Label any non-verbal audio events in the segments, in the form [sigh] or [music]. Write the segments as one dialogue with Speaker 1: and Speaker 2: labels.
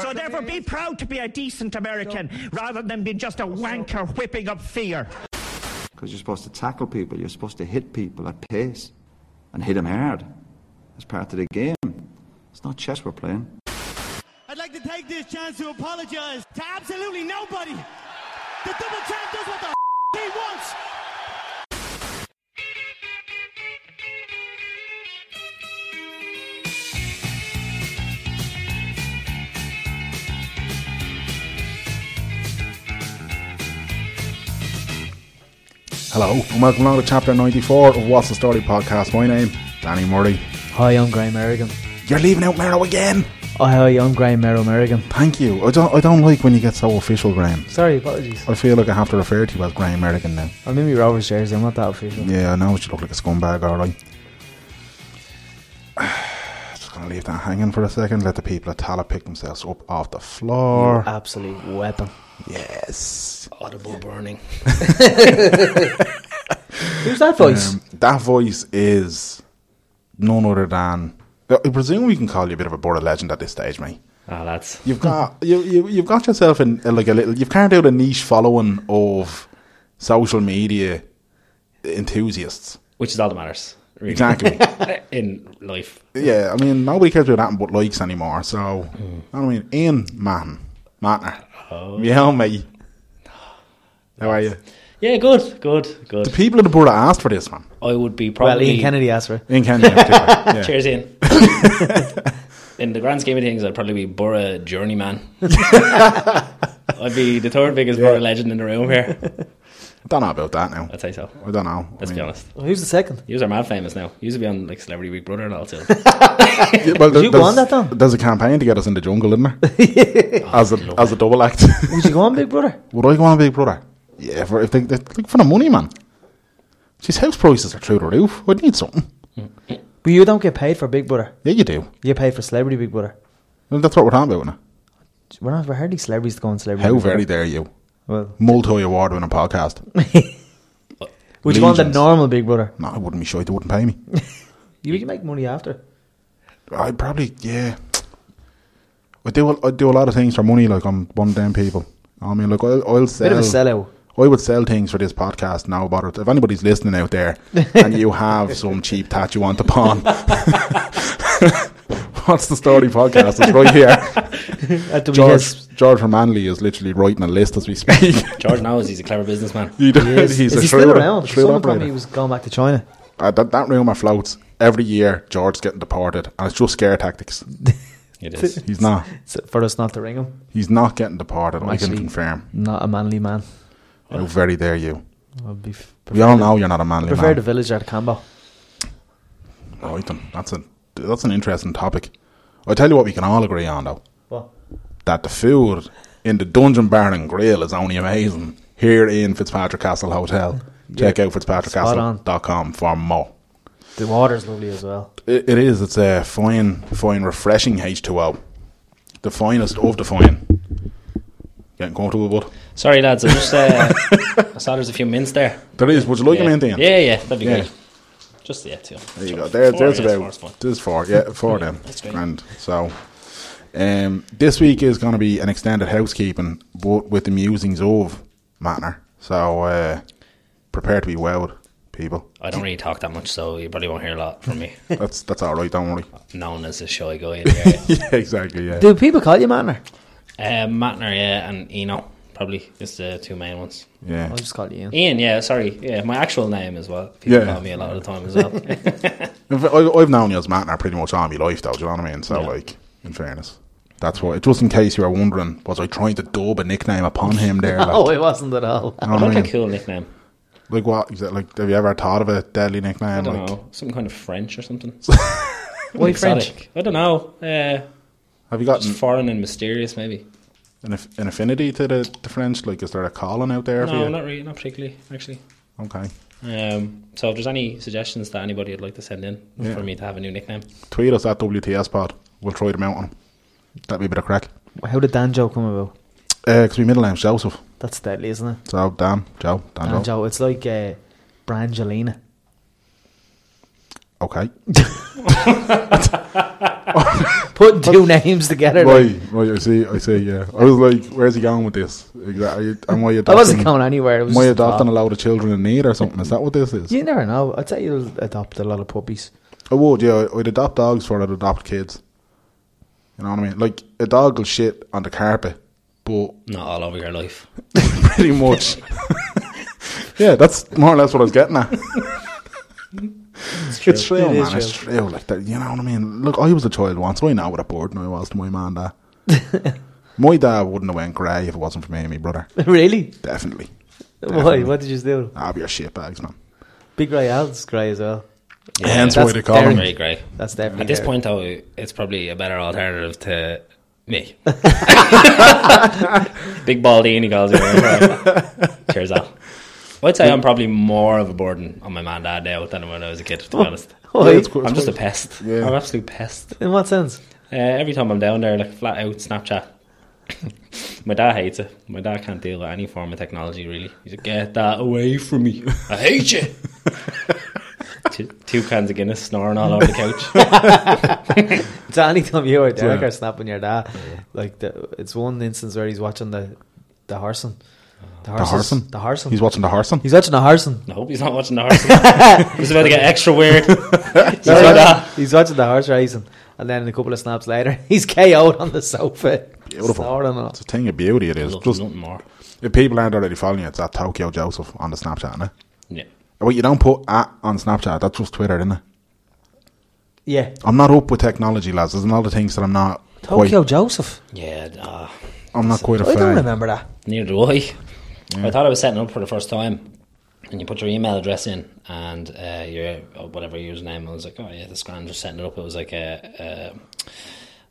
Speaker 1: So therefore, be proud to be a decent American rather than being just a wanker whipping up fear.
Speaker 2: because you're supposed to tackle people, you're supposed to hit people at pace and hit them hard. That's part of the game. It's not chess we're playing.
Speaker 3: I'd like to take this chance to apologize to absolutely nobody. The double champ does what the f- he wants.
Speaker 4: Hello and welcome along to chapter 94 of What's the Story podcast. My name, Danny Murray.
Speaker 5: Hi, I'm Graham Merrigan.
Speaker 4: You're leaving out Merrow again.
Speaker 5: Oh, hi, I'm Graham Merrow Merrigan.
Speaker 4: Thank you. I don't. I don't like when you get so official, Graham.
Speaker 5: Sorry, apologies.
Speaker 4: I feel like I have to refer to you as Graham Merrigan now.
Speaker 5: I'm in my Rovers jersey, I'm not that official.
Speaker 4: Yeah, I know you look like a scumbag, alright. [sighs] Just gonna leave that hanging for a second, let the people at Tala pick themselves up off the floor.
Speaker 5: Absolute weapon.
Speaker 4: Yes.
Speaker 5: Audible
Speaker 4: [laughs]
Speaker 5: burning. Who's that voice?
Speaker 4: Um, that voice is none other than I presume we can call you a bit of a border legend at this stage, mate.
Speaker 6: Ah, lads.
Speaker 4: You've got you, you you've got yourself in uh, like a little you've carved out a niche following of social media enthusiasts.
Speaker 6: Which is all that matters. Really.
Speaker 5: [laughs]
Speaker 4: Exactly.
Speaker 6: [laughs] In life.
Speaker 4: yeah, I mean nobody cares about that but likes anymore. So
Speaker 5: Hmm.
Speaker 4: I mean, Ian man, matter.
Speaker 5: Oh.
Speaker 4: Yeah,
Speaker 5: [sighs]
Speaker 4: mate. How are you?
Speaker 6: Yeah, good, good,
Speaker 4: The
Speaker 6: good.
Speaker 4: people at the board asked for this one.
Speaker 6: I would be
Speaker 5: well,
Speaker 6: probably.
Speaker 5: Ian Kennedy asked for it.
Speaker 4: In Kenya, in
Speaker 5: [laughs]
Speaker 4: particular. yeah. [laughs]
Speaker 6: Cheers, Ian. In the grand scheme of things, I'd probably be Borough
Speaker 4: [laughs]
Speaker 6: journeyman. I'd be the third biggest Borough legend in the room here.
Speaker 4: I don't know about that now.
Speaker 6: I'd say so.
Speaker 4: I don't know.
Speaker 6: Let's
Speaker 4: I
Speaker 6: be
Speaker 4: mean,
Speaker 6: honest.
Speaker 5: Who's the second?
Speaker 6: Yous are mad famous now. Yous would be on like Celebrity Big Brother and all
Speaker 4: [laughs]
Speaker 6: too.
Speaker 4: yeah, well,
Speaker 5: you
Speaker 4: there's,
Speaker 5: go on that then?
Speaker 4: there's a campaign to get us in the jungle, isn't
Speaker 5: [laughs]
Speaker 4: there? as a
Speaker 5: Oh,
Speaker 4: as a double act.
Speaker 5: Would you go on, Big [laughs] Brother?
Speaker 4: Would I go on Big Brother? Yeah, for if they, they look for the money, man. She's house prices are through the roof. I'd need something.
Speaker 5: But you don't get paid for Big Brother.
Speaker 4: Yeah, you do.
Speaker 5: You pay for Celebrity Big Brother.
Speaker 4: Well, That's what we're talking about now.
Speaker 5: We're not we're hardly celebrities to go on Celebrity
Speaker 4: How
Speaker 5: Big
Speaker 4: very
Speaker 5: Brother.
Speaker 4: dare you?
Speaker 5: Well,
Speaker 4: Multi award winning podcast.
Speaker 5: would you go on the
Speaker 4: Legions.
Speaker 5: normal Big Brother?
Speaker 4: no, I wouldn't be sure. They wouldn't pay me.
Speaker 5: You can make money after.
Speaker 4: I probably yeah. I do a- I do a lot of things for money. Like I'm one of them people. I mean, look, I'll, I'll sell.
Speaker 5: Bit of a sellout.
Speaker 4: I would sell things for this podcast now, bother. If anybody's listening out
Speaker 5: [laughs]
Speaker 4: there and you have some cheap tat you want to pawn, [laughs] what's the story podcast? It's right
Speaker 5: [laughs]
Speaker 4: here.
Speaker 5: At
Speaker 4: George
Speaker 5: WS.
Speaker 4: George Romanley is literally writing a list as we speak. [laughs]
Speaker 6: George knows he's a clever businessman.
Speaker 4: He does.
Speaker 5: Yes.
Speaker 4: He's
Speaker 5: Is
Speaker 4: a
Speaker 5: he
Speaker 4: shrewd-
Speaker 5: still around?
Speaker 4: shrewd
Speaker 5: Someone told
Speaker 4: operator.
Speaker 5: me he was going back to China.
Speaker 4: Uh, that that rumor floats every year. George's getting deported, and it's just scare tactics.
Speaker 6: It is.
Speaker 4: He's not.
Speaker 5: So for us not to ring him.
Speaker 4: He's not getting deported. I can
Speaker 5: Actually-
Speaker 4: confirm.
Speaker 5: Not a manly man.
Speaker 4: How very dare you?
Speaker 5: I'd be f-
Speaker 4: We all know you're not a manly
Speaker 5: prefer the
Speaker 4: man.
Speaker 5: villager to Cambo.
Speaker 4: Right then. That's Oh, a that's an interesting topic. I tell you what, we can all agree on though
Speaker 5: Well,
Speaker 4: that the food in the Dungeon Bar and Grill is only amazing. Here in Fitzpatrick Castle Hotel, check out fitzpatrickcastle.com for more.
Speaker 5: the water's lovely as well.
Speaker 4: It, it is. It's a fine, fine, refreshing H2O. The finest of the fine. Getting comfortable, bud.
Speaker 6: Sorry, lads. I
Speaker 4: [laughs]
Speaker 6: just uh, I saw there's a few mints there.
Speaker 4: There is. Would you like
Speaker 6: Yeah,
Speaker 4: a mint Ian?
Speaker 6: yeah, yeah, that'd be
Speaker 4: Yeah.
Speaker 6: great. Just yeah, two.
Speaker 4: There you go. There, there's
Speaker 6: yeah,
Speaker 4: about
Speaker 6: it's fine.
Speaker 4: there's four. Yeah, four then.
Speaker 6: that's great.
Speaker 4: Grand. So, um, this week is going to be an extended housekeeping, but with the musings of Matner. So, uh, prepare to be wowed, people.
Speaker 6: I don't really talk that much, so you probably won't hear a lot
Speaker 4: [laughs]
Speaker 6: from me.
Speaker 4: That's that's all right. Don't worry. [laughs]
Speaker 6: Known as a shy guy in the area.
Speaker 4: yeah, exactly. Yeah.
Speaker 5: Do people call you Manor?
Speaker 6: Uh, Matner, yeah, and Eno probably is the two main ones.
Speaker 4: Yeah.
Speaker 5: I'll just call you Ian.
Speaker 6: Ian, yeah, sorry, yeah, my actual name as well. People
Speaker 4: Yeah.
Speaker 6: call me a lot of the time
Speaker 4: [laughs]
Speaker 6: as well.
Speaker 4: In fact, I- I've known you as Matner pretty much all my life, though. Do you know what I mean? So, like, in fairness, that's what. Just in case you were wondering, was I trying to dub a nickname upon him
Speaker 6: [laughs]
Speaker 4: there? Like,
Speaker 5: Oh, it wasn't at all.
Speaker 4: you know what I
Speaker 6: what a
Speaker 4: mean?
Speaker 6: cool nickname.
Speaker 4: Like what? Is that like? Have you ever thought of a deadly nickname?
Speaker 6: I don't
Speaker 4: like,
Speaker 6: know, some kind of French or something.
Speaker 5: [laughs] Why French?
Speaker 6: Exotic. I don't know. Uh,
Speaker 4: have you gotten
Speaker 6: just foreign and mysterious, maybe.
Speaker 4: an, aff- an affinity to the, the French? Like, is there a calling out there for
Speaker 6: No,
Speaker 4: you?
Speaker 6: not really, not particularly, actually.
Speaker 4: Okay.
Speaker 6: Um, so if there's any suggestions that anybody would like to send in
Speaker 4: Yeah.
Speaker 6: for me to have a new nickname,
Speaker 4: Tweet us at WTS Pod. We'll throw them out on 'em. That'd be a bit of crack.
Speaker 5: How did Dan Joe come about?
Speaker 4: Because my Uh, middle name's Joseph.
Speaker 5: That's deadly, isn't it?
Speaker 4: So, Dan, Joe, Dan,
Speaker 5: Dan
Speaker 4: Joe.
Speaker 5: Joe. It's like uh, [laughs] Brangelina. [laughs]
Speaker 4: Okay.
Speaker 5: Putting two names together. like,
Speaker 4: Right, right. I see. I see. Yeah. I was like, "Where's he going with this?" Exactly. Am I adopting?
Speaker 5: I wasn't going anywhere. It was
Speaker 4: Am I
Speaker 5: just a thought.
Speaker 4: adopting a lot of children in need or something? Is that what this is?
Speaker 5: You never know. I'd say you'll adopt a lot of puppies.
Speaker 4: I would. Yeah, I'd adopt dogs for I'd adopt kids. You know what I mean? Like a dog will shit on the carpet, but
Speaker 6: Not all over your life.
Speaker 4: [laughs] pretty much. yeah, that's more or less what I was getting at. It's true,
Speaker 5: It
Speaker 4: man.
Speaker 5: is
Speaker 4: It's true. Like that, you know what I mean. Look, I was a child once. I know what a bored I was to my man. [laughs] Dad. my dad wouldn't have went grey if it wasn't for me and my brother.
Speaker 5: [laughs] really?
Speaker 4: Definitely.
Speaker 5: [laughs] Why? What did you do?
Speaker 4: I'll be your shit bags, man.
Speaker 5: Big Ray Al's grey as well.
Speaker 4: Hence
Speaker 5: that's
Speaker 4: why they call him.
Speaker 5: very-
Speaker 6: Very great.
Speaker 5: That's definitely
Speaker 6: At this
Speaker 5: there. [laughs]
Speaker 6: point, though, it's probably a better alternative to me. [laughs] Big baldy and he calls you. Cheers out. I'd say I'm probably more of a burden on my man dad now than when I was a kid, to be honest.
Speaker 5: Why?
Speaker 4: Yeah, it's quite-
Speaker 6: I'm
Speaker 4: it's
Speaker 6: just a
Speaker 4: quite-
Speaker 6: pest.
Speaker 4: Yeah.
Speaker 6: I'm an absolute pest.
Speaker 5: In what sense?
Speaker 6: Uh, every time I'm down there, like flat out Snapchat. [laughs] My dad hates it. My dad can't deal with any form of technology, really. He's like, get that away from me. I hate you. two, two cans of Guinness snoring all over the couch.
Speaker 5: It's anytime you or Derek
Speaker 4: Yeah.
Speaker 5: are snapping your dad. Like the, it's one instance where he's watching the the horsing. The horses-
Speaker 4: horsing?
Speaker 5: The horsing.
Speaker 4: He's watching the horse.
Speaker 5: He's watching the horsing.
Speaker 6: I hope he's not watching the horse. [laughs] He's about to get extra [laughs] weird. He's like "Ah." that.
Speaker 5: He's watching the horse racing, and then a couple of snaps later, [laughs] he's KO'd on the sofa.
Speaker 4: Beautiful.
Speaker 5: Snoring and all.
Speaker 4: It's a thing of beauty. It is.
Speaker 6: Love
Speaker 4: Just
Speaker 6: nothing more.
Speaker 4: if people aren't already following you, it's at Tokyo Joseph on the Snapchat, innit?
Speaker 6: Yeah.
Speaker 4: Well, you don't put at on Snapchat. That's just Twitter, isn't it?
Speaker 5: Yeah.
Speaker 4: I'm not up with technology, lads. There's a lot of things that I'm not.
Speaker 5: Tokyo
Speaker 4: Quite,
Speaker 5: Joseph.
Speaker 6: Yeah. Uh,
Speaker 4: I'm not quite a
Speaker 5: I don't
Speaker 4: fan.
Speaker 5: remember that.
Speaker 6: neither do I. I thought I was setting up for the first time. And you put your email address in and uh, your whatever your username. I was like, oh yeah, this grand just setting it up. It was like a, a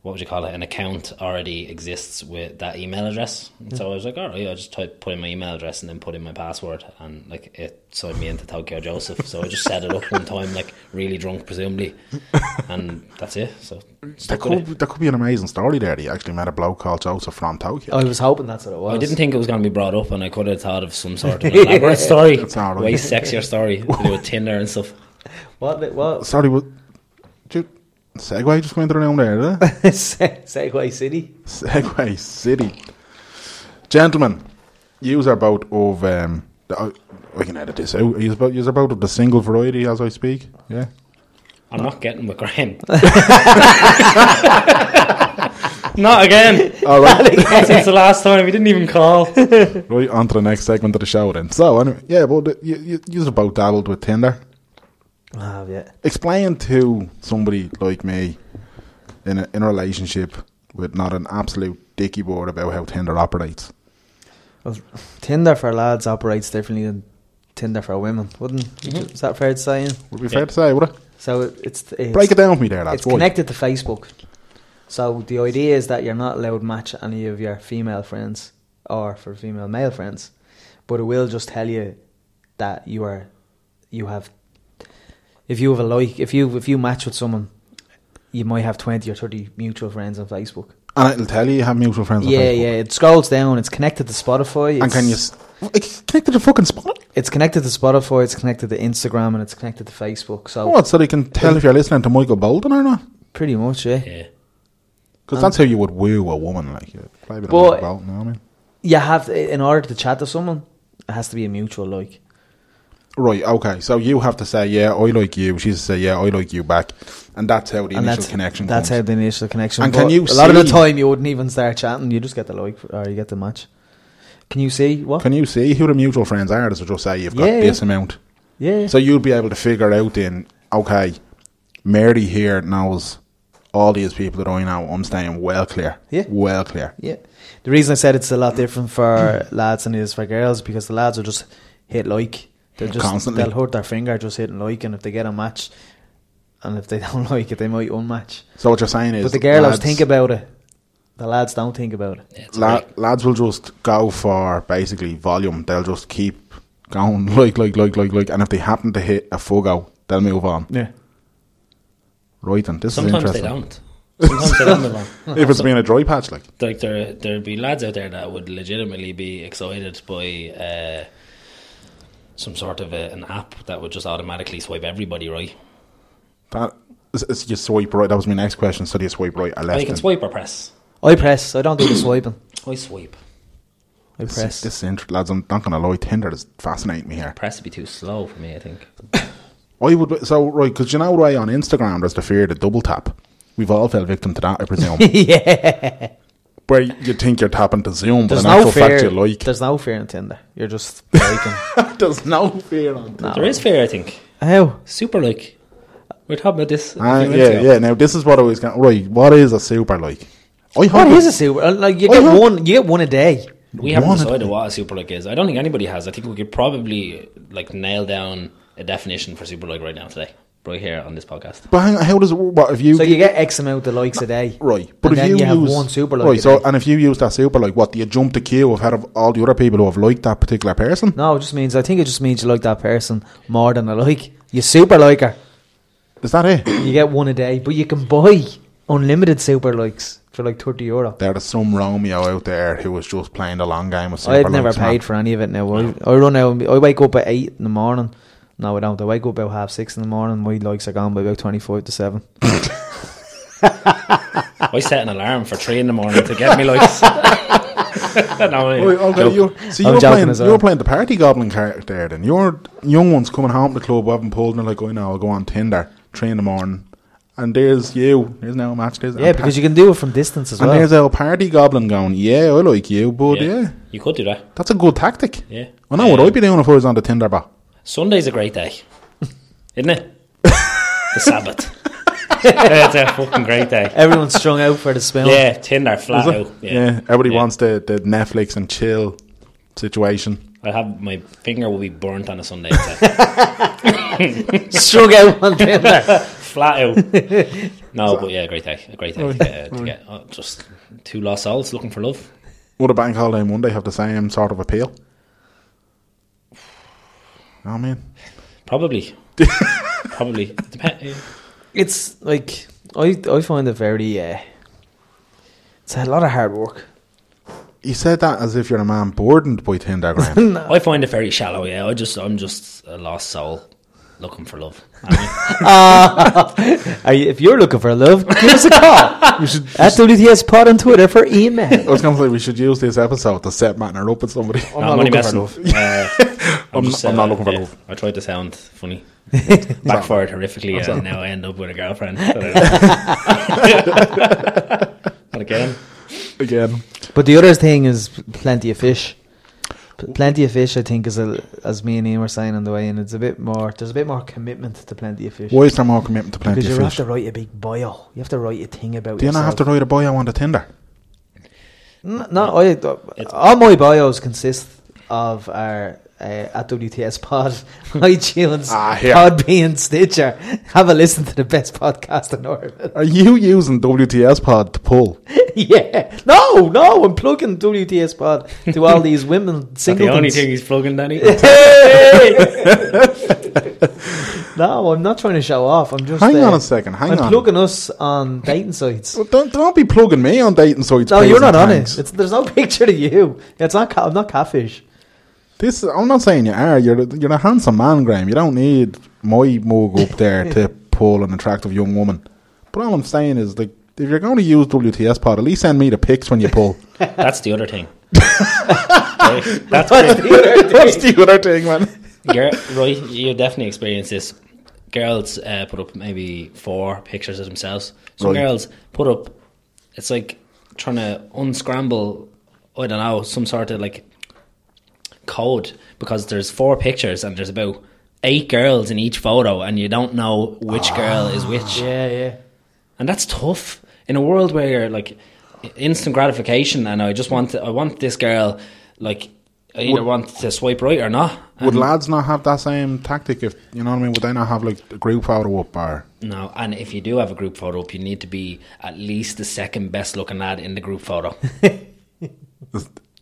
Speaker 6: what would you call it? An account already exists with that email address. And So I was like, all right, I just type put in my email address and then put in my password, and like it signed me into Tokyo Joseph. So I just set it up one time, like really drunk, presumably, and that's it. So
Speaker 4: That
Speaker 6: stuck with
Speaker 4: could,
Speaker 6: it.
Speaker 4: be- that could be an amazing story there. He actually met a bloke called Joseph from Tokyo.
Speaker 6: Oh.
Speaker 5: I was hoping that's what it was.
Speaker 6: I didn't think it was going to be brought up, and I could have thought of some sort
Speaker 4: [laughs]
Speaker 6: of elaborate story,
Speaker 4: That's all right.
Speaker 6: way sexier
Speaker 4: [laughs]
Speaker 6: story to do with Tinder and stuff.
Speaker 5: What? the- What?
Speaker 4: Sorry, what? Dude, Segway just went around there, did
Speaker 6: [laughs]
Speaker 4: it?
Speaker 5: [laughs] Se- Segway City.
Speaker 4: Segway City. Gentlemen, use are both of. Um, the- I, I can edit this out. Use about use about of the single variety as I speak. Yeah.
Speaker 6: I'm not getting
Speaker 4: [laughs]
Speaker 6: with Graham. [laughs] not again.
Speaker 4: All right.
Speaker 6: [laughs] Since the last time, he didn't even call.
Speaker 4: [laughs] Right, on to the next segment of the show then. So, anyway, yeah, well, the- you, you, you're about dabbled with Tinder.
Speaker 5: Oh, yeah.
Speaker 4: Explain to somebody like me in a, in a relationship with not an absolute dicky board about how Tinder operates.
Speaker 5: Well, Tinder for lads operates differently than Tinder for women, wouldn't?
Speaker 4: Mm-hmm.
Speaker 5: Is that fair to say? Ian?
Speaker 4: Would be fair to say, would it?
Speaker 5: So it, it's, it's
Speaker 4: Break it down for me there, lads.
Speaker 5: It's
Speaker 4: boy.
Speaker 5: connected to Facebook. So the idea is that you're not allowed to match any of your female friends or for female male friends, but it will just tell you that you are, you have, if you have a like, if you if you match with someone, you might have twenty or thirty mutual friends on Facebook.
Speaker 4: And it'll tell you you have mutual friends on
Speaker 5: yeah,
Speaker 4: Facebook.
Speaker 5: yeah. It scrolls down. It's connected to
Speaker 4: And
Speaker 5: Spotify. it's-
Speaker 4: can you. s- It's connected to fucking spot?
Speaker 5: It's connected to Spotify. It's connected to Instagram, and it's connected to Facebook. So
Speaker 4: What? So they can tell if you're listening to Michael Bolton or not?
Speaker 5: pretty much, yeah.
Speaker 6: Yeah.
Speaker 4: Because that's how you would woo a woman, like you. Play a bit of
Speaker 5: Um, But-
Speaker 4: Michael Bolton, you know what I mean?
Speaker 5: You have in order to chat to someone, it has to be a mutual like.
Speaker 4: Right, okay. So you have to say, yeah, I like you. She has to say, yeah, I like you back. And that's how the initial connection
Speaker 5: That's
Speaker 4: comes.
Speaker 5: how the initial connection.
Speaker 4: And
Speaker 5: but
Speaker 4: can you
Speaker 5: a lot of the
Speaker 4: see-
Speaker 5: time you wouldn't even start chatting. You just get the like or you get the match. Can you see what?
Speaker 4: Can you see who the mutual friends are? Does it just say you've got
Speaker 5: Yeah,
Speaker 4: this
Speaker 5: yeah.
Speaker 4: amount?
Speaker 5: yeah.
Speaker 4: So you'll be able to figure out then, okay, Mary here knows all these people that I know. I'm staying well clear.
Speaker 5: Yeah.
Speaker 4: Well clear.
Speaker 5: yeah. The reason I said it's a lot different
Speaker 4: [clears throat]
Speaker 5: for lads than it is for girls because the lads will just hit like. They'll just
Speaker 4: Constantly.
Speaker 5: they'll hurt their finger just hitting like, and if they get a match, and if they [laughs] don't like it, they might unmatch.
Speaker 4: So what you're saying is.
Speaker 5: But the girls
Speaker 4: lads-
Speaker 5: think about it. The lads don't think about it.
Speaker 6: It's
Speaker 4: la-
Speaker 6: great.
Speaker 4: lads will just go for basically volume. They'll just keep going [laughs] like, like, like, like, like. And if they happen to hit a fugo, they'll move on.
Speaker 5: Yeah.
Speaker 4: Right, and this
Speaker 6: Sometimes
Speaker 4: is
Speaker 6: they
Speaker 4: interesting.
Speaker 6: don't. Sometimes they don't. move on.
Speaker 4: If it's being a dry patch, like.
Speaker 6: [laughs] like there there'd be lads out there that would legitimately be excited by uh, some sort of a, an app that would just automatically swipe everybody right.
Speaker 4: That s- s- you swipe right. That was my next question. So do you swipe right or left?
Speaker 6: Well, you can
Speaker 4: then?
Speaker 6: swipe or press.
Speaker 5: I press. I don't do
Speaker 4: [coughs]
Speaker 5: the swiping.
Speaker 6: I swipe.
Speaker 5: I
Speaker 4: This, is-
Speaker 5: press.
Speaker 4: this is int- lads. I'm not gonna lie. Tinder is fascinating me here.
Speaker 6: Press would be too slow for me,
Speaker 4: [laughs]
Speaker 6: I think.
Speaker 4: I would so right because you know right on Instagram there's the fear of the double tap. We've all fell victim to that, I presume.
Speaker 5: [laughs] [laughs] yeah.
Speaker 4: Where you think you're tapping to Zoom, but
Speaker 5: There's
Speaker 4: in
Speaker 5: no
Speaker 4: actual
Speaker 5: fear.
Speaker 4: fact you like.
Speaker 5: There's no fear in Tinder. You're just [laughs] liking.
Speaker 4: [laughs] There's no fear on that.
Speaker 6: There is fear, I think.
Speaker 5: How?
Speaker 6: Super like. We are talking about this. a few
Speaker 4: Uh,
Speaker 6: minutes
Speaker 4: yeah,
Speaker 6: ago.
Speaker 4: yeah. Now this is what I was going. Right, what is a super like? I
Speaker 5: What
Speaker 4: hope
Speaker 5: is
Speaker 4: it-
Speaker 5: a super? uh, Like you
Speaker 4: Oh,
Speaker 5: get
Speaker 4: yeah.
Speaker 5: one. You get one a day.
Speaker 6: We haven't
Speaker 4: One of
Speaker 6: decided what a super like is. I don't think anybody has. I think we could probably like nail down a definition for super like right now today, right here on this podcast.
Speaker 4: [laughs] But hang on, how does it work? What if you,
Speaker 5: So you get X amount of likes a day.
Speaker 4: right?
Speaker 5: But
Speaker 4: But
Speaker 5: and
Speaker 4: if
Speaker 5: then
Speaker 4: you,
Speaker 5: you, have
Speaker 4: use
Speaker 5: one super like.
Speaker 4: right,
Speaker 5: a
Speaker 4: so
Speaker 5: day.
Speaker 4: and if you use that super like, what do you jump the queue of out of all the other people who have liked that particular person?
Speaker 5: no, it just means I think it just means you like that person more than I like. You super like her.
Speaker 4: Is that it?
Speaker 5: You get one a day, but you can buy unlimited super likes for like thirty euro.
Speaker 4: there is some Romeo out there who was just playing the long game with super
Speaker 5: I'd never
Speaker 4: likes, man.
Speaker 5: paid for any of it now. I, I run out. I wake up at eight in the morning. No, I don't. I wake up about half six in the morning. My likes are gone by about twenty five to seven.
Speaker 4: [laughs]
Speaker 6: I set an alarm for three in the morning to get
Speaker 4: [laughs]
Speaker 6: me likes. no, I-
Speaker 4: Wait, Oh, okay,
Speaker 6: joke.
Speaker 4: you, so
Speaker 5: I'm
Speaker 4: you're
Speaker 5: joking
Speaker 4: playing,
Speaker 5: as well.
Speaker 4: you're playing the party goblin character there then. Your young one's coming home to the club, haven't pulled, and they're like, oh, no, I'll go on Tinder, three in the morning. And there's you. There's no match. There's
Speaker 5: Yeah, because you can do it from distance as
Speaker 4: And
Speaker 5: well.
Speaker 4: there's our party goblin going, yeah, I like you, but yeah.
Speaker 6: yeah, you could do that.
Speaker 4: That's a good tactic.
Speaker 6: Yeah.
Speaker 4: I know what I'd be doing if I was on the Tinder bar.
Speaker 6: Sunday's a great day,
Speaker 4: [laughs]
Speaker 6: isn't it? the Sabbath. [laughs] yeah, it's a fucking great day.
Speaker 4: [laughs]
Speaker 5: Everyone's strung out for the spin.
Speaker 6: Yeah, Tinder
Speaker 4: Is
Speaker 6: flat
Speaker 4: it?
Speaker 6: out.
Speaker 4: Yeah.
Speaker 6: Yeah.
Speaker 4: everybody
Speaker 6: Yeah.
Speaker 4: wants the, the Netflix and chill situation.
Speaker 6: I have my finger will be burnt on
Speaker 4: [laughs]
Speaker 6: a Sunday. I'd say.
Speaker 5: [laughs] strung out on Tinder.
Speaker 4: [laughs]
Speaker 6: flat out. No, but yeah, great day, a great day. to get, uh, to get, uh, just two lost souls looking for love.
Speaker 4: Would a bank holiday Monday have the same sort of appeal? Oh, I mean, [laughs]
Speaker 6: Probably. Probably. Dep-
Speaker 5: It's like I I find it very. Uh, it's a lot of hard work.
Speaker 4: you said that as if you're a man burdened by Tinder,
Speaker 5: [laughs]
Speaker 4: Graham.
Speaker 6: I find it very shallow. Yeah, I just I'm just a lost soul looking for love. I
Speaker 5: Are you, if you're looking for love, give us a call. [laughs] you should at WTS Pod on Twitter for
Speaker 4: I
Speaker 5: email.
Speaker 4: was going to say we should use this episode to set Matner up with somebody.
Speaker 6: mean, no, I'm only messing. [laughs] Uh,
Speaker 4: [laughs] I'm
Speaker 6: just,
Speaker 4: not- I'm
Speaker 6: uh,
Speaker 4: not looking for
Speaker 6: yeah,
Speaker 4: love.
Speaker 6: I tried to
Speaker 4: [laughs]
Speaker 6: sound funny. Backfired horrifically, and now I end up with
Speaker 4: [laughs]
Speaker 6: a girlfriend. Not [laughs] again.
Speaker 4: Again,
Speaker 5: But the other thing is plenty of fish. P- Plenty of fish, I think, is a, as me and Ian were saying on the way in. It's a bit more. There's a bit more commitment to plenty of fish.
Speaker 4: why is there more commitment to plenty
Speaker 5: Because
Speaker 4: of
Speaker 5: you have
Speaker 4: fish?
Speaker 5: to write a big bio. You have to write a thing about.
Speaker 4: Do you not
Speaker 5: yourself.
Speaker 4: have to write a bio on the Tinder?
Speaker 5: No, no I, all my bios consist of our uh, at WTS Pod, [laughs] iTunes,
Speaker 4: Ah, here.
Speaker 5: Podbean, Stitcher. Have a listen to the best podcast in Ireland. [laughs]
Speaker 4: Are you using WTS Pod to pull?
Speaker 5: yeah, no, no, I'm plugging WTS Pod to all
Speaker 6: [laughs]
Speaker 5: these women
Speaker 6: That's the
Speaker 5: singletons.
Speaker 6: only thing he's
Speaker 4: [laughs]
Speaker 6: plugging, Danny. [laughs]
Speaker 5: no, I'm not trying to show off. I'm just
Speaker 4: Hang
Speaker 5: uh,
Speaker 4: on a second. Hang
Speaker 5: I'm
Speaker 4: on.
Speaker 5: plugging us on dating sites.
Speaker 4: Well, don't don't be plugging me on dating sites.
Speaker 5: No,
Speaker 4: please,
Speaker 5: you're not
Speaker 4: and
Speaker 5: on
Speaker 4: thanks.
Speaker 5: it. It's, there's no [laughs] picture of you. It's not. Ca- I'm not catfish.
Speaker 4: This I'm not saying you are. You're you're a handsome man, Graham. You don't need my mug up there to pull an attractive young woman. But all I'm saying is, like, if you're going to use WTS Pod, at least send me the pics when you pull.
Speaker 6: That's the
Speaker 4: [laughs]
Speaker 6: other thing. Okay, That's
Speaker 4: That's the other thing, man.
Speaker 6: Girl, right, you definitely experience this. Girls uh, put up maybe four pictures of themselves. Some
Speaker 4: Right.
Speaker 6: girls put up. It's like trying to unscramble. I don't know some sort of like code because there's four pictures and there's about eight girls in each photo, and you don't know which girl is which.
Speaker 5: Yeah, yeah.
Speaker 6: and that's tough in a world where you're like instant gratification and i just want to, i want this girl like i either want to swipe right or not
Speaker 4: Would lads not have that same tactic? If you know what I mean, would they not have like a group photo up or
Speaker 6: no and if you do have a group photo up you need to be at least the second best looking lad in the group
Speaker 4: [laughs]
Speaker 6: photo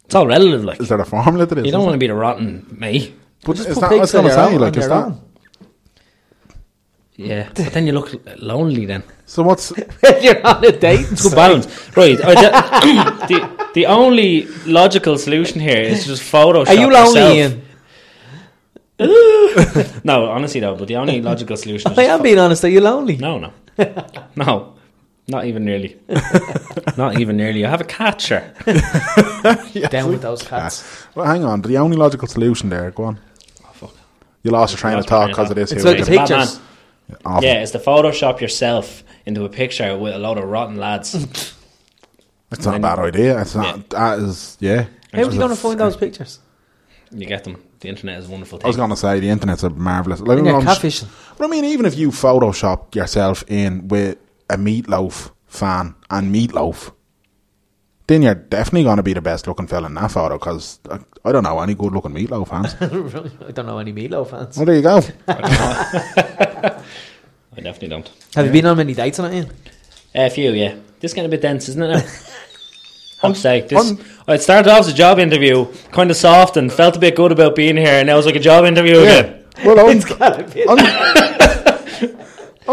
Speaker 6: it's all relative like
Speaker 4: is there a formula to this?
Speaker 6: you don't want to be the rotten me
Speaker 4: But
Speaker 5: Just
Speaker 4: is
Speaker 5: put
Speaker 4: that, I was
Speaker 5: pics on
Speaker 4: going to
Speaker 5: your
Speaker 4: say,
Speaker 5: own-
Speaker 4: like,
Speaker 5: on
Speaker 4: is
Speaker 5: your
Speaker 4: that
Speaker 5: own.
Speaker 6: yeah [laughs] but then you look lonely then
Speaker 4: [laughs] so? What's
Speaker 5: you're on a date.
Speaker 6: It's good balance right I de- [coughs] the, the only logical solution here is just
Speaker 5: [laughs]
Speaker 6: photoshop
Speaker 5: Are you lonely,
Speaker 6: yourself.
Speaker 5: Ian?
Speaker 6: No, honestly though, but the only logical solution. Is
Speaker 5: I
Speaker 6: just
Speaker 5: am [laughs]
Speaker 6: fu-
Speaker 5: being honest. Are you lonely?
Speaker 6: No, no. No, not
Speaker 5: [laughs]
Speaker 6: even nearly. not even nearly. I have a catcher.
Speaker 5: Down with those cats.
Speaker 4: Well, hang on. The only logical solution there. Go on.
Speaker 6: Oh, fuck.
Speaker 4: You lost your train of
Speaker 6: Lost my
Speaker 4: thought
Speaker 6: train
Speaker 4: because of
Speaker 6: of thought.
Speaker 4: this.
Speaker 5: It's
Speaker 4: here.
Speaker 5: like the
Speaker 6: It's a bad
Speaker 5: pictures.
Speaker 6: man.
Speaker 4: Awful.
Speaker 6: Yeah, it's to Photoshop yourself into a picture with a load of rotten lads.
Speaker 4: [laughs] It's not a bad idea. It's not. That is. Yeah.
Speaker 5: How are you going
Speaker 4: to
Speaker 5: to
Speaker 4: [laughs]
Speaker 5: find those pictures? [laughs]
Speaker 6: You get them. The internet is a wonderful
Speaker 4: I was
Speaker 6: thing.
Speaker 4: going to say the internet's a marvelous. Like,
Speaker 5: In your
Speaker 4: I'm just-
Speaker 5: catfishing.
Speaker 4: But I mean, even if you Photoshop yourself in with a meatloaf fan and meatloaf, then you're definitely going to be the best looking fella in that photo because I, I don't know any good looking meatloaf
Speaker 6: [laughs]
Speaker 4: fans.
Speaker 5: I don't know any Meatloaf fans.
Speaker 4: well, there you go.
Speaker 6: I definitely don't.
Speaker 5: Have you been on many dates on
Speaker 4: [laughs]
Speaker 5: it, Ian?
Speaker 6: A few, yeah. This is getting a bit dense, isn't it? Now? I'm sick. This.
Speaker 4: I'm-
Speaker 6: I started off as a job interview, kind of soft, and felt a bit good about being here, and now it's like a job interview again.
Speaker 4: Well, I'm, I'm,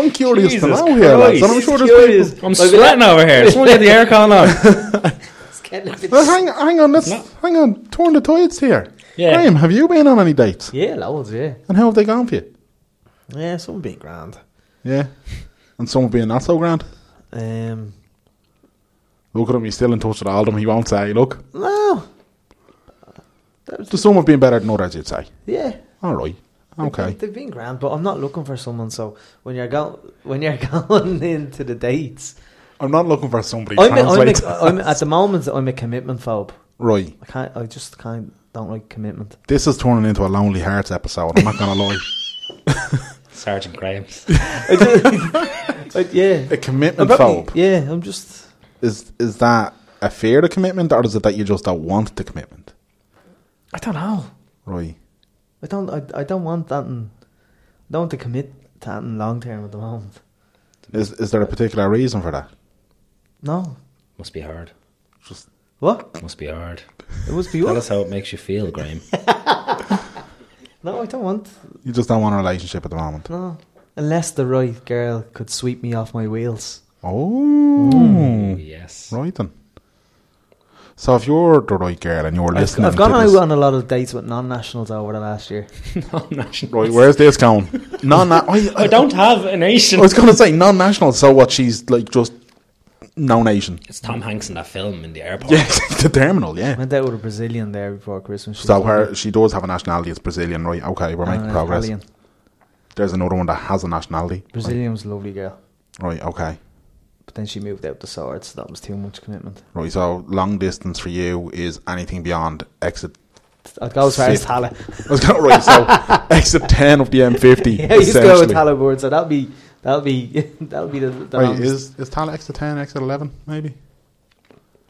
Speaker 4: I'm curious to
Speaker 6: Jesus
Speaker 4: know here, lads, and I'm
Speaker 6: Christ.
Speaker 4: sure there's
Speaker 5: Curious.
Speaker 4: people.
Speaker 6: I'm sweating over here. Someone get the aircon
Speaker 4: [laughs]
Speaker 6: on.
Speaker 5: It's getting a bit-
Speaker 4: Well, hang, hang on, let's, hang on. Torn the tides here.
Speaker 6: Yeah.
Speaker 4: Graham, have you been on any dates?
Speaker 5: [laughs] yeah, loads, yeah.
Speaker 4: And how have they gone for you?
Speaker 5: Yeah, some being grand.
Speaker 4: Yeah. And some have been not so grand.
Speaker 5: Um,
Speaker 4: Look at him, he's still in touch with all of them. He won't say, look.
Speaker 5: no,
Speaker 4: So some have been better than others, you'd say.
Speaker 5: yeah.
Speaker 4: All right. Okay.
Speaker 5: They've been grand, but I'm not looking for someone. So when you're going, when you're [laughs] going into the dates,
Speaker 4: I'm not looking for somebody to
Speaker 5: I'm, a, I'm,
Speaker 4: translate.
Speaker 5: a, I'm at the moment I'm a commitment phobe.
Speaker 4: [laughs] right.
Speaker 5: I can't. I just can't. Don't like commitment.
Speaker 4: This is turning into a Lonely Hearts episode. I'm not going to lie.
Speaker 5: [laughs]
Speaker 6: Sergeant Graham's.
Speaker 5: Like, yeah,
Speaker 4: A commitment
Speaker 5: Probably-
Speaker 4: phobe.
Speaker 5: Yeah, I'm just.
Speaker 4: Is, is that a fear of commitment or is it that you just don't want the commitment?
Speaker 5: I don't know.
Speaker 4: Right.
Speaker 5: I don't. I, I don't want that. In, I don't want to commit to that in long term at the moment.
Speaker 4: Is, is there a particular reason for that?
Speaker 5: No.
Speaker 6: Must be hard.
Speaker 5: What?
Speaker 6: Must be hard.
Speaker 5: It must be
Speaker 6: Tell
Speaker 5: what?
Speaker 6: us how it makes you feel,
Speaker 4: [laughs]
Speaker 6: Graham.
Speaker 5: No, I don't want.
Speaker 4: You just don't want a relationship at the moment.
Speaker 5: No. Unless the right girl could sweep me off my wheels.
Speaker 4: Oh,
Speaker 5: Hmm.
Speaker 6: yes. [laughs]
Speaker 4: right then. So if you're the right girl and you're
Speaker 5: I've,
Speaker 4: listening,
Speaker 5: I've gone
Speaker 4: to
Speaker 5: out
Speaker 4: this,
Speaker 5: on a lot of dates with non-nationals over the last year.
Speaker 6: Non-national.
Speaker 4: right, where's this
Speaker 5: [laughs]
Speaker 4: going? non, na- I,
Speaker 6: I don't have a
Speaker 4: I
Speaker 6: nation.
Speaker 4: was going to say non-national. So what? She's like just no nation.
Speaker 6: It's Tom Hanks in that film in the airport.
Speaker 4: Yes, [laughs] the terminal. Yeah.
Speaker 5: Went out with a Brazilian there before Christmas. She
Speaker 4: So
Speaker 5: was
Speaker 4: her
Speaker 5: lovely.
Speaker 4: she does have a nationality. It's Brazilian, right? Okay, we're making
Speaker 5: Uh,
Speaker 4: progress.
Speaker 5: Italian.
Speaker 4: There's another one that has a nationality.
Speaker 5: Brazilian was a lovely girl,
Speaker 4: Right. Okay.
Speaker 5: but then she moved out to Swords. So that was too much commitment.
Speaker 4: Right. So long distance for you is anything beyond exit.
Speaker 5: I'd go as far as
Speaker 4: Fifth.
Speaker 5: Tala.
Speaker 4: I was going right.
Speaker 5: [laughs]
Speaker 4: So exit ten of the M50.
Speaker 5: Yeah, you used to go with
Speaker 4: essentially.
Speaker 5: Tala board, so that'll be that'll be [laughs] that'll be the, the
Speaker 4: Wait,
Speaker 5: longest.
Speaker 4: is is Tal exit ten, exit eleven, maybe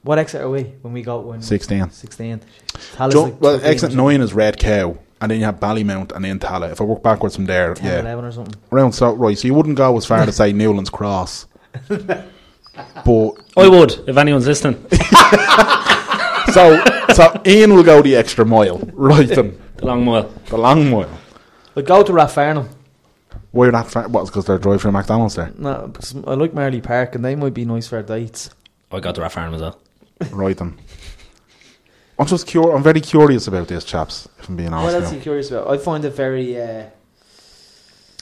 Speaker 5: what exit are we when we got when
Speaker 4: sixteen?
Speaker 5: sixteen? Tala's
Speaker 4: Jo-
Speaker 5: like
Speaker 4: well,
Speaker 5: 15 or
Speaker 4: exit
Speaker 5: something,
Speaker 4: nine is Red Cow, and then you have Ballymount, and then Tala. If I work backwards from there,
Speaker 5: 10,
Speaker 4: yeah,
Speaker 5: 11 or something.
Speaker 4: round so right. So you wouldn't go as far to say Newlands Cross, but
Speaker 6: I would, if anyone's listening. [laughs]
Speaker 4: so so Ian will go the extra mile, right? Then
Speaker 6: The long mile.
Speaker 4: the long mile.
Speaker 5: I'd go to Rathfarnham.
Speaker 4: Where that fa- what's because they're drive through McDonald's there,
Speaker 5: No, because I like Marley Park, and they might be nice for dates.
Speaker 6: I got the referendum as well.
Speaker 4: right? Then I'm just cur- I'm very curious about this, chaps. If I'm being
Speaker 5: What
Speaker 4: honest,
Speaker 5: else
Speaker 4: with
Speaker 5: are
Speaker 4: you.
Speaker 5: you curious about? I find it very. Uh,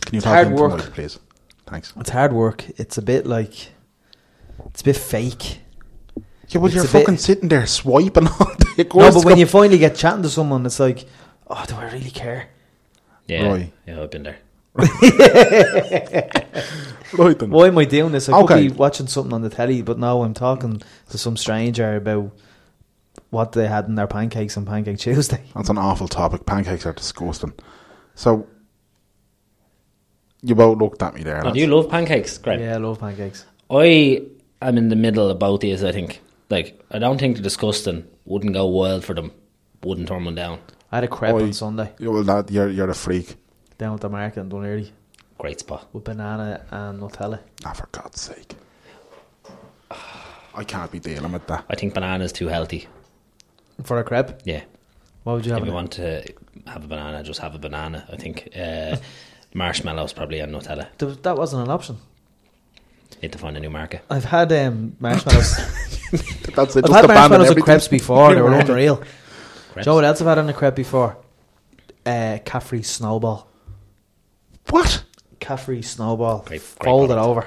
Speaker 4: can you
Speaker 5: It's
Speaker 4: talk
Speaker 5: hard
Speaker 4: into the
Speaker 5: work.
Speaker 4: mic, please? Thanks.
Speaker 5: It's hard work. It's a bit like it's a bit fake.
Speaker 4: Yeah, well,
Speaker 5: It's
Speaker 4: you're
Speaker 5: a bit-
Speaker 4: fucking sitting there swiping all day. Of
Speaker 5: no,
Speaker 4: course
Speaker 5: but
Speaker 4: it's
Speaker 5: when
Speaker 4: go-
Speaker 5: you finally get chatting to someone, it's like, oh, do I really care?
Speaker 6: Yeah.
Speaker 4: Right.
Speaker 6: Yeah, I've been there.
Speaker 4: [laughs] Right then.
Speaker 5: Why am I doing this? I
Speaker 4: Okay.
Speaker 5: could be watching something on the telly, but now I'm talking to some stranger about what they had in their pancakes on Pancake Tuesday. [laughs]
Speaker 4: That's an awful topic. Pancakes are disgusting. So you both looked at me there.
Speaker 6: Oh,
Speaker 4: lads.
Speaker 6: do you love pancakes? Great.
Speaker 5: Yeah, I love pancakes.
Speaker 6: I am in the middle about these, I think. Like, I don't think the disgusting wouldn't go wild for them, wouldn't turn one down.
Speaker 5: I had a crepe
Speaker 4: Oi.
Speaker 5: on Sunday
Speaker 4: Yeah, well, that, you're you're a freak.
Speaker 5: down at the market in Dunleary
Speaker 6: Great spot.
Speaker 5: with banana and Nutella.
Speaker 4: Ah, for God's sake. I can't be dealing with that.
Speaker 6: I think banana's too healthy.
Speaker 5: For a crepe,
Speaker 6: Yeah.
Speaker 5: what would you have?
Speaker 6: If
Speaker 5: in
Speaker 6: you
Speaker 5: it?
Speaker 6: want to have a banana, just have a banana, I think. Uh, marshmallows probably and Nutella.
Speaker 5: There was- That wasn't an option.
Speaker 6: Need to find a new market.
Speaker 5: I've had [laughs] um, marshmallows.
Speaker 4: That's it.
Speaker 5: I've
Speaker 4: Just
Speaker 5: had
Speaker 4: abandon
Speaker 5: marshmallows and
Speaker 4: everything.
Speaker 5: crepes before. [laughs] They were unreal.
Speaker 6: Crepes.
Speaker 5: Joe, what else have I had on a crepe before? Uh, Caffrey Snowball.
Speaker 4: What?
Speaker 5: Caffrey Snowball.
Speaker 6: Great- great
Speaker 5: Fold it
Speaker 6: product.
Speaker 5: over.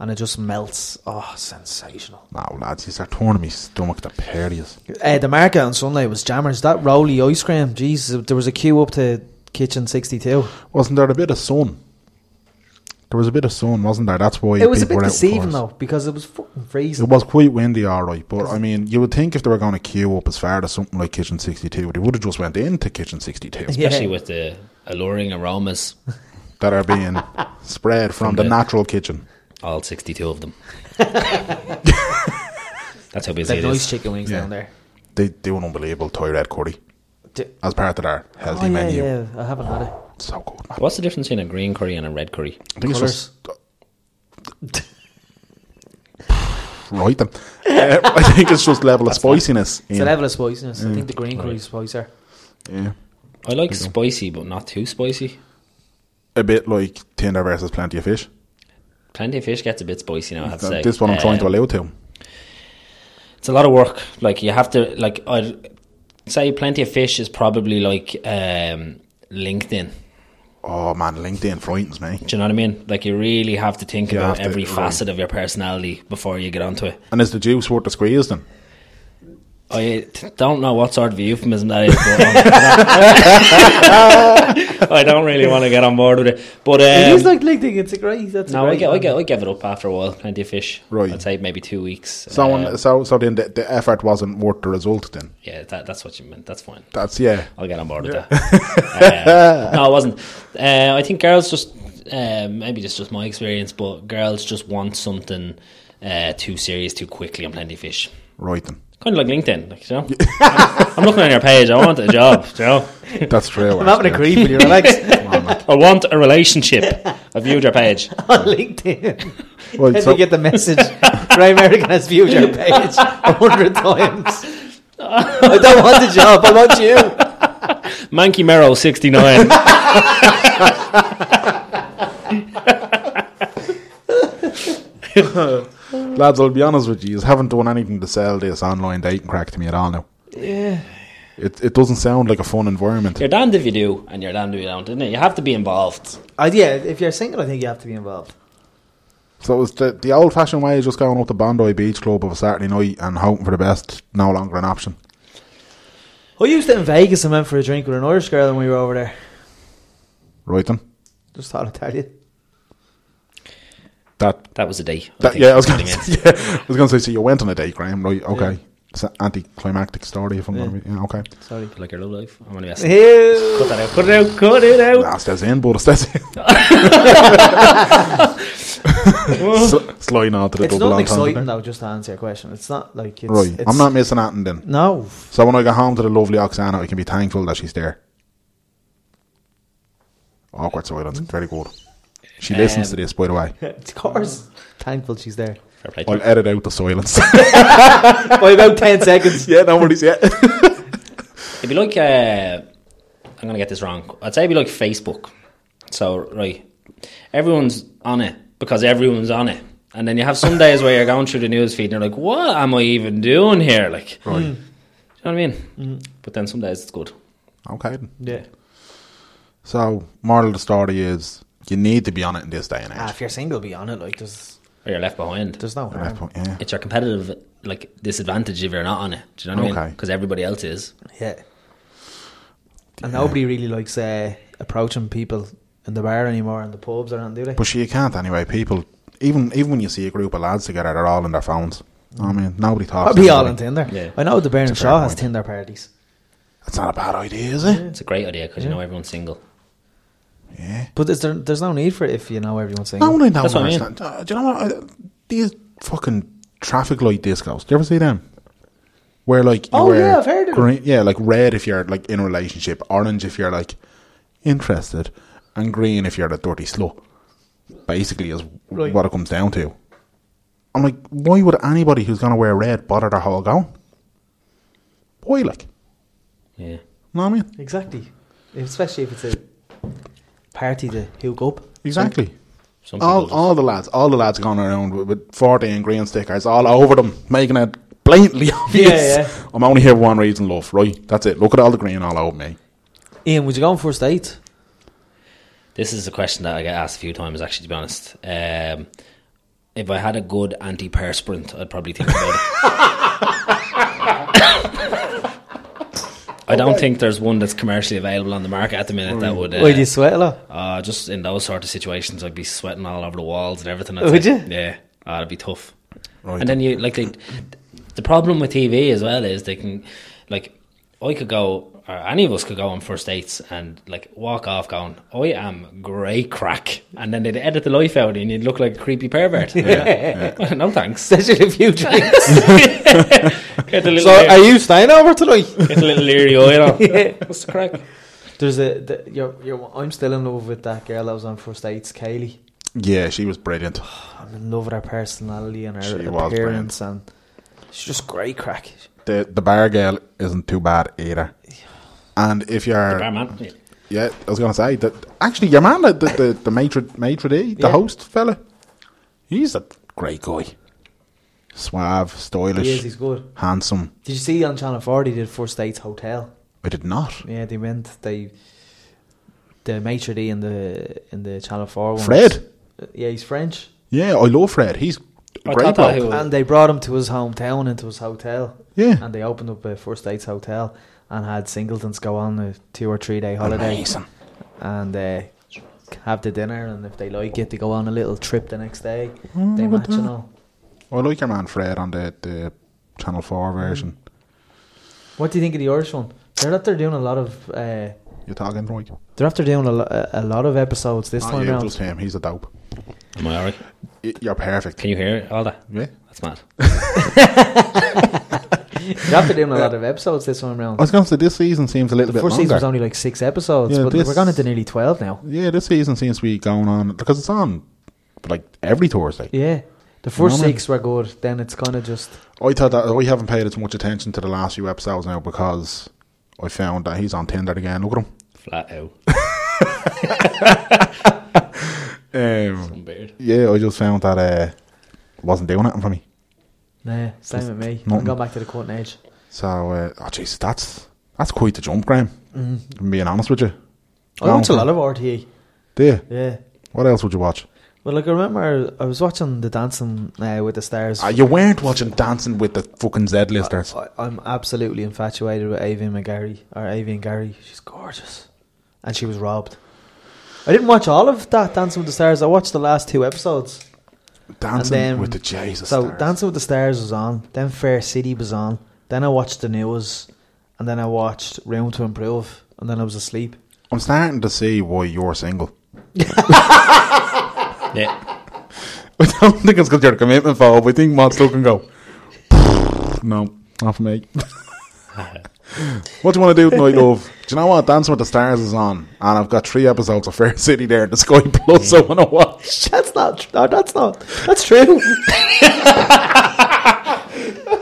Speaker 5: and it just melts. Oh, sensational.
Speaker 4: No, lads, these are turning me stomach to perdies.
Speaker 5: Uh, the market on Sunday was jammers. That roly ice cream, jeez, there was a queue up to Kitchen 62.
Speaker 4: Wasn't there a bit of sun? There was a bit of sun, wasn't there? That's why
Speaker 5: It was a
Speaker 4: people
Speaker 5: bit
Speaker 4: were out in
Speaker 5: deceiving
Speaker 4: force.
Speaker 5: though, because it was fucking
Speaker 4: It
Speaker 5: freezing.
Speaker 4: was quite windy, all right. But I mean, you would think if they were going to queue up as far as something like Kitchen 62, they would have just went into Kitchen 62
Speaker 6: especially
Speaker 5: Yeah.
Speaker 6: with the alluring aromas,
Speaker 4: that are being spread from, the
Speaker 6: the-
Speaker 4: natural kitchen.
Speaker 6: all sixty-two
Speaker 5: [laughs]
Speaker 6: of them. That's how busy
Speaker 5: They
Speaker 6: it
Speaker 5: had nice
Speaker 6: is.
Speaker 5: chicken wings
Speaker 4: Yeah.
Speaker 5: down there.
Speaker 4: They do an unbelievable Thai red curry
Speaker 5: D-
Speaker 4: as part of their healthy
Speaker 5: Oh, yeah,
Speaker 4: menu.
Speaker 5: yeah, I haven't had it.
Speaker 4: So good, man.
Speaker 6: What's the difference between a green curry and a red curry?
Speaker 4: I think
Speaker 5: Colours.
Speaker 4: it's just [laughs] right then. Uh, I think it's just level of spiciness.
Speaker 5: It's
Speaker 4: in-
Speaker 5: a level of spiciness. I think
Speaker 4: Mm.
Speaker 5: the green curry is spicier.
Speaker 4: yeah.
Speaker 6: I like spicy, but not too spicy.
Speaker 4: A bit like Tinder versus Plenty of Fish.
Speaker 6: Plenty of fish gets a bit spicy now. I have to say
Speaker 4: Uh, This one I'm trying to
Speaker 6: Um,
Speaker 4: allow to.
Speaker 6: it's a lot of work. Like you have to like I'd say plenty of fish is probably like um LinkedIn.
Speaker 4: Oh man, LinkedIn frightens me.
Speaker 6: Do you know what I mean? Like you really have to think
Speaker 4: You
Speaker 6: about
Speaker 4: have to,
Speaker 6: every
Speaker 4: right.
Speaker 6: facet of your personality before you get onto it.
Speaker 4: And is the juice worth the squeeze then?
Speaker 6: I t- don't know what sort of euphemism that is.
Speaker 4: [laughs]
Speaker 6: But um, [laughs] I don't really want to get on board with it. But um,
Speaker 5: it is like LinkedIn. It's a great. That's
Speaker 6: no,
Speaker 5: a
Speaker 6: I
Speaker 5: great
Speaker 6: get, I
Speaker 5: one.
Speaker 6: get, I give it up after a while. Plenty of fish.
Speaker 4: Right.
Speaker 6: I'd say maybe two weeks.
Speaker 4: So,
Speaker 6: Uh,
Speaker 4: on- so, so then the, the effort wasn't worth the result. Then
Speaker 6: yeah, that, that's what you meant. That's fine.
Speaker 4: that's yeah.
Speaker 5: Uh,
Speaker 6: I'll get on board with that.
Speaker 4: [laughs]
Speaker 6: Uh, no, it wasn't. Uh, I think girls just uh, maybe just just my experience, but girls just want something uh, too serious too quickly on Plenty of Fish.
Speaker 4: Right then.
Speaker 6: Kind of like LinkedIn, like, you know. I'm, I'm looking on your page. I want a job. You know,
Speaker 4: That's true.
Speaker 5: [laughs] I'm having a
Speaker 4: actually.
Speaker 5: creep with you. Relax
Speaker 4: [laughs]
Speaker 6: I want a relationship. I viewed your page.
Speaker 5: on LinkedIn. [laughs]
Speaker 4: Well,
Speaker 5: Then
Speaker 4: so-
Speaker 5: you get the message. Graham American has viewed your page a hundred times. I don't want the job. I want you.
Speaker 6: Mankey Merrow,
Speaker 4: [laughs]
Speaker 6: sixty nine.
Speaker 4: Lads, I'll be honest with you, yous haven't done anything to sell this online dating crack to me at all now. Yeah. It, it doesn't sound like a fun environment.
Speaker 6: you're damned if you do, and you're damned if you don't, isn't it? You have to be involved.
Speaker 5: Uh, yeah, if you're single, I think you have to be involved.
Speaker 4: So it's the, the old fashioned way is just going up to Bondi Beach Club of a Saturday night and hoping for the best, no longer an option.
Speaker 5: I used it in Vegas. I went for a drink with an Irish girl when we were over there.
Speaker 4: Right then?
Speaker 5: Just thought I'd tell you.
Speaker 4: That,
Speaker 6: That was a day. I
Speaker 4: that
Speaker 6: think
Speaker 4: yeah, I was
Speaker 6: that's
Speaker 4: going
Speaker 6: what
Speaker 4: to [laughs]
Speaker 6: he meant.
Speaker 4: say, yeah, I was gonna say, so you went on a date, Graham, right? Okay. It's an anticlimactic story, if I'm
Speaker 5: Yeah.
Speaker 4: going to be. Yeah, okay.
Speaker 5: Sorry.
Speaker 6: Like your love life. I'm gonna be asking.
Speaker 5: Ew.
Speaker 6: Cut that out. Cut it out. Cut it out.
Speaker 4: Nah, it stays ah, in, but it stays in. [laughs] Sl- Sliding on to the
Speaker 5: It's
Speaker 4: double entendre
Speaker 5: nothing exciting
Speaker 4: there.
Speaker 5: though. Just to answer your question, it's not like it's.
Speaker 4: Right.
Speaker 5: it's
Speaker 4: I'm not missing anything then.
Speaker 5: No.
Speaker 4: So when I go home to the lovely Oksana, I can be thankful that she's there. Awkward silence. Very good. She listens to
Speaker 6: Um,
Speaker 4: this, by the way.
Speaker 5: Of course. Thankful she's there.
Speaker 6: Fair play to
Speaker 4: I'll
Speaker 6: her.
Speaker 4: edit out the silence. [laughs]
Speaker 5: By about 10 seconds.
Speaker 4: yeah, nobody's
Speaker 5: [laughs]
Speaker 4: yet.
Speaker 6: It'd be like uh, I'm gonna get this wrong. I'd say it'd be like Facebook. So right, everyone's on it because everyone's on it, and then you have some days where you're going through the news feed and you're like, "What am I even doing here?" Like, do you know what I mean? But then some days it's good.
Speaker 4: okay. then.
Speaker 5: Yeah.
Speaker 4: So moral of the story is you need to be on it in this day and
Speaker 5: Ah,
Speaker 4: age.
Speaker 5: if you're single, be on it. Like, there's,
Speaker 6: Or you're left behind.
Speaker 5: there's no
Speaker 4: At that
Speaker 5: harm.
Speaker 4: point, yeah.
Speaker 6: It's your competitive like disadvantage if you're not on it. Do you know what I mean?
Speaker 4: Okay.
Speaker 6: Because everybody else is.
Speaker 5: Yeah. And nobody really likes uh, approaching people in the bar anymore and the pubs around, do they?
Speaker 4: But she you can't anyway. People, even even when you see a group of lads together, they're all on their phones. I mean, nobody talks. to
Speaker 5: Probably all on
Speaker 4: anybody.
Speaker 5: Tinder.
Speaker 6: Yeah.
Speaker 5: I know the Baron
Speaker 4: It's a fair
Speaker 5: Shaw has
Speaker 4: point.
Speaker 5: Tinder parties.
Speaker 4: That's not a bad idea, is it?
Speaker 6: It's a great idea because you know everyone's single.
Speaker 4: Yeah.
Speaker 5: But is there, there's no need for it if you know everyone's
Speaker 4: No,
Speaker 5: single.
Speaker 4: no, no.
Speaker 6: That's what I mean.
Speaker 4: understand. Uh, Do you know what? I, these fucking traffic light discos. Do you ever see them? Where like you
Speaker 5: Oh,
Speaker 4: wear
Speaker 5: yeah, I've heard of
Speaker 4: green, yeah, like red if you're like in a relationship, orange if you're like interested, and green if you're a dirty slut. Basically, is
Speaker 5: Right.
Speaker 4: what it comes down to. I'm like, why would anybody who's gonna wear red bother their whole gown? Why, like,
Speaker 6: Yeah.
Speaker 4: know what I mean?
Speaker 5: Exactly. Especially if it's a party to hook up.
Speaker 4: Exactly.
Speaker 6: Some
Speaker 4: All,
Speaker 6: people
Speaker 4: all the lads, all the lads going around with, with 14 green stickers all over them, making it blatantly [laughs] obvious.
Speaker 5: yeah.
Speaker 4: I'm only here for one reason, love, right? That's it. Look at all the green all over me.
Speaker 5: Ian, would you go on first date?
Speaker 6: This is a question that I get asked a few times, actually, to be honest. Um, if I had a good antiperspirant, I'd probably think about it. I don't think there's one that's commercially available on the market at the minute that would. Uh,
Speaker 5: Why do you sweat a lot?
Speaker 6: uh, just in those sort of situations, I'd be sweating all over the walls and everything. I'd
Speaker 5: Oh, Would
Speaker 6: say,
Speaker 5: you?
Speaker 6: Yeah, Ah, it'd be tough.
Speaker 4: Right.
Speaker 6: And then you like they, the problem with TV as well is they can like I could go or any of us could go on first dates and like walk off going I am great crack, and then they'd edit the life out and you'd look like a
Speaker 5: [laughs]
Speaker 6: creepy pervert. no thanks.
Speaker 5: Especially if
Speaker 6: [laughs]
Speaker 5: you drink.
Speaker 6: Get the little,
Speaker 5: so are you staying over tonight? [laughs]
Speaker 6: get the little leery eye on. What's the crack?
Speaker 5: There's a. The, you're, you're, I'm still in love with that girl that was on first dates, Kaylee.
Speaker 4: Yeah, she was brilliant.
Speaker 5: I'm in love with her personality and her
Speaker 4: She was
Speaker 5: appearance, and she's just great crack.
Speaker 4: The the bar girl isn't too bad either. And if you're
Speaker 6: Barman. Yeah.
Speaker 4: Yeah, I was gonna say that actually your man the the, the, the maitre maitre d the
Speaker 5: Yeah.
Speaker 4: host fella, he's a great guy, suave, stylish,
Speaker 5: He is. He's good.
Speaker 4: handsome.
Speaker 5: Did you see on Channel Four? They did first dates hotel.
Speaker 4: I did not.
Speaker 5: Yeah, they went. They the maitre d in the in the Channel Four. One
Speaker 4: Fred?
Speaker 5: was- yeah, he's French,
Speaker 4: Yeah, I love Fred. He's
Speaker 6: I
Speaker 4: a great.
Speaker 6: thought that he
Speaker 4: bloke.
Speaker 6: was-
Speaker 5: and they brought him to his hometown into his hotel.
Speaker 4: Oh. Yeah.
Speaker 5: and they opened up a first dates hotel and had singletons go on a two or three day holiday.
Speaker 4: Amazing.
Speaker 5: and uh, have the dinner, and if they like it, they go on a little trip the next day. they
Speaker 4: Oh, look
Speaker 5: match
Speaker 4: at
Speaker 5: and
Speaker 4: that.
Speaker 5: all.
Speaker 4: I like your man Fred on the, the Channel Four version.
Speaker 5: Mm. What do you think of the Irish one? They're after doing a lot of. Uh,
Speaker 4: You're talking right.
Speaker 5: they're after doing a, lo- a a lot of episodes this
Speaker 4: Not
Speaker 5: time
Speaker 4: you,
Speaker 5: round.
Speaker 4: just him. He's a dope.
Speaker 6: Am I alright?
Speaker 4: Y- You're perfect.
Speaker 6: Can you hear all that?
Speaker 4: Yeah.
Speaker 6: That's mad.
Speaker 5: They're after doing
Speaker 4: [laughs]
Speaker 5: a lot of episodes this time round.
Speaker 4: I was gonna say this season seems Oh, a little
Speaker 5: The
Speaker 4: bit
Speaker 5: first
Speaker 4: longer.
Speaker 5: season was only like six episodes,
Speaker 4: Yeah,
Speaker 5: but
Speaker 4: this-
Speaker 5: we're going into nearly twelve now.
Speaker 4: yeah, this season seems to be going on because it's on like every Thursday.
Speaker 5: Yeah, the first
Speaker 4: Phenomenal.
Speaker 5: six were good. Then it's kind of just
Speaker 4: I thought that I haven't paid as much attention to the last few episodes now because I found that he's on Tinder again. Look
Speaker 5: [laughs]
Speaker 6: Flat out.
Speaker 4: at him. Um,
Speaker 6: Beard.
Speaker 4: yeah, I just found that uh, wasn't doing it for me.
Speaker 5: nah. Same with me.
Speaker 4: nothing.
Speaker 5: I'm going back to the cutting edge.
Speaker 4: So, uh, oh jeez, that's that's quite the jump, Graham. Mm. I'm being honest with you.
Speaker 5: Mm-hmm. I watch a lot of RTE.
Speaker 4: Yeah.
Speaker 5: Yeah.
Speaker 4: What else would you watch?
Speaker 5: Well, like I remember, I was watching the Dancing uh, with the Stars.
Speaker 4: Ah, you weren't watching Dancing with the fucking Z-listers.
Speaker 5: I, I'm absolutely infatuated with Avian McGarry or Avian Gary. She's gorgeous, and she was robbed. I didn't watch all of that Dancing with the Stars. I watched the last two episodes.
Speaker 4: Dancing
Speaker 5: and then,
Speaker 4: with the Jesus
Speaker 5: So
Speaker 4: stars.
Speaker 5: Dancing with the Stars was on. Then Fair City was on. Then I watched the news, and then I watched Room to Improve, and then I was asleep. [laughs]
Speaker 4: I'm starting to see why you're single. [laughs]
Speaker 6: Yeah.
Speaker 4: I don't think it's because you're a commitment phobe. I think Matt's looking go, [laughs] no, not for me. [laughs] what do you want to do tonight, love? Do you know what? Dancing with the Stars is on, and I've got three episodes of Fair [laughs] City there in the Sky Plus I want to watch.
Speaker 5: [laughs] That's not. tr- No, that's not. That's true.
Speaker 4: [laughs]
Speaker 5: [laughs]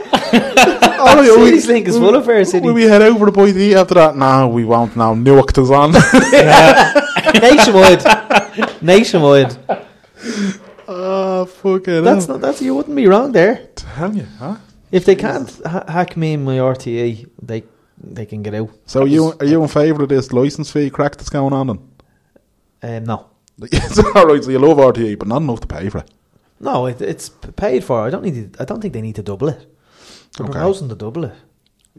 Speaker 4: Oh,
Speaker 5: City's Link is full of Fair City.
Speaker 4: Will we head over to Boy D after that? No, we won't now. Newark is on.
Speaker 5: [laughs]
Speaker 4: [laughs]
Speaker 5: Nationwide. Nationwide.
Speaker 4: oh, fucking
Speaker 5: That's
Speaker 4: That's
Speaker 5: not. That's you wouldn't be wrong there.
Speaker 4: Tell you, huh?
Speaker 5: If they can't ha- hack me in my RTE, they they can get out.
Speaker 4: So are you, are you in favour of this licence fee crack that's going on then? [laughs]
Speaker 5: Um, no,
Speaker 4: It's alright, so you love RTE, but not enough to pay for it.
Speaker 5: no, it, it's p- paid for. I don't need. To, I don't think they need to double it. They're
Speaker 4: Okay.
Speaker 5: proposing to double it,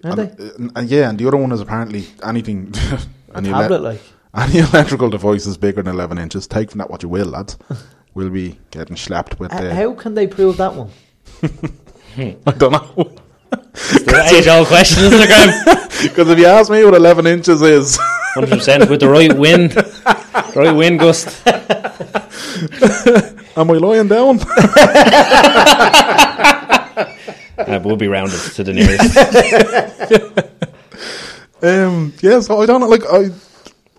Speaker 5: aren't
Speaker 4: and,
Speaker 5: they?
Speaker 4: uh, n- and yeah, and the other one is apparently anything. [laughs] any, ele-
Speaker 5: Tablet like.
Speaker 4: any [laughs] electrical device is bigger than 11 inches. Take from that what you will,
Speaker 5: [laughs]
Speaker 4: lads. We'll be getting slapped with
Speaker 5: H-
Speaker 4: the.
Speaker 5: Uh, How can they prove that one?
Speaker 4: [laughs] I don't know. [laughs]
Speaker 6: Age old question, isn't it, Graham?
Speaker 4: Because if you ask me what 11 inches is, [laughs]
Speaker 6: 100% with the right wind. Right wind gust.
Speaker 4: am I lying down? [laughs]
Speaker 6: Uh, we'll be rounded to the nearest.
Speaker 4: um, yeah, so I don't know. Like, I,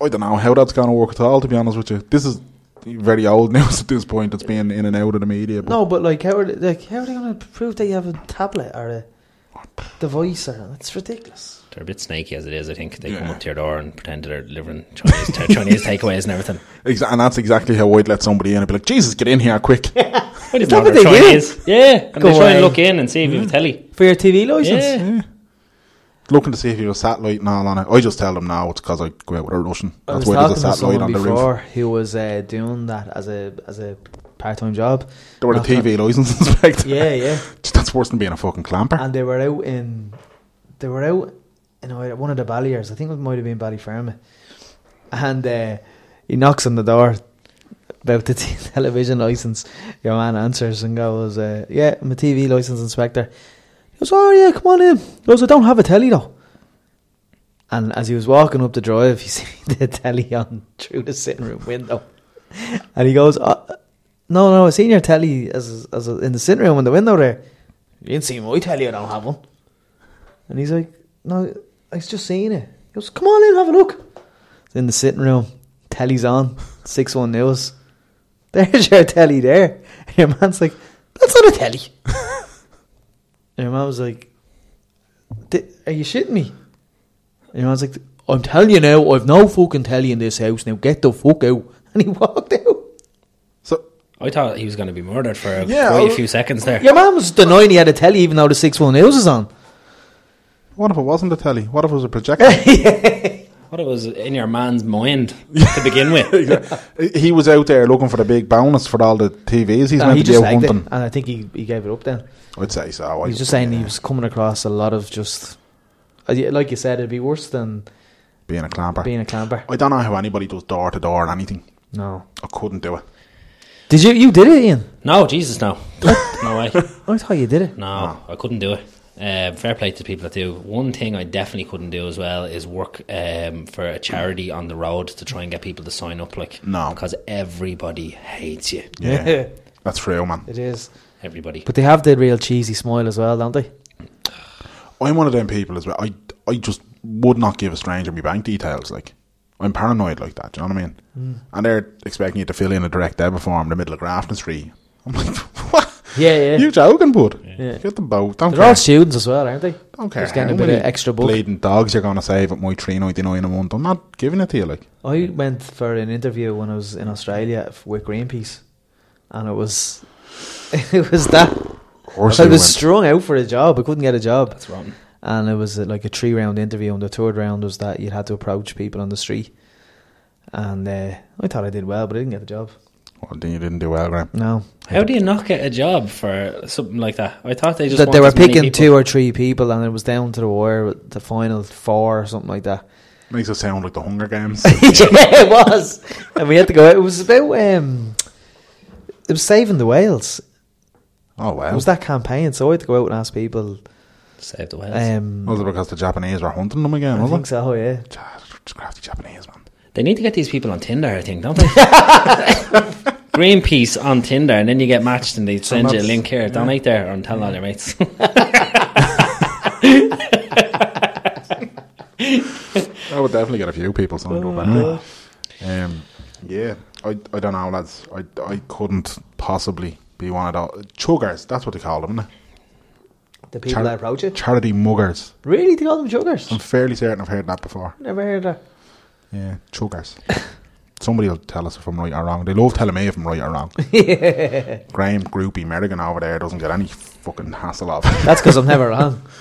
Speaker 4: I don't know how that's going to work at all, to be honest with you. This is very old [laughs] news at this point. It's been in and out of the media. But
Speaker 5: No, but like, how are they, like how are they going to prove they have a tablet or a device? Or that's ridiculous.
Speaker 6: They're a bit snaky as it is, I think. They come
Speaker 4: Yeah.
Speaker 6: up to your door and pretend that they're delivering Chinese, Chinese takeaways and everything.
Speaker 4: Exa- and that's exactly how I'd let somebody in and be like, Jesus, get in here
Speaker 5: [laughs]
Speaker 4: quick.
Speaker 6: What is
Speaker 5: that
Speaker 6: that?
Speaker 5: what they do?
Speaker 6: Chinese. Yeah. And
Speaker 5: Go
Speaker 6: they try
Speaker 5: away. Mm-hmm.
Speaker 6: and look in and see if you have a telly.
Speaker 5: For your TV license,
Speaker 6: Yeah.
Speaker 4: looking to see if you have a satellite and all on it. I just tell them now it's because I go out with a Russian.
Speaker 5: I was
Speaker 4: That's why there's
Speaker 5: talking
Speaker 4: a
Speaker 5: to
Speaker 4: satellite
Speaker 5: someone
Speaker 4: on the
Speaker 5: before
Speaker 4: roof.
Speaker 5: who was uh, doing that as a as a part time job.
Speaker 4: They were the
Speaker 5: Not that-
Speaker 4: TV license inspector. [laughs]
Speaker 5: Yeah, Uh, yeah.
Speaker 4: That's worse than being a fucking clamper.
Speaker 5: And they were out in, they were out in a- one of the Balliers. I think it might have been Ballyfermot. And uh, he knocks on the door about the [laughs] t- television license. Your man answers and goes, uh, "Yeah, I'm a TV license inspector." He goes, "Oh yeah, come on in." He goes, "I don't have a telly though." And as he was walking up the drive, [laughs] he seen the telly on through the sitting room window, and he goes, oh, "No, no, I seen your telly as as in the sitting room in the window there." You didn't see my telly, I don't have one. And he's like, No, I was just seeing it. He goes, Come on in, have a look. It's in the sitting room, telly's on, 6 1 news. [laughs] There's your telly there. And your man's like, That's not a telly. [laughs] and your man was like, "Di- Are you shitting me? And your man's like, I'm telling you now, I've no fucking telly in this house. Now get the fuck out. [laughs] And he walked out.
Speaker 4: so
Speaker 6: I thought he was going to be murdered for
Speaker 4: Yeah,
Speaker 6: quite
Speaker 4: I-
Speaker 6: a few seconds there.
Speaker 5: Your man was denying he had a telly even though the 6 1 news is [laughs] on.
Speaker 4: what if it wasn't a telly? What if it was a
Speaker 5: Eh.
Speaker 4: projector?
Speaker 6: What it was in your man's mind to begin
Speaker 5: [laughs]
Speaker 6: with.
Speaker 4: he was out there looking for the big bonus for all the TVs he's
Speaker 5: Uh,
Speaker 4: meant
Speaker 5: he
Speaker 4: to be
Speaker 5: just
Speaker 4: out
Speaker 5: liked it,
Speaker 4: hunting.
Speaker 5: and I think he, he gave it up then.
Speaker 4: I'd say so.
Speaker 5: He
Speaker 4: I-
Speaker 5: was just saying he
Speaker 4: yeah,
Speaker 5: was coming across a lot of just, uh, yeah, like you said, it'd be worse than
Speaker 4: being a clamper.
Speaker 5: being a clamper.
Speaker 4: I don't know how anybody does door to door or anything.
Speaker 5: No,
Speaker 4: I couldn't do it.
Speaker 5: did you? You did it, Ian.
Speaker 6: No, Jesus, no. No way.
Speaker 5: I thought you did it.
Speaker 6: No, I couldn't do it. Um, fair play to people that do. One thing I definitely couldn't do as well is work um, for a charity on the road to try and get people to sign up. Like,
Speaker 4: No.
Speaker 6: because everybody hates you.
Speaker 4: Yeah, that's true, man.
Speaker 5: [laughs] it is.
Speaker 6: Everybody.
Speaker 5: But they have the real cheesy smile as well, don't they?
Speaker 4: I'm one of them people as well. I I just would not give a stranger my bank details. Like I'm paranoid like that. Do you know what I mean?
Speaker 5: Mm.
Speaker 4: And they're expecting you to fill in a direct debit form in the middle of Grafton Street. I'm like, [laughs] what?
Speaker 5: Yeah, yeah.
Speaker 4: You joking, bud?
Speaker 5: Yeah.
Speaker 4: Get the boat. Don't
Speaker 5: They're
Speaker 4: care.
Speaker 5: all students as well, aren't they?
Speaker 4: don't care.
Speaker 5: Just getting
Speaker 4: how
Speaker 5: a bit of
Speaker 4: many
Speaker 5: extra book.
Speaker 4: Bleeding dogs, you're gonna save at my three ninety nine a month. I'm not giving it to you. Like,
Speaker 5: I went for an interview when I was in Australia f- with Greenpeace, and it was, [laughs] it was that.
Speaker 4: of course
Speaker 5: I
Speaker 4: you
Speaker 5: was
Speaker 4: went.
Speaker 5: strung out for a job. I couldn't get a job.
Speaker 6: That's rotten.
Speaker 5: and it was uh, like a three round interview and the third round was that you would had to approach people on the street and uh, I thought I did well but I didn't get the job
Speaker 4: well, then you didn't do well, Graham.
Speaker 5: no
Speaker 6: How do you not get a job for something like that? I thought they just
Speaker 5: that they
Speaker 6: want
Speaker 5: were
Speaker 6: as many
Speaker 5: picking
Speaker 6: people.
Speaker 5: two or three people and it was down to the wire with the final four or something like
Speaker 6: [laughs]
Speaker 5: that
Speaker 4: Makes it sound like the Hunger
Speaker 5: [laughs]
Speaker 4: Games.
Speaker 5: yeah it was and we had to go out it was about um, it was saving the whales
Speaker 4: oh wow.
Speaker 5: it was that campaign so I had to go out and ask people
Speaker 6: Save the whales.
Speaker 5: um,
Speaker 4: Was it because the Japanese were hunting them
Speaker 6: Oh,
Speaker 4: again?
Speaker 5: I
Speaker 4: Was
Speaker 5: think
Speaker 4: it?
Speaker 5: so yeah
Speaker 4: God, Just crafty Japanese man.
Speaker 6: They need to get these people on Tinder, I
Speaker 5: [laughs]
Speaker 6: think, don't they? Greenpeace on Tinder, and then you get matched, and they send you a
Speaker 4: that's-
Speaker 6: link here. Donate there, and tell all your mates. [laughs]
Speaker 4: I would definitely get a few people signed up anyway. Um, yeah, I, I don't know, lads. I, I couldn't possibly be one of those chuggers. That's what they call them, isn't
Speaker 5: the
Speaker 4: it?
Speaker 5: people that approach it
Speaker 4: Charity muggers.
Speaker 5: really they call them chuggers
Speaker 4: I'm fairly certain I've heard that before.
Speaker 5: never heard of that
Speaker 4: Yeah, chuggers. Somebody will tell us if I'm right or wrong. They love telling me if I'm right or wrong.
Speaker 5: [laughs]
Speaker 4: Graham Groupie Merrigan over there doesn't get any fucking hassle off.
Speaker 5: that's because I'm never wrong
Speaker 4: [laughs]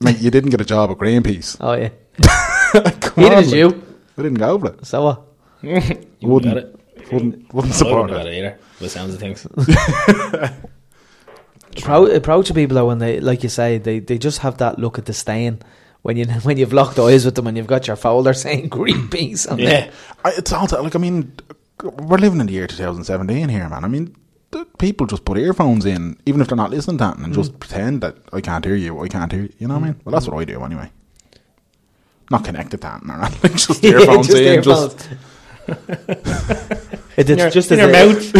Speaker 4: Mate, you didn't get a job at Greenpeace.
Speaker 5: oh [laughs] yeah
Speaker 4: Come
Speaker 5: neither
Speaker 4: on,
Speaker 5: did
Speaker 4: like,
Speaker 5: you
Speaker 4: I didn't go for it.
Speaker 5: so what
Speaker 6: you
Speaker 4: Wouldn't,
Speaker 6: got it.
Speaker 4: wouldn't, wouldn't
Speaker 6: I wouldn't
Speaker 4: support
Speaker 6: know
Speaker 4: it.
Speaker 6: it either. By the sounds
Speaker 5: [laughs]
Speaker 6: of things.
Speaker 5: Appro- approach uh, people though when they like you say they, they just have that look at disdain when you [laughs] when you've locked eyes with them and you've got your folder saying [laughs] Greenpeace on
Speaker 6: Yeah.
Speaker 5: yeah.
Speaker 4: I, it's also like I mean, we're living in the year 2017 here, man. I mean, the people just put earphones in, even if they're not listening to anything, and
Speaker 5: Mm.
Speaker 4: just pretend that I can't hear you. I can't hear you. You know what I mean? Well, that's what I do anyway. Not connected to anything, or anything, [laughs]
Speaker 5: [laughs]
Speaker 4: just earphones
Speaker 5: Just
Speaker 4: in,
Speaker 5: earphones.
Speaker 4: just
Speaker 5: [laughs] It- it's
Speaker 6: In your-
Speaker 5: just
Speaker 6: in
Speaker 5: a
Speaker 6: your
Speaker 5: [laughs] de-
Speaker 6: mouth.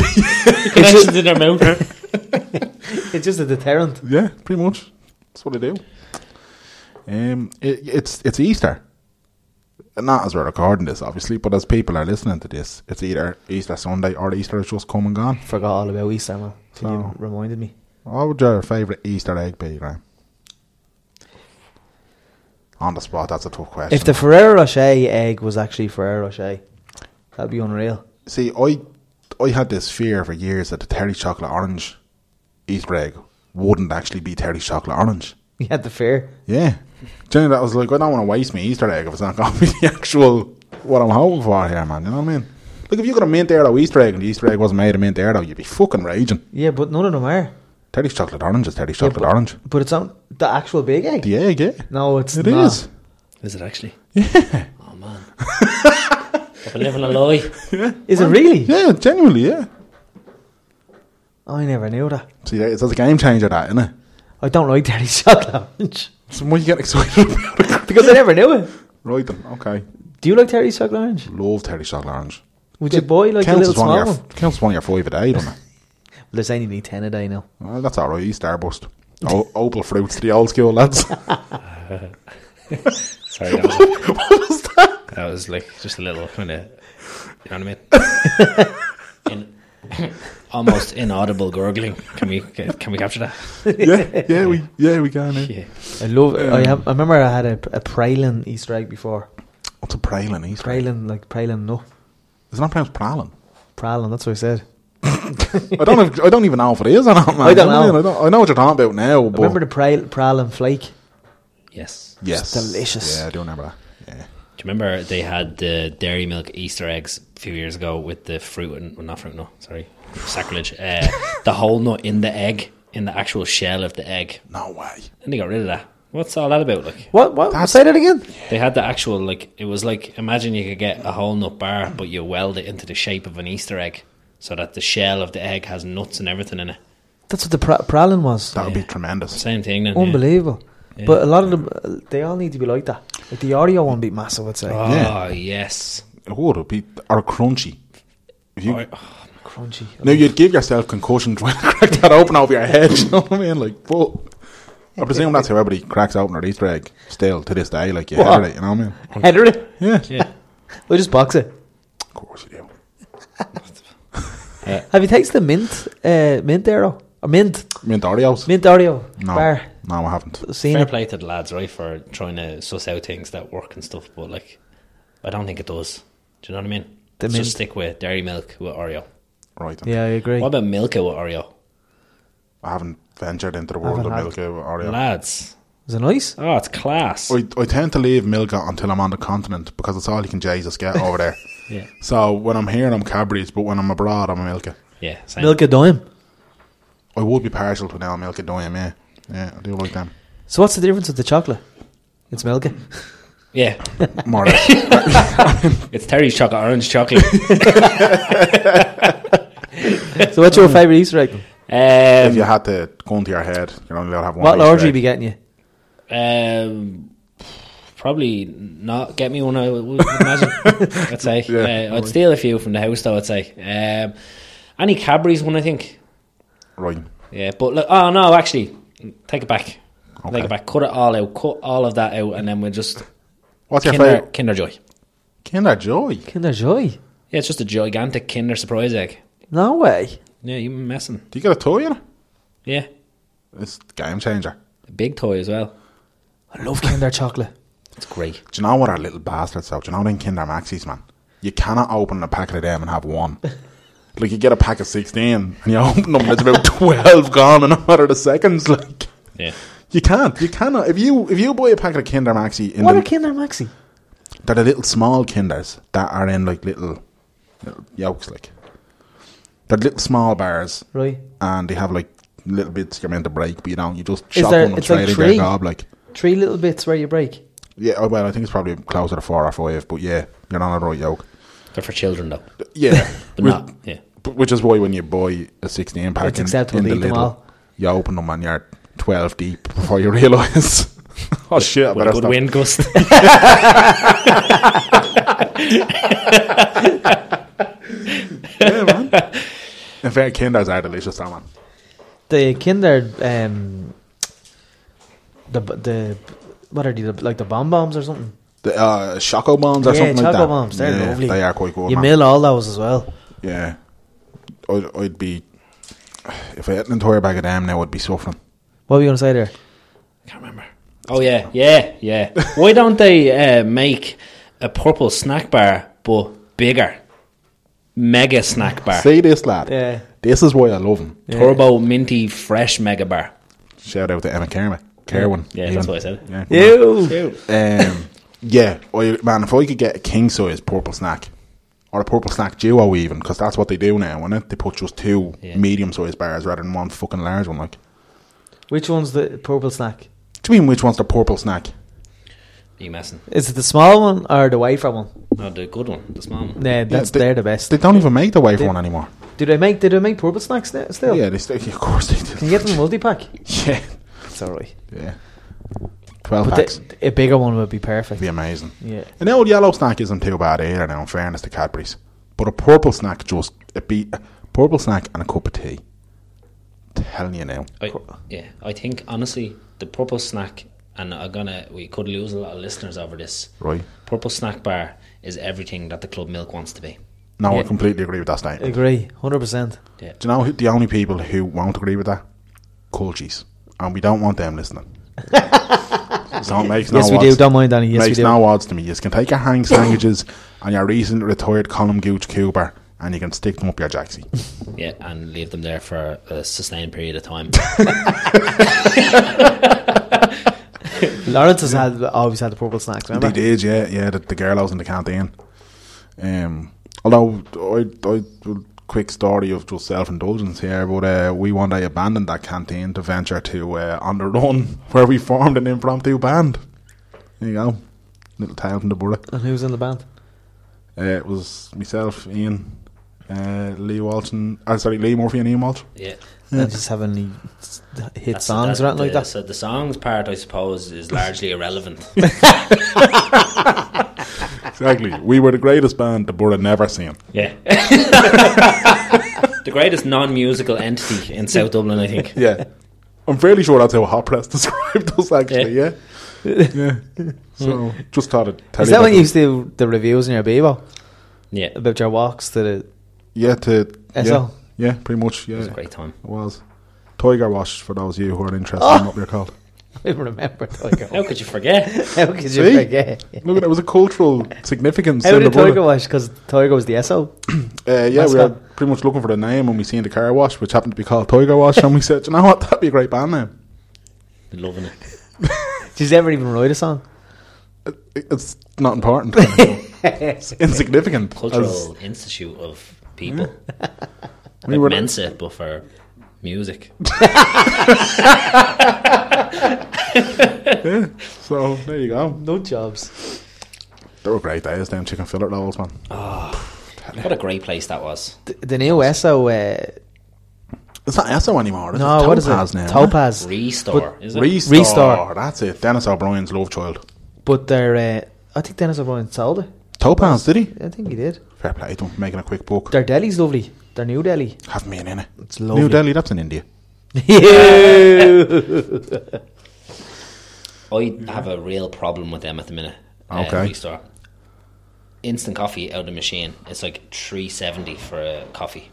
Speaker 6: [laughs] Connections in your mouth.
Speaker 5: it's just a deterrent
Speaker 4: yeah, pretty much. That's what I do. Um, it, it's it's Easter. Not as we're recording this, obviously, but as people are listening to this, it's either Easter Sunday or Easter has just come and gone.
Speaker 5: forgot all about Easter man till
Speaker 4: So-
Speaker 5: you reminded me
Speaker 4: What would your favourite Easter egg be, Graham? On the spot, that's a tough question.
Speaker 5: if the Ferrero Rocher egg was actually Ferrero Rocher that'd be unreal
Speaker 4: See, I I had this fear for years that the Terry chocolate orange Easter egg wouldn't actually be Terry chocolate orange.
Speaker 5: you had the fear
Speaker 4: Yeah. Generally, that [laughs] was like, I don't want to waste my Easter egg if it's not going to be the actual what I'm hoping for here, man. You know what I mean? Like if you got a mint airdo Easter egg and the Easter egg wasn't made of mint airdo, you'd be fucking raging.
Speaker 5: Yeah, but none of them are.
Speaker 4: Teddy's chocolate orange is Teddy's
Speaker 5: Yeah,
Speaker 4: chocolate
Speaker 5: but-
Speaker 4: orange.
Speaker 5: But it's on the actual big egg.
Speaker 4: The egg, yeah.
Speaker 5: No, it's
Speaker 4: It
Speaker 5: not.
Speaker 4: is.
Speaker 6: Is it actually? Yeah. Oh [laughs] man. I've been living a lie.
Speaker 5: Is it really?
Speaker 4: Yeah, genuinely, yeah.
Speaker 5: I never knew that.
Speaker 4: See, that- it's a game changer, that isn't it?
Speaker 5: I don't like dirty chocolate orange
Speaker 4: So why you get excited [laughs] about it?
Speaker 5: [laughs] because I never knew it.
Speaker 4: Right then, okay.
Speaker 5: Do you like dirty chocolate orange?
Speaker 4: Love Teddy's chocolate orange.
Speaker 5: Would you boy like a
Speaker 4: counts
Speaker 5: little
Speaker 4: as one
Speaker 5: small
Speaker 4: of
Speaker 5: one?
Speaker 4: your, Counts as one of your five a day,
Speaker 5: [laughs]
Speaker 4: doesn't it?
Speaker 5: There's only need ten a day now.
Speaker 4: Well, that's all right. You starburst. O- opal fruits, the old school
Speaker 5: [laughs]
Speaker 4: lads.
Speaker 6: Sorry, that was, [laughs] that? was like just a little kind of, you know what I [laughs] mean? In, [coughs] almost inaudible gurgling. Can we get, can we capture that?
Speaker 4: yeah, yeah, we, yeah, we can. Yeah.
Speaker 6: Yeah.
Speaker 5: I love. I, have, I remember I had a, a praline Easter egg before.
Speaker 4: What's a praline? Easter? egg?
Speaker 5: Praline, like praline nut.
Speaker 4: It's not pronounced praline.
Speaker 5: [laughs] Praline. That's what I said.
Speaker 4: I don't. Have, I don't even know if it is or not, man.
Speaker 5: I don't
Speaker 4: You
Speaker 5: know.
Speaker 4: I, I know what you're talking about now, but
Speaker 5: Remember the pral- praline flake?
Speaker 6: Yes. Do
Speaker 4: yes,
Speaker 5: delicious.
Speaker 4: Yeah, I do remember that. Yeah.
Speaker 6: you remember they had the Dairy Milk Easter eggs a few years ago with the fruit and well, not fruit, no, sorry, sacrilege. Uh, the whole nut in the egg, in the actual shell of the egg,
Speaker 4: No way.
Speaker 6: and they got rid of that. What's all that about? Like
Speaker 5: What? What? say that again.
Speaker 6: They had the actual like it was like imagine you could get a whole nut bar, but you weld it into the shape of an Easter egg, so that the shell of the egg has nuts and everything in it.
Speaker 5: That's what the pra- praline was.
Speaker 4: That would be tremendous.
Speaker 6: Same thing then. yeah.
Speaker 5: Unbelievable. But a lot of them, uh, they all need to be like that. Like the Oreo one, be massive. I'd say.
Speaker 6: Oh
Speaker 5: uh,
Speaker 4: Yeah.
Speaker 6: yes,
Speaker 4: Oh, it would be or crunchy. If you,
Speaker 6: Or-
Speaker 5: Crunchy.
Speaker 4: Now you'd give yourself concussion trying to crack that open over your head. [laughs] You know what I mean? Like, but I presume that's how everybody cracks open their Easter egg. Still to this day, like you
Speaker 5: What?
Speaker 4: have it. You know what I mean?
Speaker 5: Header it.
Speaker 4: Yeah,
Speaker 5: [laughs] We'll just box it.
Speaker 4: of course you do.
Speaker 5: Have you tasted the mint? Uh, mint arrow or mint?
Speaker 4: Mint Oreos?
Speaker 5: Mint Oreo
Speaker 4: no,
Speaker 5: bar.
Speaker 4: no, I haven't.
Speaker 5: Seen
Speaker 6: fair
Speaker 5: it.
Speaker 6: play to the lads, right, for trying to suss out things that work and stuff. But like, I don't think it does. Do you know what I mean?
Speaker 5: The
Speaker 6: Let's
Speaker 5: min-
Speaker 6: just stick with dairy milk with Oreo.
Speaker 4: Right, then.
Speaker 5: Yeah, I agree.
Speaker 6: What about Milka with Oreo,
Speaker 4: I haven't ventured into the world
Speaker 5: Haven't
Speaker 4: of
Speaker 5: had-
Speaker 4: Milka or Oreo.
Speaker 6: lads?
Speaker 5: Is it nice?
Speaker 6: Oh, it's class.
Speaker 4: I, I tend to leave Milka until I'm on the continent because it's all you can Jesus get over
Speaker 5: [laughs]
Speaker 4: there.
Speaker 6: Yeah,
Speaker 4: So when I'm here, I'm Cadbury's, but when I'm abroad, I'm a Milka.
Speaker 6: yeah. Same.
Speaker 5: Milk a dime.
Speaker 4: I would be partial to now Milka Dime, yeah. Yeah, I do like them.
Speaker 5: So what's the difference with the chocolate? It's milk.
Speaker 6: [laughs] Yeah,
Speaker 4: More or less.
Speaker 6: it's Terry's chocolate,
Speaker 5: [laughs]
Speaker 6: orange chocolate.
Speaker 5: so what's your favourite Easter egg?
Speaker 4: if
Speaker 6: Um,
Speaker 4: you had to go into your head, you're only allowed to have one.
Speaker 5: What
Speaker 4: Easter
Speaker 5: large would you
Speaker 4: egg.
Speaker 5: be getting you?
Speaker 6: Um, probably not get me one. I would would
Speaker 4: [laughs]
Speaker 6: imagine. I'd say
Speaker 4: Yeah,
Speaker 6: uh, I'd steal a few from the house, though. I'd say um, any Cadbury's one, I think.
Speaker 4: Right.
Speaker 6: Yeah, but look, oh no, actually, take it back.
Speaker 4: Okay.
Speaker 6: Take it back. Cut it all out. Cut all of that out, and then we'll just
Speaker 4: What's your
Speaker 6: Kinder,
Speaker 4: favourite?
Speaker 6: Kinder Joy.
Speaker 4: Kinder Joy.
Speaker 5: Kinder Joy.
Speaker 6: Yeah, it's just a gigantic Kinder surprise egg.
Speaker 5: No way.
Speaker 6: Yeah, you messing.
Speaker 4: Do you get a toy in it?
Speaker 6: Yeah,
Speaker 4: It's game changer.
Speaker 6: a big toy as well.
Speaker 5: I love Kinder chocolate.
Speaker 6: It's great.
Speaker 4: Do you know what our little bastards though? Do you know them Kinder Maxis, man? You cannot open a packet of them and have
Speaker 5: [laughs]
Speaker 4: one. like you get a pack of sixteen and you [laughs] open them and it's about twelve gone in a matter of seconds. Like
Speaker 6: Yeah,
Speaker 4: you can't, you cannot. If you if you buy a packet of Kinder Maxi in
Speaker 5: What
Speaker 4: the,
Speaker 5: are Kinder Maxi?
Speaker 4: they're the little small Kinders that are in like little, little yolks, like they're little small bars,
Speaker 5: Right.
Speaker 4: and they have like little bits you're meant to break, but you don't. You just
Speaker 5: Is
Speaker 4: chop
Speaker 5: there-
Speaker 4: one and
Speaker 5: it's
Speaker 4: straight
Speaker 5: like
Speaker 4: into
Speaker 5: three?
Speaker 4: your gob, like.
Speaker 5: Three little bits where you break.
Speaker 4: Yeah, oh, well, I think it's probably closer to four or five, but yeah, you're on a right yoke.
Speaker 6: they're for children though,
Speaker 5: [laughs]
Speaker 4: Yeah,
Speaker 6: but
Speaker 4: Which-
Speaker 6: not yeah.
Speaker 4: but- which is why when you buy a 16 pack,
Speaker 5: It's
Speaker 4: in-
Speaker 5: acceptable
Speaker 4: in
Speaker 5: to
Speaker 4: the
Speaker 5: eat them
Speaker 4: Lidl,
Speaker 5: all.
Speaker 4: You open them and you're 12 deep before you [laughs] realise. oh shit, I
Speaker 6: With a
Speaker 4: better
Speaker 6: good
Speaker 4: stop.
Speaker 6: wind gust.
Speaker 4: Yeah, man.
Speaker 5: [laughs]
Speaker 4: In fact, Kinders are delicious, though, man.
Speaker 5: The Kinder, um, the the what are they like the bomb bombs or something?
Speaker 4: The uh, Choco Bombs or
Speaker 5: Yeah,
Speaker 4: something like
Speaker 5: Choco
Speaker 4: that.
Speaker 5: Bombs, they're
Speaker 4: yeah,
Speaker 5: lovely.
Speaker 4: They are quite good,
Speaker 5: you
Speaker 4: man.
Speaker 5: mill all those as well.
Speaker 4: Yeah. I'd, I'd be. If I had an entire bag of them now, I'd be suffering.
Speaker 5: What were you gonna say there?
Speaker 6: Can't remember. Oh yeah, yeah, yeah.
Speaker 4: [laughs]
Speaker 6: Why don't they uh, make a purple snack bar but bigger? Mega snack bar.
Speaker 4: See Ah. this, lad?
Speaker 5: Yeah.
Speaker 4: This is why I love them.
Speaker 6: Turbo minty fresh mega bar.
Speaker 4: Shout out to Emma Kerwin. Kerwin.
Speaker 6: Yeah, that's what I said.
Speaker 4: Yeah.
Speaker 5: Ew.
Speaker 4: Um, yeah, I, man, if I could get a king size purple snack, or a purple snack duo even, because that's what they do now, and they put just two
Speaker 6: Yeah.
Speaker 4: medium sized bars rather than one fucking large one. Like,
Speaker 5: Which one's the purple snack?
Speaker 4: do you mean which one's the purple snack?
Speaker 6: Are you messing?
Speaker 5: Is it the small one or the wafer one?
Speaker 6: No, the good one, the small one.
Speaker 5: Nah, that's
Speaker 4: they-
Speaker 5: they're the best.
Speaker 4: They don't even make the wafer
Speaker 5: They-
Speaker 4: one anymore.
Speaker 5: do they make? Do they make purple snacks now, still?
Speaker 4: Yeah, they still, of course they do.
Speaker 5: Can you
Speaker 4: [laughs]
Speaker 5: get them multi pack?
Speaker 4: yeah,
Speaker 5: It's alright.
Speaker 4: yeah. Twelve
Speaker 5: But
Speaker 4: packs
Speaker 5: the, a bigger one would be perfect.
Speaker 4: be amazing.
Speaker 5: Yeah.
Speaker 4: An old yellow snack isn't too bad either. Now, in fairness to Cadbury's, but a purple snack just it beat purple snack and a cup of tea. Telling you now.
Speaker 6: I, yeah, I think honestly, the purple snack, and I'm gonna we could lose a lot of listeners over this.
Speaker 4: Right.
Speaker 6: Purple snack bar is everything that the club milk wants to be.
Speaker 4: No, I
Speaker 6: Yeah.
Speaker 4: completely agree with that statement.
Speaker 5: Agree, hundred percent.
Speaker 4: Do you know who, the only people who won't agree with that? Culgies. And we don't want them [laughs] listening. so it makes no
Speaker 5: Yes, we
Speaker 4: odds-
Speaker 5: do. Don't mind, Danny. Yes, we
Speaker 4: makes
Speaker 5: do.
Speaker 4: no odds to me. You can take your hang sandwiches and your recent retired Colin Gooch Cooper and you can stick them up your jacksie.
Speaker 6: Yeah, and leave them there for a sustained period
Speaker 4: [laughs]
Speaker 6: of time.
Speaker 5: Lawrence has had, always had the purple snacks. Remember?
Speaker 4: they did, yeah, yeah, the, the girl I was in the canteen. Um, although, I, I, quick story of just self indulgence here, but uh, we one day abandoned that canteen to venture to uh, On the Run, [laughs] where we formed an impromptu band. There you go. Little tale from the borough.
Speaker 5: And who's in the band?
Speaker 4: Uh, it was myself, Ian, uh, Lee Walton. Uh, sorry, Lee Murphy and Ian Walton.
Speaker 6: Yeah.
Speaker 5: I just have any s- hit
Speaker 6: That's-
Speaker 5: songs or anything like
Speaker 6: the-
Speaker 5: that.
Speaker 6: So the songs part, I
Speaker 5: [laughs]
Speaker 6: suppose, is largely irrelevant.
Speaker 4: Exactly. we were the greatest band the borough never seen.
Speaker 5: [laughs]
Speaker 6: yeah. the greatest non-musical entity in South Dublin, I think.
Speaker 4: Yeah. I'm fairly sure that's how Hot Press [laughs] described us, actually, yeah.
Speaker 5: [laughs]
Speaker 4: Yeah. So, just thought I'd tell
Speaker 5: Hmm. Is
Speaker 4: you.
Speaker 5: that when
Speaker 4: about
Speaker 5: you used to do the reviews in your Bebo
Speaker 6: Yeah. It
Speaker 5: about your walks to the? [laughs]
Speaker 4: Yeah, to. Yeah,
Speaker 5: SL?
Speaker 4: yeah, pretty much, yeah.
Speaker 6: was a great time.
Speaker 4: It was. Tiger Wash, for those of you who are interested
Speaker 5: Oh.
Speaker 4: in what we're called.
Speaker 5: I remember. [laughs] Tiger
Speaker 6: How
Speaker 5: Wash.
Speaker 6: could you forget?
Speaker 5: How could you
Speaker 4: See?
Speaker 5: forget?
Speaker 4: Look, at it was a cultural significance.
Speaker 5: How
Speaker 4: in
Speaker 5: did
Speaker 4: the borough.
Speaker 5: Tiger Wash? Because Tiger was the SO.
Speaker 4: Uh, yeah, we were
Speaker 5: Mascot.
Speaker 4: pretty much looking for the name when we seen the car wash, which happened to be called Tiger Wash, and we said, "You know what? That'd be a great band name."
Speaker 6: Loving it.
Speaker 5: Did you ever even write a song?
Speaker 4: It- It's not
Speaker 5: [laughs]
Speaker 4: important. it's insignificant.
Speaker 6: Cultural Institute of People.
Speaker 5: [laughs]
Speaker 4: we
Speaker 6: like
Speaker 4: were
Speaker 6: Mensa, but for music.
Speaker 5: [laughs]
Speaker 4: so there you go.
Speaker 5: No jobs.
Speaker 4: They were great days. Them chicken fillet rolls, man.
Speaker 6: What a great place that was.
Speaker 5: The, the new SO. Uh,
Speaker 4: It's not Esso anymore. Is
Speaker 5: no,
Speaker 4: it?
Speaker 5: what is
Speaker 4: Topaz
Speaker 5: it?
Speaker 4: Now,
Speaker 5: Topaz.
Speaker 6: Restore, is it?
Speaker 4: Restore.
Speaker 5: Restore.
Speaker 4: That's it. Dennis O'Brien's love child.
Speaker 5: But they're. Uh, I think Dennis O'Brien sold it.
Speaker 4: Topaz, did he?
Speaker 5: I think he did.
Speaker 4: Fair play to him, making a quick book.
Speaker 5: Their deli's lovely. Their new deli.
Speaker 4: Have me in it.
Speaker 5: It's
Speaker 4: New
Speaker 5: lovely. [laughs]
Speaker 4: Delhi, that's in India.
Speaker 6: I have a real problem with them at the minute. Uh,
Speaker 4: Okay.
Speaker 6: Restore. Instant coffee out of the machine. It's like three seventy for a coffee.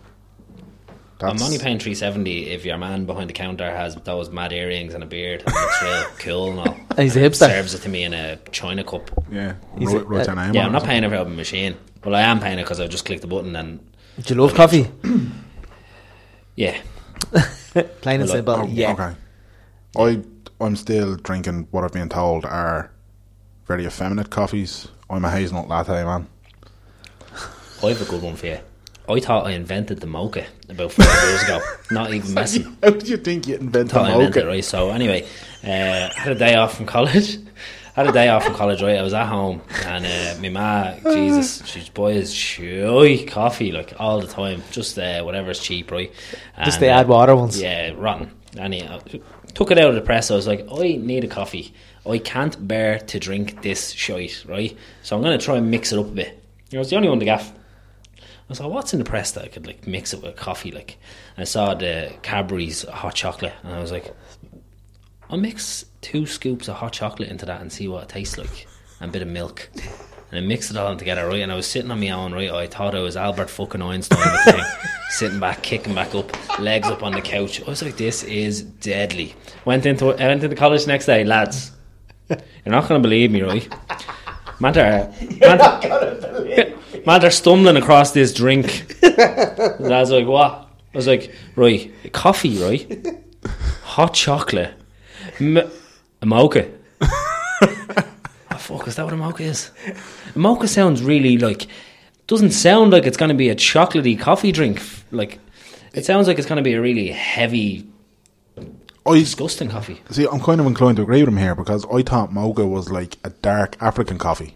Speaker 4: That's,
Speaker 6: I'm only paying three seventy if your man behind the counter has those mad earrings and a beard and looks
Speaker 5: [laughs]
Speaker 6: real cool and all.
Speaker 5: And he's a
Speaker 6: And
Speaker 5: hipster.
Speaker 6: Serves it to me in a china cup.
Speaker 4: Yeah,
Speaker 5: Is
Speaker 4: wrote,
Speaker 5: it-
Speaker 4: wrote
Speaker 5: uh,
Speaker 4: their name
Speaker 6: Yeah,
Speaker 4: on
Speaker 6: I'm
Speaker 4: it.
Speaker 6: not paying it for out of the machine. Well, I am paying it because I've just clicked the button and
Speaker 5: Do you love coffee?
Speaker 6: yeah,
Speaker 5: Plain and
Speaker 6: Well,
Speaker 5: simple.
Speaker 6: I-
Speaker 4: Oh,
Speaker 5: yeah.
Speaker 4: Okay. I I'm still drinking what I've been told are very effeminate coffees. I'm a hazelnut latte man. [laughs]
Speaker 6: I have a good one for you. I thought I invented the mocha about four years ago. Not
Speaker 5: [laughs]
Speaker 6: even messing.
Speaker 4: How did you think you invented
Speaker 6: thought I meant it, right? So anyway, uh, had a day off from college. [laughs] had a day off from college, right? I was at home and uh, my ma,
Speaker 5: [sighs]
Speaker 6: Jesus, she's boys, she coffee like all the time, just uh, whatever's cheap, right?
Speaker 5: Just
Speaker 6: And,
Speaker 5: the
Speaker 6: uh,
Speaker 5: add water ones.
Speaker 6: Yeah, rotten. And he uh, took it out of the press. I was like, I need a coffee. I can't bear to drink this shite, right? So I'm going to try and mix it up a bit. You know, it's the only one the gaff. I was like, what's in the press that I could like mix it with coffee? Like, I saw the Cadbury's hot chocolate, and I was like, I'll mix two scoops of hot chocolate into that and see what it tastes like, and a bit of milk. And I mixed it all together, right? And I was sitting on my own, right? I thought I was Albert fucking Einstein, with the thing, [laughs] sitting back, kicking back up, legs up on the couch. I was like, this is deadly. Went into I went into college the next day, lads. You're not gonna believe me, right? Man, they're, man, [laughs] man, they're stumbling across this drink. And I was like, what? I was like, right, coffee, right? Hot chocolate. M- a mocha. Oh, what the fuck is that what a mocha is? A mocha sounds really like doesn't sound like it's going to be a chocolatey coffee drink. Like it sounds like it's going to be a really heavy,
Speaker 4: I
Speaker 6: disgusting coffee.
Speaker 4: see. I'm kind of inclined to agree with him here because I thought mocha was like a dark African coffee.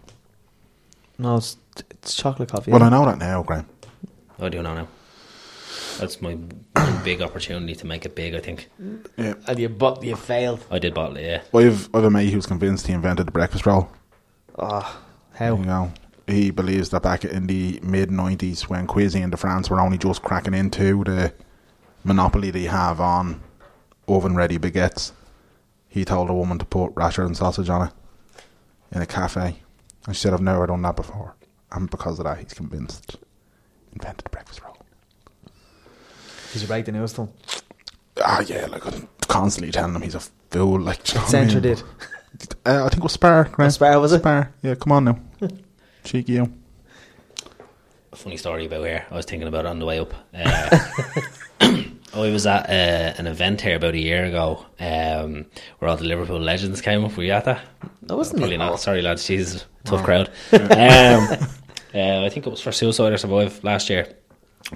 Speaker 5: No, it's, it's chocolate coffee.
Speaker 4: Well, I know that now, Graham.
Speaker 6: I do know now. That's my [coughs] big opportunity to make it big. I think
Speaker 5: and you, bu- you failed.
Speaker 6: I did bottle it. Yeah,
Speaker 4: I've I've a mate who's convinced he invented the breakfast roll.
Speaker 5: How?
Speaker 4: You know, he believes that back in the mid '90s, when Quizzy and the France were only just cracking into the monopoly they have on oven-ready baguettes, he told a woman to put rasher and sausage on it in a cafe, and she said, "I've never done that before," and because of that, he's convinced invented the breakfast roll.
Speaker 5: Did you break the news to him?
Speaker 4: Ah, yeah, like I'm constantly telling him he's a fool. Like, do you know what I mean?
Speaker 5: Centre did.
Speaker 4: Uh, I think it was Spar. Graham.
Speaker 5: Spar, was it?
Speaker 4: Spar. Yeah, come
Speaker 6: [laughs]
Speaker 4: on now, cheeky you.
Speaker 6: a funny story about here. I was thinking about it on the way up. Uh, [coughs] I was at uh, an event here about a year ago um, where all the Liverpool legends came up. Were you at that?
Speaker 5: I wasn't. Oh.
Speaker 6: Probably
Speaker 5: it?
Speaker 6: not. Sorry, lads. She's tough crowd.
Speaker 5: [laughs]
Speaker 6: um, uh, I think it was for Suicide or Survive last year,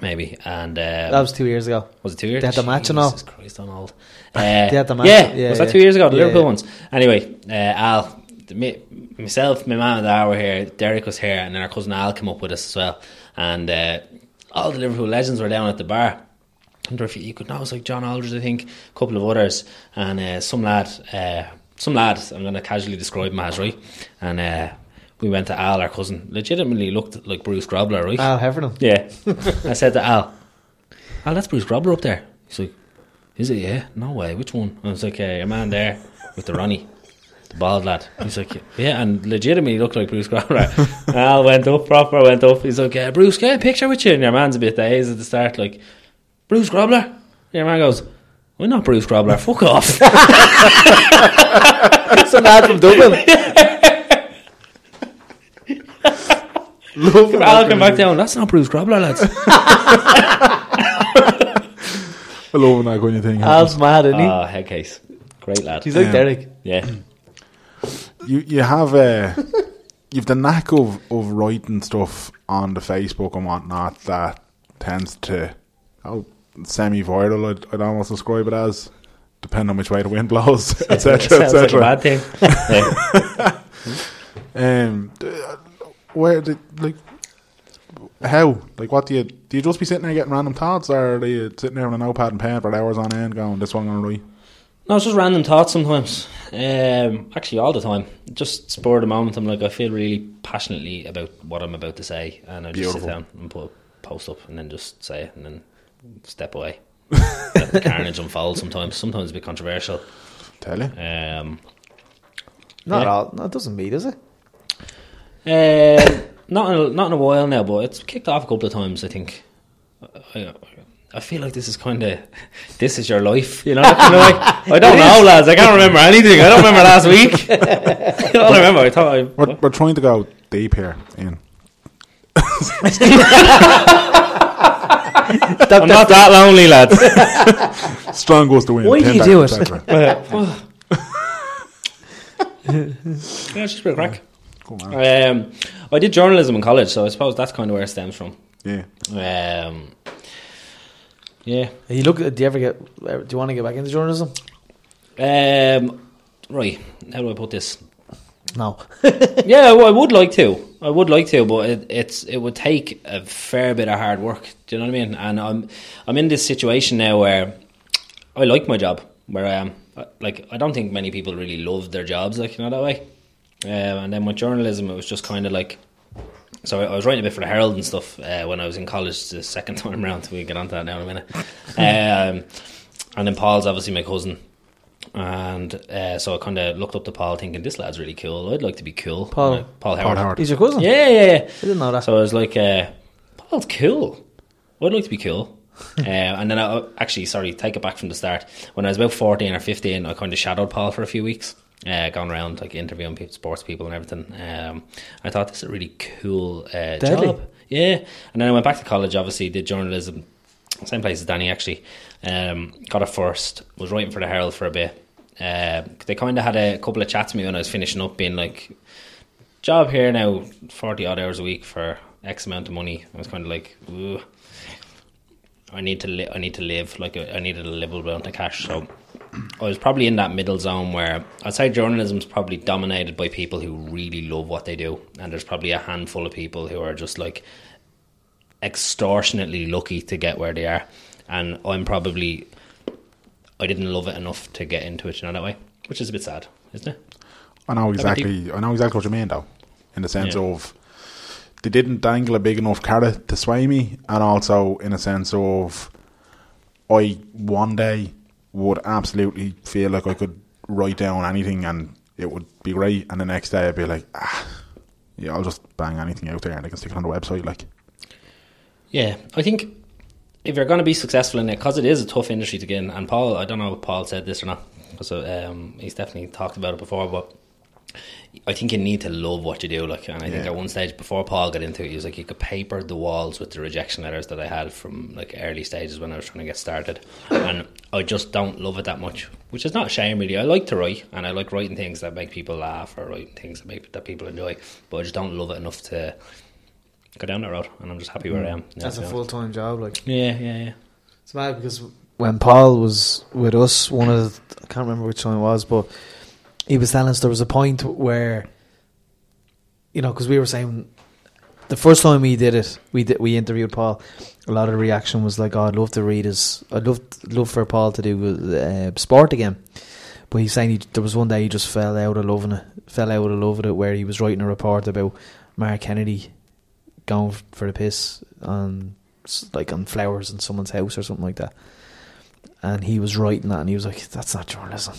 Speaker 6: maybe. And um,
Speaker 5: That was two years ago.
Speaker 6: was it two years?
Speaker 5: They had the match and all.
Speaker 6: Jesus Christ, I'm old.
Speaker 5: [laughs]
Speaker 6: Uh, they
Speaker 5: had the match.
Speaker 6: Yeah,
Speaker 5: Yeah,
Speaker 6: was that
Speaker 5: yeah.
Speaker 6: two years ago? The
Speaker 5: Yeah,
Speaker 6: Liverpool
Speaker 5: yeah.
Speaker 6: ones. Anyway, uh, Al, the- me, myself, my mum and dad were here. Derek was here, and then our cousin Al came up with us as well. And uh, all the Liverpool legends were down at the bar. And there were a few- you could know, it was like John Aldridge, I think, a couple of others, and uh, some lad. Uh, some lad. I'm going to casually describe him as right, and. Uh, we went to Al, our cousin. Legitimately looked like Bruce Grobler, right?
Speaker 5: Al
Speaker 6: [laughs]
Speaker 5: Heffernan.
Speaker 6: Yeah. I said to Al, Al, that's Bruce Grobler up there. He's like, is it? Yeah. No way. Which one? I was like, uh, your man there with the Ronnie, the bald lad. He's like, yeah, and legitimately looked like Bruce Grobler. [laughs] Al went up, proper went up. He's like, uh, Bruce, get a picture with you. And your man's a bit dazed at the start, like, Bruce Grobler? And your man goes, we're not Bruce Grobler. [laughs] Fuck off.
Speaker 5: Some lad from Dublin.
Speaker 6: [laughs]
Speaker 4: Love
Speaker 6: Al came back down. That's not Bruce Grobler, lads.
Speaker 4: I love that kind of thing.
Speaker 5: Al's mad, isn't he?
Speaker 6: [laughs] Ah, head headcase. Great lad.
Speaker 5: He's like
Speaker 4: yeah.
Speaker 5: Derek.
Speaker 6: yeah.
Speaker 4: You you have uh, you've the knack of, of writing stuff on the Facebook and whatnot that tends to oh semi viral. I'd, I'd almost describe it as, depending on which way the wind [laughs]
Speaker 6: [laughs]
Speaker 4: blows, etc.
Speaker 6: Sounds like
Speaker 4: etc.
Speaker 6: a bad [laughs] thing. Yeah.
Speaker 4: um, d- where did like how like what do you do? You just be sitting there getting random thoughts, or are you sitting there on a notepad and pen for hours on end going, "This one I'm gonna write."
Speaker 6: No, it's just random thoughts sometimes. Um, actually, all the time. Just spur of the moment. I'm like, I feel really passionately about what I'm about to say, and I just
Speaker 4: Beautiful.
Speaker 6: sit down and put a post up, and then just say it, and then step away. [laughs] Let the carnage unfold. Sometimes, sometimes it's a bit controversial.
Speaker 4: Tell you.
Speaker 6: Um,
Speaker 5: Not
Speaker 6: Yeah.
Speaker 5: all. No, it doesn't mean, does it?
Speaker 6: Um, not in a, not in a while now, but it's kicked off a couple of times. I think. I, I feel like this is kind of this is your life, you know. that kind of way. I don't know, lads. I can't remember anything. I don't remember last week. [laughs] All I remember, I thought I,
Speaker 4: We're, we're trying to go deep here, Ian.
Speaker 6: I'm not [laughs] that lonely, lads.
Speaker 4: [laughs] Strong goes to win.
Speaker 5: Why do
Speaker 4: Ten
Speaker 5: you
Speaker 4: back,
Speaker 5: do
Speaker 4: et
Speaker 5: it?
Speaker 4: cetera.
Speaker 5: [laughs]
Speaker 6: [sighs] yeah, it's just a bit of crack. Um, I did journalism in college, so I suppose that's kind of where it stems from.
Speaker 4: Yeah.
Speaker 6: Um, yeah.
Speaker 5: You look. Do you ever get? uh, Do you want to get back into journalism?
Speaker 6: Um, right. How do I put this?
Speaker 5: [laughs] No.
Speaker 6: Yeah, well, I would like to. I would like to, but it, it's it would take a fair bit of hard work. Do you know what I mean? And I'm I'm in this situation now where I like my job where I am. Uh, Like I don't think many people really love their jobs, like you know that way. Um, and then with journalism, it was just kind of like. So I, I was writing a bit for the Herald and stuff uh, when I was in college the second [laughs] time around. We will get onto that now in a minute. um, and then Paul's obviously my cousin. And uh, so I kind of looked up to Paul, thinking this lad's really cool. I'd like to be cool.
Speaker 5: Paul-
Speaker 6: And, uh, Paul Howard.
Speaker 4: Hard hard.
Speaker 5: He's your cousin.
Speaker 6: Yeah, yeah, yeah.
Speaker 5: I didn't know that.
Speaker 6: So I was like, uh, Paul's cool. I'd like to be cool. uh, and then I actually, sorry, take it back from the start. When I was about 14 or 15, I kind of shadowed Paul for a few weeks. Uh, gone around like interviewing people, sports people and everything. Um, I thought this is a really cool uh,
Speaker 5: Deadly.
Speaker 6: job. Yeah. And then I went back to college, obviously, did journalism. Same place as Danny, actually. Um, got a first, was writing for the Herald for a bit. Uh, they kind of had a couple of chats with me when I was finishing up, being like, job here now, 40 odd hours a week for X amount of money. I was kind of like, "Ugh, I need to li- I need to live. Like I I needed a livable amount of cash. So I was probably in that middle zone where I'd say journalism's probably dominated by people who really love what they do, and there's probably a handful of people who are just like extortionately lucky to get where they are. And I'm probably I didn't love it enough to get into it, you know that way, which is a bit sad, isn't it?
Speaker 4: I know
Speaker 6: but do-
Speaker 4: exactly. I know exactly what you mean, though, in the sense
Speaker 6: Yeah.
Speaker 4: of they didn't dangle a big enough carrot to sway me, and also in a sense of I one day would absolutely feel like I could write down anything and it would be great, and the next day I'd be like, ah, yeah, I'll just bang anything out there and I can stick it on the website. Like,
Speaker 6: Yeah, I think if you're going to be successful in it, because it is a tough industry to get in, and Paul, I don't know if Paul said this or not, so um, he's definitely talked about it before, but I think you need to love what you do. Like, and I think
Speaker 4: Yeah.
Speaker 6: at one stage before Paul got into it, he was like, you could paper the walls with the rejection letters that I had from like early stages when I was trying to get started, and I just don't love it that much, which is not a shame really. I like to write, and I like writing things that make people laugh or writing things that make that people enjoy, but I just don't love it enough to go down that road. And I'm just happy where I am. now,
Speaker 5: That's a
Speaker 6: to be honest.
Speaker 5: full time job. Like
Speaker 6: Yeah, yeah, yeah.
Speaker 5: it's mad because when Paul was with us, one of the, I can't remember which one it was, but he was telling us there was a point where you know because we were saying the first time we did it, we did we interviewed Paul. A lot of the reaction was like, "Oh, I'd love to read his. I'd love love for Paul to do uh, sport again." But he's saying he, there was one day he just fell out of loving it, fell out of love with it, where he was writing a report about Mark Kennedy going f- for the piss on s- like on flowers in someone's house or something like that. And he was writing that, and he was like, "That's not journalism.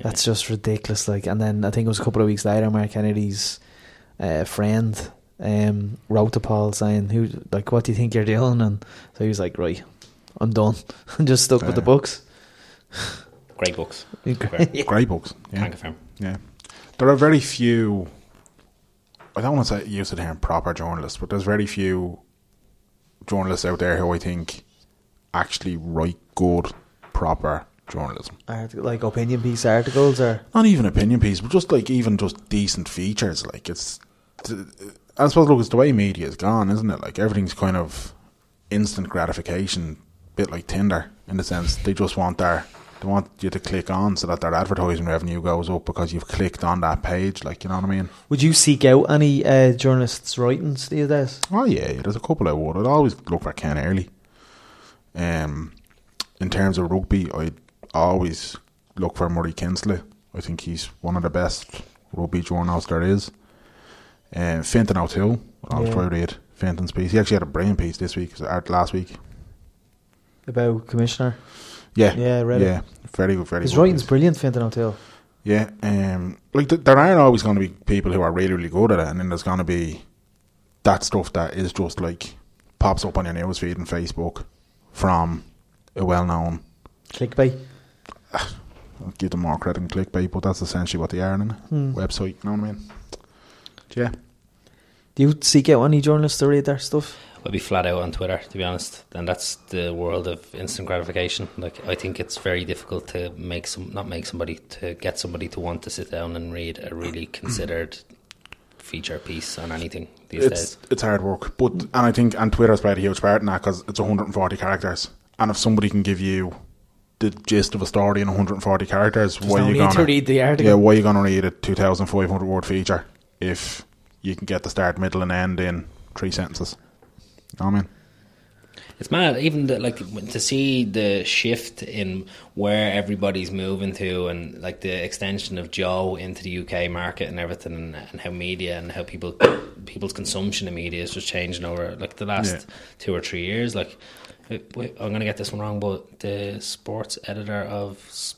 Speaker 5: That's just ridiculous." Like, and then I think it was a couple of weeks later, Mark Kennedy's uh, friend um, wrote to Paul saying, "Who like what do you think you're doing?" And so he was like, "Right, I'm done. [laughs] I'm just stuck with the
Speaker 4: Fair.
Speaker 5: books."
Speaker 6: Great books.
Speaker 4: great books.
Speaker 6: Can't confirm.
Speaker 4: Yeah. There are very few, I don't want to say, use the term proper journalists, but there's very few journalists out there who I think actually write good, proper journalism.
Speaker 5: Art- like opinion piece articles or
Speaker 4: Not even opinion piece, but just like even just decent features. Like it's, I suppose, look, it's the way media is gone, isn't it? Like everything's kind of instant gratification, bit like Tinder in the sense they just want their, they want you to click on so that their advertising revenue goes up because you've clicked on that page. Like you know what I mean?
Speaker 5: Would you seek out any uh, journalists' writings these days?
Speaker 4: Oh yeah, yeah, there's a couple I would. I'd always look for Ken Early. Um, in terms of rugby, I'd always look for Murray Kinsley. I think he's one of the best rugby journalists there is. Um, Fenton O'Toole, I always
Speaker 5: Yeah.
Speaker 4: try to read Fenton's piece. He actually had a brilliant piece this week, or last week.
Speaker 5: About Commissioner?
Speaker 4: Yeah,
Speaker 5: Yeah, I read it.
Speaker 4: yeah, very good, very
Speaker 5: His
Speaker 4: good.
Speaker 5: writing's
Speaker 4: piece.
Speaker 5: brilliant, Fenton O'Toole.
Speaker 4: Yeah, um, like th- there are always going to be people who are really, really good at it, and then there's going to be that stuff that is just like pops up on your newsfeed and Facebook from a well-known.
Speaker 5: Clickbait.
Speaker 4: I'll give them more credit than clickbait, but that's essentially what they are in website. You know what I mean? Yeah,
Speaker 5: Do you seek out any journalists to read their stuff?
Speaker 6: I'd be flat out on Twitter, to be honest. And that's the world of instant gratification. Like, I think it's very difficult to make some, not make somebody, to get somebody to want to sit down and read a really considered feature piece on anything these
Speaker 4: it's
Speaker 6: days.
Speaker 4: it's hard work, but and I think and Twitter's played a huge part in that because it's 140 characters, and if somebody can give you the gist of a story in 140 characters, why
Speaker 5: no
Speaker 4: are you
Speaker 5: need
Speaker 4: gonna
Speaker 5: to read the article.
Speaker 4: Yeah, why are you gonna read a 2,500 word feature if you can get the start, middle, and end in three sentences? You know what I mean,
Speaker 6: It's mad, even the, like to see the shift in where everybody's moving to, and like the extension of Joe into the UK market and everything, and, and how media and how people people's consumption of media is just changing over like the last
Speaker 4: Yeah.
Speaker 6: two or three years. Like, wait, wait, I'm gonna get this one wrong, but the sports editor of s-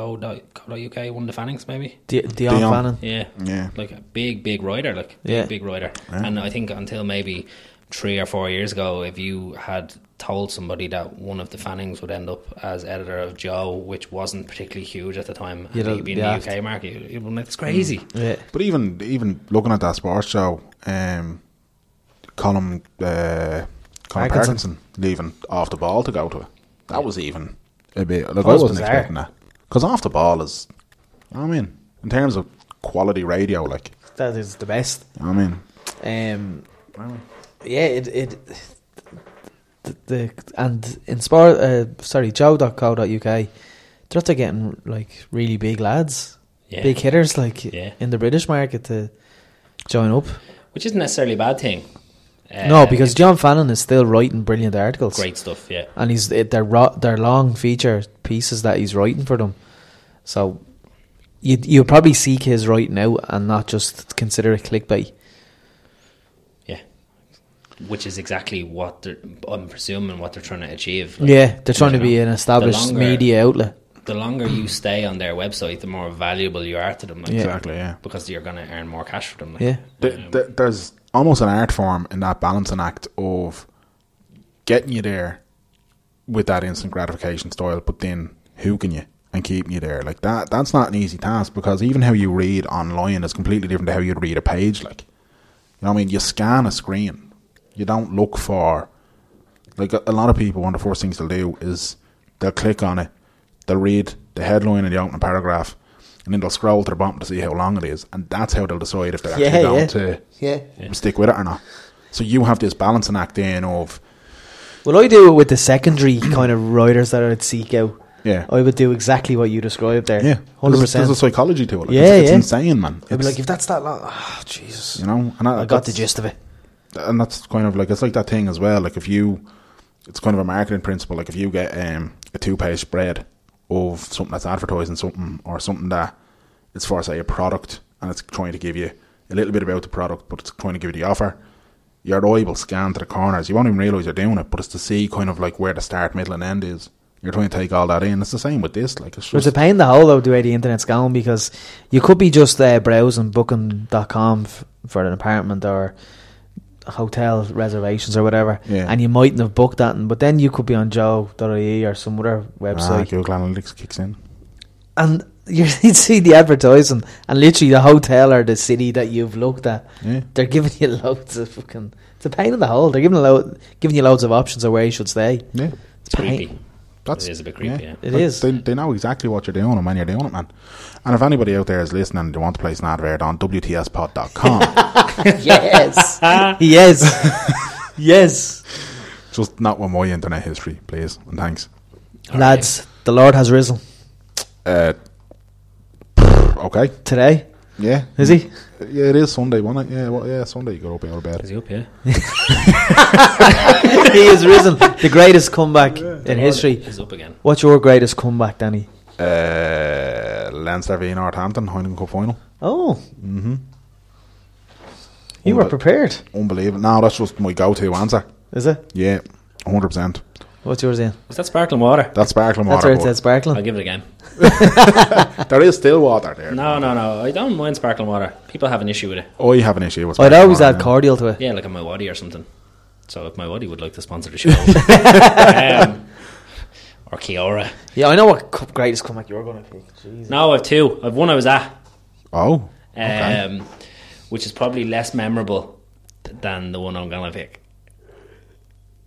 Speaker 6: Joe.co.uk, one of the Fannings, maybe.
Speaker 5: D- Dion
Speaker 4: Dion.
Speaker 5: Fannin.
Speaker 6: Yeah.
Speaker 4: Yeah.
Speaker 6: Like a big, big rider, like big,
Speaker 5: Yeah.
Speaker 6: big rider. And I think until maybe three or four years ago, if you had told somebody that one of the Fannings would end up as editor of Joe, which wasn't particularly huge at the time,
Speaker 5: You'd
Speaker 6: and
Speaker 5: have-
Speaker 6: he'd be in
Speaker 5: be
Speaker 6: the
Speaker 5: asked. Mm.
Speaker 6: UK market, it would it's crazy.
Speaker 5: Yeah.
Speaker 4: but even even looking at that sports show, um, Colin uh, Colin
Speaker 5: Parkinson.
Speaker 4: Parkinson. leaving off the ball to go to it. That was even a bit. Like, I
Speaker 5: was
Speaker 4: wasn't
Speaker 5: bizarre.
Speaker 4: expecting that because off the ball is. you know what I mean, in terms of quality radio, like
Speaker 5: That is the best.
Speaker 4: you know what I mean,
Speaker 5: Um, Yeah, it it the, the and inspire uh, sorry joe.co.uk they're after getting like really big lads,
Speaker 6: Yeah.
Speaker 5: big hitters like
Speaker 6: Yeah.
Speaker 5: in the British market to join up.
Speaker 6: Which isn't necessarily a bad thing. Uh,
Speaker 5: no, because John Fannin is still writing brilliant articles.
Speaker 6: great stuff, yeah.
Speaker 5: and he's it- they're ro- they're long feature pieces that he's writing for them. So you you'll probably seek his writing out and not just consider it clickbait.
Speaker 6: Yeah. Which is exactly what they're, I'm presuming what they're trying to achieve. Like,
Speaker 5: Yeah, they're trying
Speaker 6: you
Speaker 5: to be
Speaker 6: know,
Speaker 5: an
Speaker 6: the
Speaker 5: established
Speaker 6: longer-
Speaker 5: media outlet.
Speaker 6: The longer you stay on their website, the more valuable you are to them. Like,
Speaker 5: Yeah.
Speaker 4: Exactly, yeah.
Speaker 6: Because you're going to earn more cash for them. Like, uh,
Speaker 5: Yeah.
Speaker 4: Th th there's almost an art form in that balancing act of getting you there with that instant gratification style, but then hooking you and keeping you there. Like that, that's not an easy task because even how you read online is completely different to how you read a page. Like, you know what I mean? You scan a screen, you don't look for. Like a, a lot of people, one of the first things they'll do is they'll click on it, they'll read the headline and the opening paragraph, and then they'll scroll to the bottom to see how long it is, and that's how they'll decide if they're actually
Speaker 5: Yeah,
Speaker 4: going
Speaker 5: yeah.
Speaker 4: to
Speaker 5: Yeah.
Speaker 4: stick with it or not. So you have this balancing act in of
Speaker 5: Well, I do it with the secondary [clears throat] kind of writers that I'd seek out.
Speaker 4: Yeah.
Speaker 5: I would do exactly what you described there.
Speaker 4: yeah,
Speaker 5: hundred
Speaker 4: There's, there's a
Speaker 5: percent.
Speaker 4: psychology to it. Like,
Speaker 5: Yeah,
Speaker 4: it's, it's
Speaker 5: yeah.
Speaker 4: insane, man.
Speaker 5: I'd be
Speaker 4: It's-
Speaker 5: like, if that's that long, oh, Jesus,
Speaker 4: you know, and I,
Speaker 5: I got the
Speaker 4: that's-
Speaker 5: gist of it.
Speaker 4: and that's kind of like it's like that thing as well. Like if you, it's kind of a marketing principle. Like if you get um, a two-page spread of something that's advertising something or something that it's for say a product and it's trying to give you a little bit about the product, but it's trying to give you the offer. Your eye will scan to the corners. You won't even realize you're doing it, but it's to see kind of like where the start, middle, and end is. You're trying to take all that in. It's the same with this. Like it's
Speaker 5: It's
Speaker 4: just
Speaker 5: a pain in the hole though the way the internet's going because you could be just uh, browsing booking.com f- for an apartment or hotel reservations or whatever
Speaker 4: Yeah.
Speaker 5: and you mightn't have booked that and- but then you could be on joe.ie E or some other
Speaker 4: ah,
Speaker 5: website
Speaker 4: Google Analytics kicks in.
Speaker 5: and you [laughs] would see the advertising and literally the hotel or the city that you've looked at
Speaker 4: Yeah.
Speaker 5: they're giving you [laughs] loads of fucking it's a pain in the hole they're giving, lo- giving you loads of options of where you should stay
Speaker 4: Yeah.
Speaker 5: it's pain.
Speaker 6: Creepy.
Speaker 4: That's
Speaker 6: It is a bit creepy, yeah.
Speaker 5: It
Speaker 4: Like,
Speaker 5: is.
Speaker 4: They, they know exactly what you're doing, and when you're doing it, man. And if anybody out there is listening and they want to place an advert on [laughs] WTSpod.com, [laughs]
Speaker 5: yes yes [laughs] yes
Speaker 4: just not with my internet history, please, and thanks.
Speaker 5: lads the lord has risen
Speaker 4: Uh, okay,
Speaker 5: today
Speaker 4: yeah,
Speaker 5: Is he?
Speaker 4: Yeah, it is Sunday, wasn't it? Yeah, well, yeah, Sunday. You got up out of bed.
Speaker 6: Is he up, yeah?
Speaker 5: he has risen. The greatest comeback in history.
Speaker 6: He's up again.
Speaker 5: What's your greatest comeback, Danny?
Speaker 4: Uh, Leinster v Northampton, Heineken Cup final.
Speaker 5: Oh. Mm-hmm. Oh, You were
Speaker 4: Unbe-
Speaker 5: prepared,
Speaker 4: Unbelievable. No, that's just my go-to answer.
Speaker 5: is it?
Speaker 4: Yeah, hundred percent.
Speaker 5: What's yours, Ian?
Speaker 6: Was that sparkling water?
Speaker 4: That's sparkling
Speaker 5: That's
Speaker 4: water.
Speaker 5: where it says
Speaker 6: I'll
Speaker 5: sparkling.
Speaker 6: give it a game.
Speaker 4: but there is still water there.
Speaker 6: No, no, no. I don't mind sparkling water. People have an issue with it.
Speaker 4: I have an issue with.
Speaker 5: I'd
Speaker 4: sparkling
Speaker 5: always
Speaker 4: water
Speaker 5: add
Speaker 4: now.
Speaker 5: cordial to it.
Speaker 6: Yeah, like a my waddy or something. So if my waddy would like to sponsor the
Speaker 5: [laughs]
Speaker 6: show, um, or Kiora.
Speaker 5: Yeah, I know what co- greatest comeback you're going to pick. Jesus.
Speaker 6: No, I've two. I've one I was at,
Speaker 4: Oh,
Speaker 6: um, which is probably less memorable th- than the one I'm gonna pick.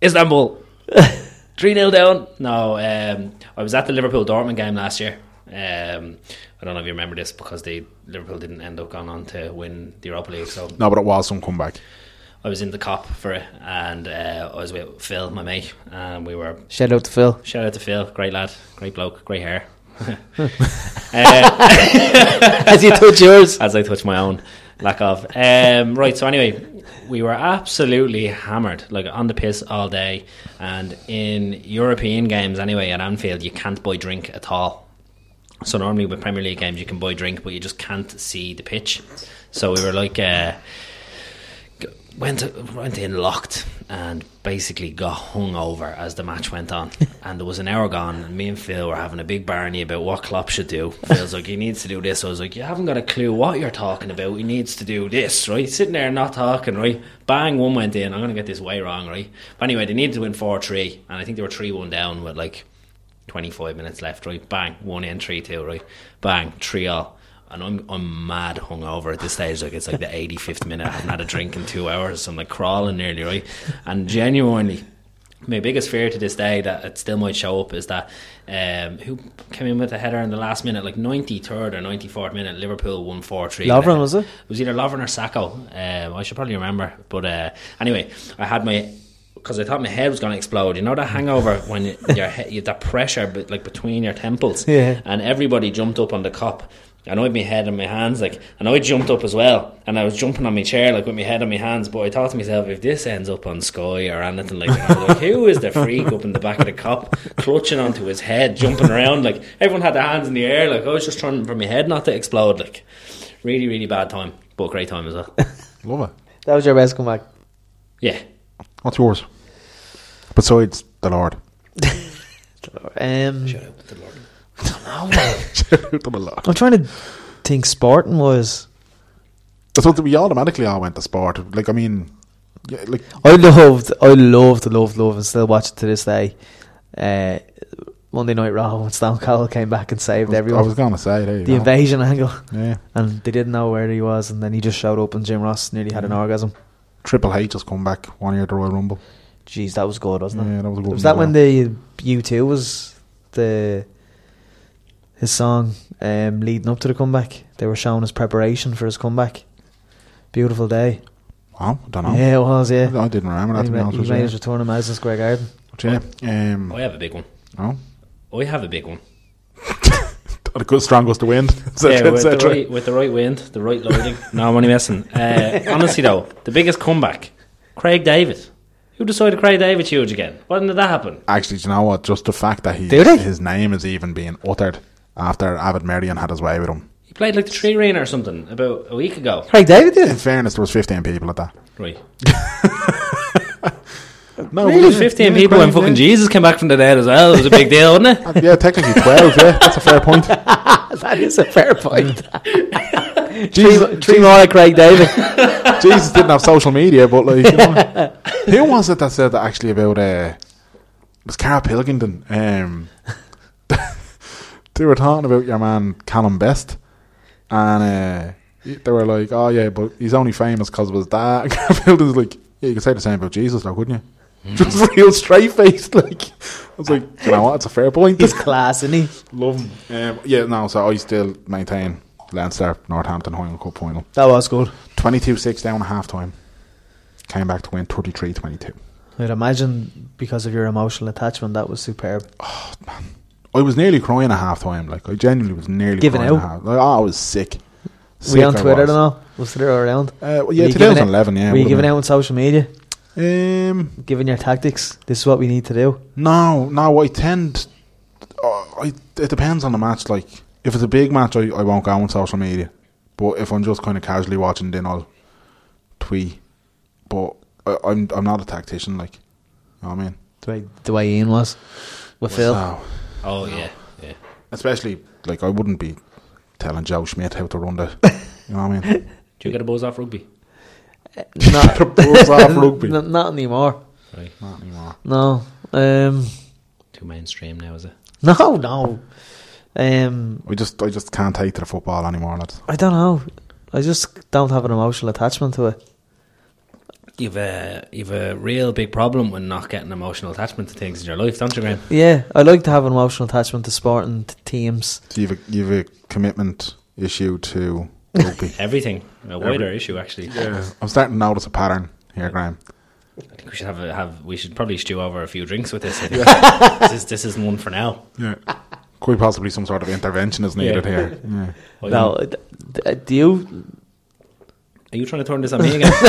Speaker 6: Istanbul, three 0 down. No, um, I was at the Liverpool Dortmund game last year. Um, I don't know if you remember this because they Liverpool didn't end up going on to win the Europa League. So
Speaker 4: no, but it was some comeback.
Speaker 6: I was in the cop for it, and uh, I was with Phil, my mate, and we were
Speaker 5: Shout out to Phil.
Speaker 6: Shout out to Phil, great lad, great bloke, great hair. Uh,
Speaker 5: [laughs] As you touch [laughs] yours.
Speaker 6: as I touch my own, lack of. Um, right, so anyway, we were absolutely hammered, like on the piss all day. And in European games, anyway, at Anfield, you can't buy drink at all. So normally with Premier League games, you can buy drink, but you just can't see the pitch. So we were like. Uh, went went in locked and basically got hung over as the match went on. and there was an hour gone, and me and Phil were having a big barney about what Klopp should do. Phil's like, he needs to do this. I was like, you haven't got a clue what you're talking about. He needs to do this, right? Sitting there not talking, right? Bang, one went in. I'm going to get this way wrong, right? But anyway, they needed to win 4 3, and I think they were 3 1 down with like 25 minutes left, right? Bang, one in, three, two, right? Bang, three all. And I'm, I'm mad hungover at this stage. Like, it's like the 85th minute. I haven't had a drink in two hours. So I'm like crawling nearly, right? And genuinely, my biggest fear to this day that it still might show up is that um, who came in with a header in the last minute, like 93rd or 94th minute, Liverpool won 4 3.
Speaker 5: Lovren, was it?
Speaker 6: It was either Lovren or Sacco. Um, I should probably remember. But uh, anyway, I had my. Because I thought my head was going to explode. You know that hangover when you- your head, you, that pressure be- like between your temples.
Speaker 5: Yeah.
Speaker 6: And everybody jumped up on the cop. And I had my head in my hands, like, and I jumped up as well. And I was jumping on my chair, like, with my head in my hands. But I thought to myself, if this ends up on Sky or anything like that, like, who is the freak up in the back of the cop, clutching onto his head, jumping around? Like, everyone had their hands in the air. Like, I was just trying for my head not to explode. Like, really, really bad time, but great time as well. [laughs]
Speaker 4: Love it.
Speaker 5: That was your best comeback.
Speaker 6: Yeah.
Speaker 4: What's yours? Besides the Lord.
Speaker 5: Um,
Speaker 4: Shout out to [laughs] the Lord.
Speaker 5: I'm trying to think sporting was.
Speaker 4: So we automatically all went to sport. Like I mean, yeah, like
Speaker 5: I loved, I loved, loved, loved, and still watch it to this day. Uh, Monday Night Raw when Stone Cold came back and saved everyone.
Speaker 4: I was gonna say, there you
Speaker 5: the
Speaker 4: go.
Speaker 5: invasion angle,
Speaker 4: Yeah.
Speaker 5: and they didn't know where he was, and then he just showed up, and Jim Ross nearly had an orgasm.
Speaker 4: Triple H has come back one year at the Royal Rumble.
Speaker 5: Jeez, that was good, wasn't it?
Speaker 4: Yeah, that was a good
Speaker 5: Was that
Speaker 4: one
Speaker 5: when
Speaker 4: as
Speaker 5: the U two was the his song um, leading up to the comeback? They were showing his preparation for his comeback. Beautiful day.
Speaker 4: Wow, I don't know.
Speaker 5: Yeah, it was. Yeah,
Speaker 4: I didn't remember that.
Speaker 5: he
Speaker 4: To be
Speaker 5: made,
Speaker 4: honest
Speaker 5: he
Speaker 4: with
Speaker 5: made his
Speaker 4: you.
Speaker 5: return to Madison Square Garden.
Speaker 4: But yeah, um,
Speaker 6: I have a big one.
Speaker 4: no,
Speaker 6: I have a big one.
Speaker 4: the good strong goes to win. [laughs]
Speaker 6: Yeah,
Speaker 4: etc.
Speaker 6: with, the
Speaker 4: etc.
Speaker 6: right, with the right wind, the right lighting. no, I'm only messing. Uh, honestly, though, the biggest comeback, Craig David. Who decided Craig David huge again? Why didn't that happen?
Speaker 4: Actually, do you know what? Just the fact that he
Speaker 5: Do they?
Speaker 4: his name is even being uttered after Avid Marion had his way with him.
Speaker 6: He played like the tree rain or something about a week ago.
Speaker 5: Craig David did.
Speaker 4: In fairness, there was fifteen people at that.
Speaker 6: Right.
Speaker 4: No,
Speaker 6: Really? 15 people and fucking Jesus came back from the dead as well. It was a big deal, wasn't
Speaker 4: [laughs]
Speaker 6: it?
Speaker 4: Yeah, technically twelve. Yeah, that's a fair point.
Speaker 5: That is a fair point. [laughs]
Speaker 4: Jesus,
Speaker 5: Three more at Craig David.
Speaker 4: Jesus didn't have social media, but like, you know, who was it that said that actually about? Uh, it was Carl Pilkington. Um, [laughs] they were talking about your man Callum Best, and uh, they were like, "Oh yeah, but he's only famous because of his dad." [laughs] And Carl Pilkington's like, "Yeah, you could say the same about Jesus, though, couldn't you?" [laughs] Just real straight faced, [laughs] like I was like, you know what? It's a fair point.
Speaker 5: [laughs] He's class, isn't he?
Speaker 4: Love him. Um, yeah, no. So I still maintain Leinster Northampton Home Cup final.
Speaker 5: That was good.
Speaker 4: 22 6 down at half time. Came back to win 33 22.
Speaker 5: I'd imagine because of your emotional attachment, that was superb.
Speaker 4: I was nearly crying at half time. Like, I genuinely was nearly
Speaker 5: Giving
Speaker 4: crying
Speaker 5: out?
Speaker 4: At half. Like, oh, I was sick.
Speaker 5: were
Speaker 4: Sick
Speaker 5: you on
Speaker 4: I
Speaker 5: Twitter
Speaker 4: was.
Speaker 5: and all? Was Twitter around?
Speaker 4: Uh, well,
Speaker 5: Were
Speaker 4: yeah,
Speaker 5: you giving out-
Speaker 4: 2011, yeah,
Speaker 5: Were you
Speaker 4: would've
Speaker 5: giving
Speaker 4: been.
Speaker 5: out on social media?
Speaker 4: Um,
Speaker 5: Giving your tactics? This is what we need to do.
Speaker 4: no, no, I tend. oh, I, it depends on the match. Like, if it's a big match, I, I won't go on social media. But if I'm just kind of casually watching, then I'll tweet. But I, I'm I'm not a tactician. Like, you know what I mean?
Speaker 5: The way, the way Ian was with Phil.
Speaker 4: So-
Speaker 6: Oh, yeah. Yeah.
Speaker 4: Especially like I wouldn't be telling Joe Schmidt how to run the you know what I mean?
Speaker 6: Do you get a buzz off rugby?
Speaker 5: [laughs]
Speaker 4: [laughs]
Speaker 5: Not,
Speaker 4: the balls off rugby.
Speaker 5: n- [laughs] not anymore.
Speaker 6: Right.
Speaker 4: Not anymore.
Speaker 5: No. Um, [laughs]
Speaker 6: Too mainstream now, is it?
Speaker 5: no, no. Um,
Speaker 4: We just I just can't take to the football anymore, lads.
Speaker 5: I don't know. I just don't have an emotional attachment to it.
Speaker 6: You've a, you've a real big problem with not getting emotional attachment to things in your life, don't you, Graham?
Speaker 5: Yeah, I like to have an emotional attachment to sport and to teams.
Speaker 4: So you've a you've a commitment issue to rugby.
Speaker 6: Everything. A wider issue, actually.
Speaker 4: I'm starting to notice a pattern here, Graham.
Speaker 6: I think we should have, a, have we should probably stew over a few drinks with this. I think. this is this is one for now.
Speaker 4: Yeah. Quite possibly some sort of intervention is needed
Speaker 6: Yeah.
Speaker 4: here. Oh, Yeah.
Speaker 5: No, d- d- uh, do you?
Speaker 6: Are you trying to turn this on me again?
Speaker 5: [laughs]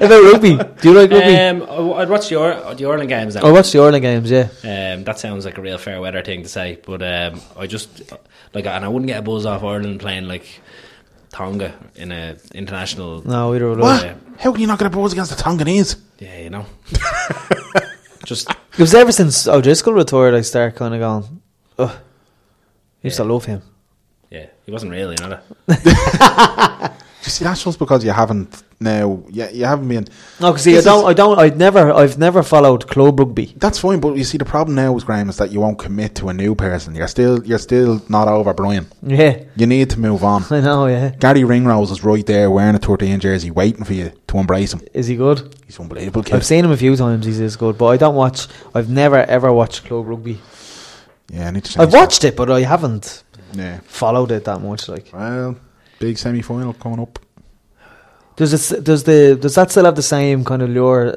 Speaker 5: About rugby, do you like rugby?
Speaker 6: um, I- I'd watch the, Or- the Ireland games
Speaker 5: I
Speaker 6: now.
Speaker 5: watch the Ireland games. Yeah,
Speaker 6: Um, that sounds like a real fair weather thing to say, but um, I just like, and I wouldn't get a buzz off Ireland playing like Tonga in a international.
Speaker 5: no, either would
Speaker 4: What?
Speaker 5: I.
Speaker 6: Yeah.
Speaker 4: How can you not get a balls against the Tonganese?
Speaker 6: Yeah, you know. just
Speaker 5: It was ever since O'Driscoll retired, I start kind of going, ugh. I used to love him.
Speaker 6: yeah, he wasn't really, you know. that.
Speaker 4: You see, that's just because you haven't now. You, you haven't been.
Speaker 5: No, because I
Speaker 4: This
Speaker 5: don't,
Speaker 4: is-
Speaker 5: I don't, I've never, I've never followed club rugby.
Speaker 4: That's fine, but you see, the problem now is Graham is that you won't commit to a new person. You're still, you're still not over Brian.
Speaker 5: Yeah,
Speaker 4: You need to move on.
Speaker 5: [laughs] I know. Yeah,
Speaker 4: Gary Ringrose is right there wearing a 13 jersey, waiting for you to embrace him.
Speaker 5: is he good?
Speaker 4: He's unbelievable, kid.
Speaker 5: I've seen him a few times. He's is good, but I don't watch. I've never ever watched club rugby.
Speaker 4: yeah, I need to. change
Speaker 5: I've watched it, but I haven't
Speaker 4: that. Yeah.
Speaker 5: followed it that much. Like,
Speaker 4: Well, big semi final coming up.
Speaker 5: does it? s- Does the? Does that still have the same kind of lure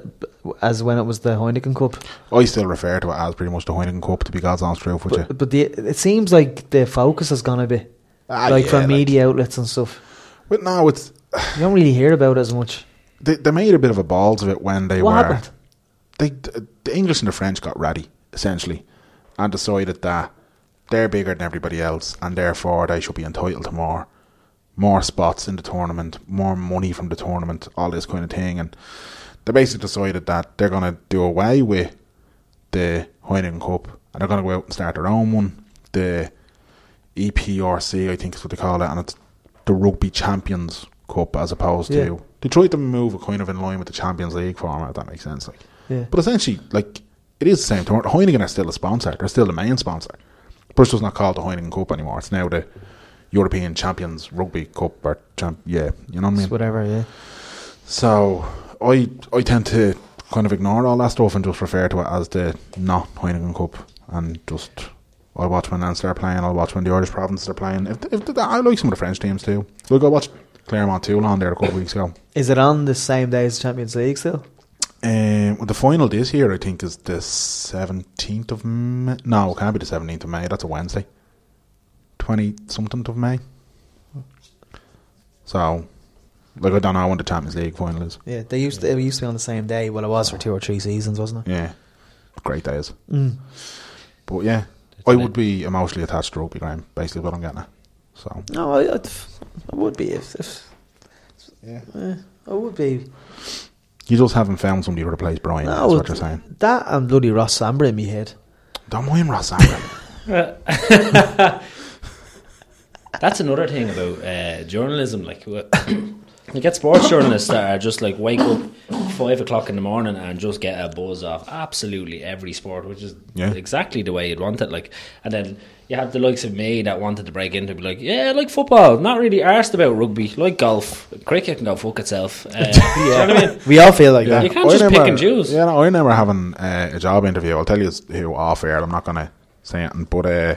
Speaker 5: as when it was the Heineken Cup?
Speaker 4: I still refer to it as pretty much the Heineken Cup, to be God's honest truth with you.
Speaker 5: But, but the, it seems like the focus has gone a bit,
Speaker 4: Ah,
Speaker 5: like
Speaker 4: yeah,
Speaker 5: from
Speaker 4: like-
Speaker 5: media outlets and stuff.
Speaker 4: But no, it's
Speaker 5: You don't really hear about it as much.
Speaker 4: they, they made a bit of a balls of it when they
Speaker 5: What
Speaker 4: were.
Speaker 5: happened?
Speaker 4: They the English and the French got ratty essentially, and decided that they're bigger than everybody else, and therefore they should be entitled to more, more spots in the tournament, more money from the tournament, all this kind of thing, and they basically decided that they're gonna do away with the Heineken Cup, and they're gonna go out and start their own one. The E EPRC, I think is what they call it, and it's the Rugby Champions Cup as opposed
Speaker 5: Yeah.
Speaker 4: to they tried to move it kind of in line with the Champions League format. If that makes sense, like,
Speaker 5: Yeah.
Speaker 4: but essentially, like, it is the same tournament. Heineken are still a sponsor; they're still the main sponsor. But it's just not called the Heineken Cup anymore. It's now the European Champions Rugby Cup, or champ- yeah, you know what I mean.
Speaker 5: It's whatever. Yeah.
Speaker 4: So I I tend to kind of ignore all that stuff and just refer to it as the not Heineken Cup and just I'll watch when Leinster are playing, I'll watch when the Irish provinces are playing. If, if I like some of the French teams too. Like I watched Claremont Toulon there a couple of weeks ago.
Speaker 5: Is it on the same day as Champions League still?
Speaker 4: Um, well, the final this year I think is the seventeenth of May. No, it can't be the seventeenth of May. That's a Wednesday. Twenty something of May. So, like I don't know when the Champions League final is.
Speaker 5: Yeah, they used to, it used to be on the same day. Well, it was for two or three seasons, wasn't it?
Speaker 4: Yeah. Great days. But yeah, I would be emotionally attached to rugby, Graham, basically what I'm getting at. So,
Speaker 5: No, I, I'd, I would be if, if yeah. I would be.
Speaker 4: you just haven't found somebody to replace Brian,
Speaker 5: No,
Speaker 4: that's what
Speaker 5: it-
Speaker 4: you're saying.
Speaker 5: That and bloody Ross Amber in my head.
Speaker 4: Don't mind Ross Amber.
Speaker 6: That's another thing about uh, journalism. Like, wh- [coughs] you get sports journalists that are just like wake up five o'clock in the morning and just get a buzz off absolutely every sport, which is
Speaker 4: Yeah.
Speaker 6: exactly the way you'd want it. Like, and then you have the likes of me that wanted to break into be like, yeah, I like football, not really arsed about rugby, like golf, cricket can go fuck itself. Uh, do you know what I mean?
Speaker 5: We all feel like that.
Speaker 6: You can't just pick and choose.
Speaker 4: Yeah, no, I remember having uh, a job interview. I'll tell you who off air. I'm not going to say anything, but uh,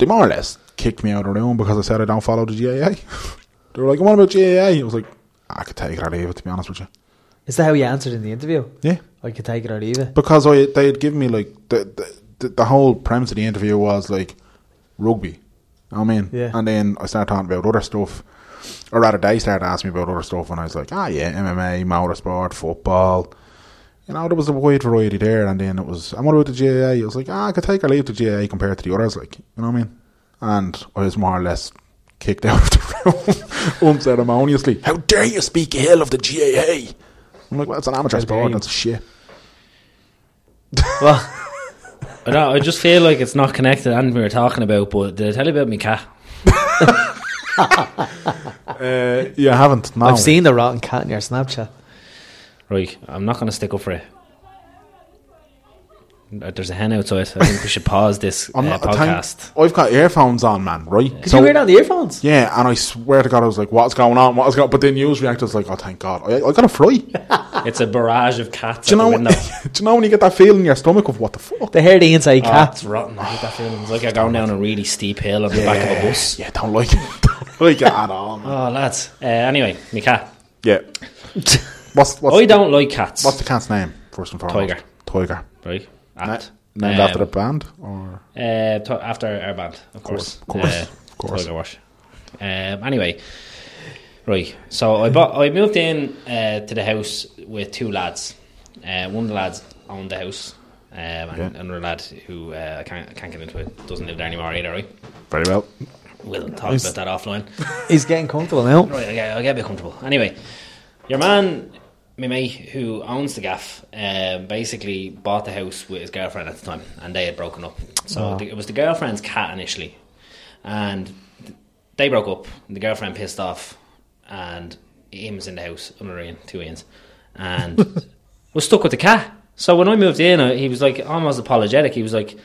Speaker 4: they more or less kicked me out of the room because I said I don't follow the GAA. [laughs] they were like, "What about GAA?" I was like, "I could take it or leave it." To be honest with you,
Speaker 5: Is that how you answered in the interview?
Speaker 4: yeah.
Speaker 5: I could take it or leave it.
Speaker 4: because I they had given me like the, the- the the whole premise of the interview was like rugby. I mean,
Speaker 5: Yeah.
Speaker 4: and then I started talking about other stuff, or rather, they started asking me about other stuff, and I was like, ah, yeah, MMA, motorsport, football. You know, there was a wide variety there, and then it was, and what about the GAA? I was like, ah, I could take or leave the GAA compared to the others, like, you know what I mean? And I was more or less kicked [laughs] out of the room unceremoniously. How dare you speak ill of the GAA? I'm like, well, it's an amateur
Speaker 5: How dare
Speaker 4: sport,
Speaker 5: you.
Speaker 4: that's shit.
Speaker 5: Well,
Speaker 6: I, don't- I just feel like it's not connected. to anything we were talking about, but did I tell you about my cat?
Speaker 4: Uh, yeah, I haven't. No.
Speaker 5: I've seen the rotten cat in your Snapchat.
Speaker 6: Right, I'm not going to stick up for it. Uh, There's a hen outside. I think we should pause this
Speaker 4: [laughs] I'm
Speaker 6: uh,
Speaker 4: not, I think-
Speaker 6: podcast.
Speaker 4: I've got earphones on, man. Right?
Speaker 5: Did you wear it on the earphones?
Speaker 4: Yeah, and I swear to God, I was like, "What's going on? What's going?" on? But then news reactor was like, "Oh, thank God, I, I got a fry." Do
Speaker 6: It's a barrage of cats.
Speaker 4: you
Speaker 6: at
Speaker 4: know?
Speaker 6: the
Speaker 4: when-
Speaker 6: window.
Speaker 4: [laughs] do
Speaker 6: [laughs]
Speaker 4: you know when you get that feeling in your stomach of what the fuck?
Speaker 5: They heard the inside
Speaker 6: Ah,
Speaker 5: cat.
Speaker 6: it's rotten. I hate that feeling. It's like you're going down a really steep hill on the back of a bus.
Speaker 4: Yeah, don't like it. [laughs] Don't like it at all, man.
Speaker 6: Oh, lads. Uh, anyway, my cat.
Speaker 4: Yeah. [laughs] What's what's
Speaker 6: I don't like cats.
Speaker 4: what's the cat's name first and foremost?
Speaker 6: Tiger.
Speaker 4: Tiger.
Speaker 6: right?
Speaker 4: Na-
Speaker 6: At.
Speaker 4: named
Speaker 6: Um,
Speaker 4: after the band, or
Speaker 6: Uh, to- after our band, of course.
Speaker 4: Of course, of course.
Speaker 6: Tiger Wash. Um, anyway, right. So I bought. I moved in uh, to the house with two lads. Uh, one of the lads owned the house, um, and
Speaker 4: Okay.
Speaker 6: another lad who uh, I can't, I can't get into it doesn't live there anymore either. Right?
Speaker 4: very well.
Speaker 6: We'll talk
Speaker 5: Nice.
Speaker 6: about that offline.
Speaker 5: He's getting comfortable
Speaker 6: [laughs]
Speaker 5: now.
Speaker 6: Right, I get, I get a bit comfortable. Anyway, your man, my mate, who owns the gaff, um, basically bought the house with his girlfriend at the time, and they had broken up. So the, it was the girlfriend's cat initially, and th- they broke up. And the girlfriend pissed off and Ian was in the house, another Ian, two Ians, and was stuck with the cat. So when I moved in, I, he was like almost apologetic. He was like,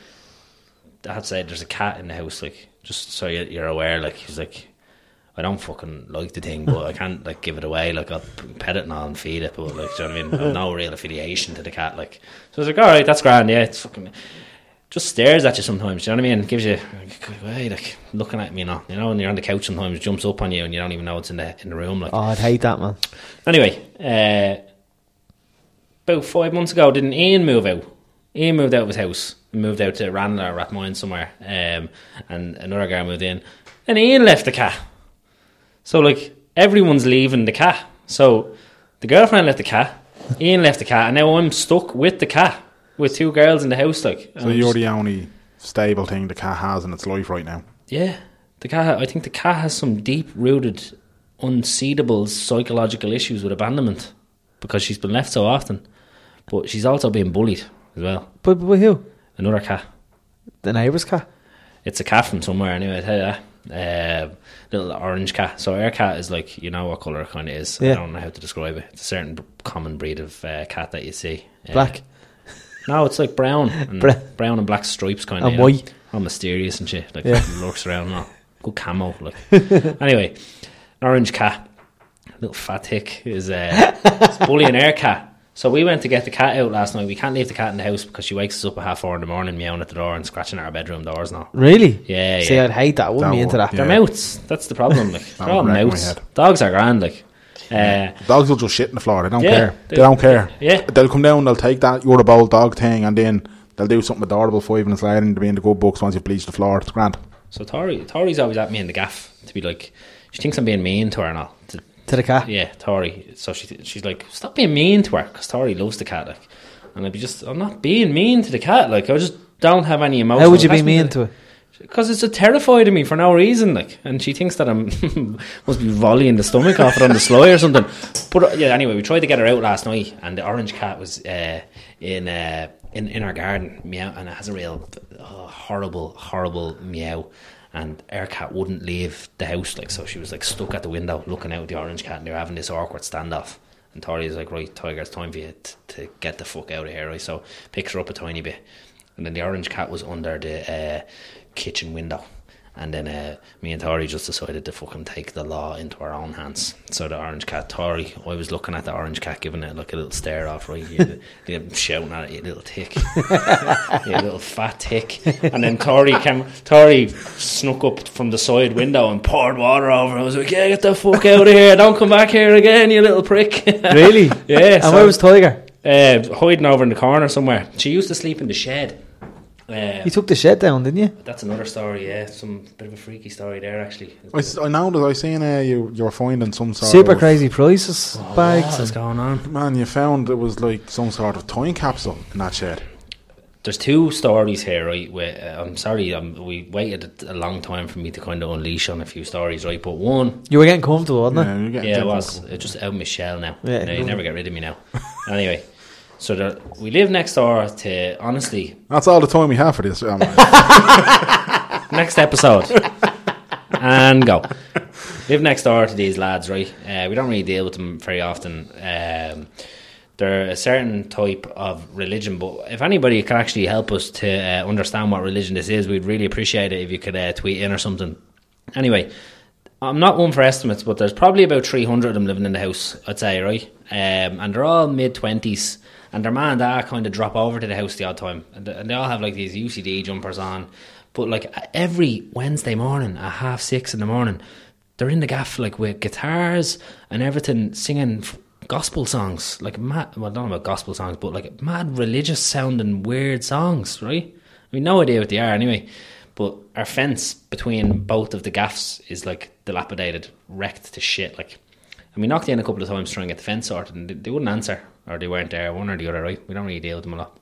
Speaker 6: "Dad said there's a cat in the house, like just so you- you're aware." Like he's like, "I don't fucking like the thing, but I can't like give it away. Like I'll p- pet it and I'll feed it, but like, do you know what I mean? I've no real affiliation to the cat. Like, so I was like, all right, that's grand. Yeah, it's fucking." just stares at you sometimes. Do you know what I mean? Gives you like, way, like looking at me, you know. You know, and you're on the couch sometimes, jumps up on you, and you don't even know it's in the in the room. Like
Speaker 5: Oh, I'd hate that, man.
Speaker 6: anyway, uh, about five months ago, didn't Ian move out? Ian moved out of his house, and moved out to Ranelagh or Rathmines somewhere, um, and another guy moved in, and Ian left the cat. So like everyone's leaving the cat. So the girlfriend left the cat, Ian left the cat, and now I'm stuck with the cat with two girls in the house. Like
Speaker 4: So you're the only stable thing the cat has in its life right now.
Speaker 6: Yeah, the cat. I think the cat has some deep-rooted, unseedable psychological issues with abandonment because she's been left so often. But she's also being bullied as well.
Speaker 5: But, but who?
Speaker 6: Another cat.
Speaker 5: The neighbour's cat.
Speaker 6: It's a cat from somewhere anyway. I tell you that. Uh, little orange cat. So our cat is like you know what color it kind of is. I
Speaker 5: Yeah.
Speaker 6: don't know how to describe it. It's a certain b- common breed of uh, cat that you see. Uh,
Speaker 5: Black.
Speaker 6: No, it's like brown, and
Speaker 5: Bra-
Speaker 6: brown and black stripes kind of.
Speaker 5: And white.
Speaker 6: All mysterious and shit. Like
Speaker 5: Yeah.
Speaker 6: lurks around, and all.
Speaker 5: [laughs]
Speaker 6: good camo. Like anyway, an orange cat, little fat hick is uh, is bullying our cat. So we went to get the cat out last night. We can't leave the cat in the house because she wakes us up at half four in the morning, meowing at the door and scratching at our bedroom doors now.
Speaker 5: Really?
Speaker 6: Yeah,
Speaker 5: See,
Speaker 6: yeah.
Speaker 5: I'd hate that. I wouldn't
Speaker 4: That
Speaker 5: be into
Speaker 4: would-
Speaker 5: that.
Speaker 6: They're
Speaker 4: yeah.
Speaker 6: mouths. That's the problem.
Speaker 4: [laughs]
Speaker 6: Like they're
Speaker 4: would
Speaker 6: all
Speaker 4: wreck my
Speaker 6: mouths.
Speaker 4: head.
Speaker 6: Dogs are
Speaker 4: [laughs]
Speaker 6: grand. Like uh,
Speaker 4: Dogs will just shit in the floor. They don't
Speaker 6: Yeah,
Speaker 4: care. They,
Speaker 6: they-
Speaker 4: don't care.
Speaker 6: yeah.
Speaker 4: They'll come down, they'll take that you're a bold dog thing, and then they'll do something adorable five minutes later and they'll be in the good books once you've bleached the floor. It's grand.
Speaker 6: so Tori, Tori's always at me in the gaff to be like, she thinks I'm being mean to her and all. To,
Speaker 5: To the cat.
Speaker 6: yeah, Tori. So she she's like, stop being mean to her because Tori loves the cat. Like, and I'd be just, I'm not being mean to the cat. Like, I just don't have any emotion.
Speaker 5: How would you be mean to it?
Speaker 6: Because it's a terrified of me for no reason. Like, and she thinks that I'm [laughs] must be volleying the stomach off it on the sly or something. But uh, yeah, anyway, we tried to get her out last night, and the orange cat was uh, in. Uh, in, in our garden, meow, and it has a real oh, horrible, horrible meow. And our cat wouldn't leave the house, like so. She was like stuck at the window, looking out at the orange cat, and they were having this awkward standoff. And Tori is like, "Right, Tiger, it's time for you t- to get the fuck out of here." Right, so picks her up a tiny bit, and then the orange cat was under the uh, kitchen window. And then uh, me and Tori just decided to fucking take the law into our own hands. So the orange cat, Tori, I was looking at the orange cat, giving it like a little stare off, right? [laughs] You, you shouting at it, you little tick, [laughs] you little fat tick. And then Tori came, Tori snuck up from the side window and poured water over. I was like, yeah, get the fuck out of here! Don't come back here again, you little prick. [laughs]
Speaker 5: [laughs] Really?
Speaker 6: Yeah,
Speaker 5: And
Speaker 6: so-
Speaker 5: where was Tiger?
Speaker 6: uh, hiding over in the corner somewhere. She used to sleep in the shed. Uh,
Speaker 5: You took the shed down, didn't you?
Speaker 6: that's another story, yeah. Some bit of a freaky story there, actually.
Speaker 4: I, s- I know that I seen uh, you, you're finding some
Speaker 6: Oh,
Speaker 4: sort
Speaker 5: Super
Speaker 4: of.
Speaker 5: crazy prices, bags.
Speaker 6: What's
Speaker 5: and-
Speaker 6: going on?
Speaker 4: Man, you found it was like some sort of time capsule in that shed.
Speaker 6: There's two stories here, right? Where, uh, I'm sorry, um, we waited a long time for me to kind of unleash on a few stories, right? But one,
Speaker 5: You were getting comfortable, wasn't
Speaker 4: Yeah,
Speaker 5: it?
Speaker 4: you're getting
Speaker 6: yeah, it
Speaker 4: different.
Speaker 6: was it's just out of my shell now.
Speaker 5: Yeah.
Speaker 6: You, know, you never get rid of me now. [laughs] anyway, so there, we live next door to, honestly,
Speaker 4: That's all the time we have for this. Um,
Speaker 6: [laughs] next episode.
Speaker 4: [laughs]
Speaker 6: and go. Live next door to these lads, right? Uh, we don't really deal with them very often. Um, they're a certain type of religion, but if anybody can actually help us to uh, understand what religion this is, we'd really appreciate it if you could uh, tweet in or something. Anyway, I'm not one for estimates, but there's probably about 300 of them living in the house, I'd say, right? Um, and they're all mid 20s. And their man and dad kind of drop over to the house the odd time. And th- and they all have like these UCD jumpers on. But like every Wednesday morning at half six in the morning, they're in the gaff like with guitars and everything, singing f- gospel songs. Like mad, well, not about gospel songs, but like mad religious sounding weird songs, right? I mean, no idea what they are anyway. But our fence between both of the gaffs is like dilapidated, wrecked to shit. Like, and we knocked in a couple of times trying to get the fence sorted, and they- they wouldn't answer, or they weren't there, one or the other. Right? We don't really deal with them a lot.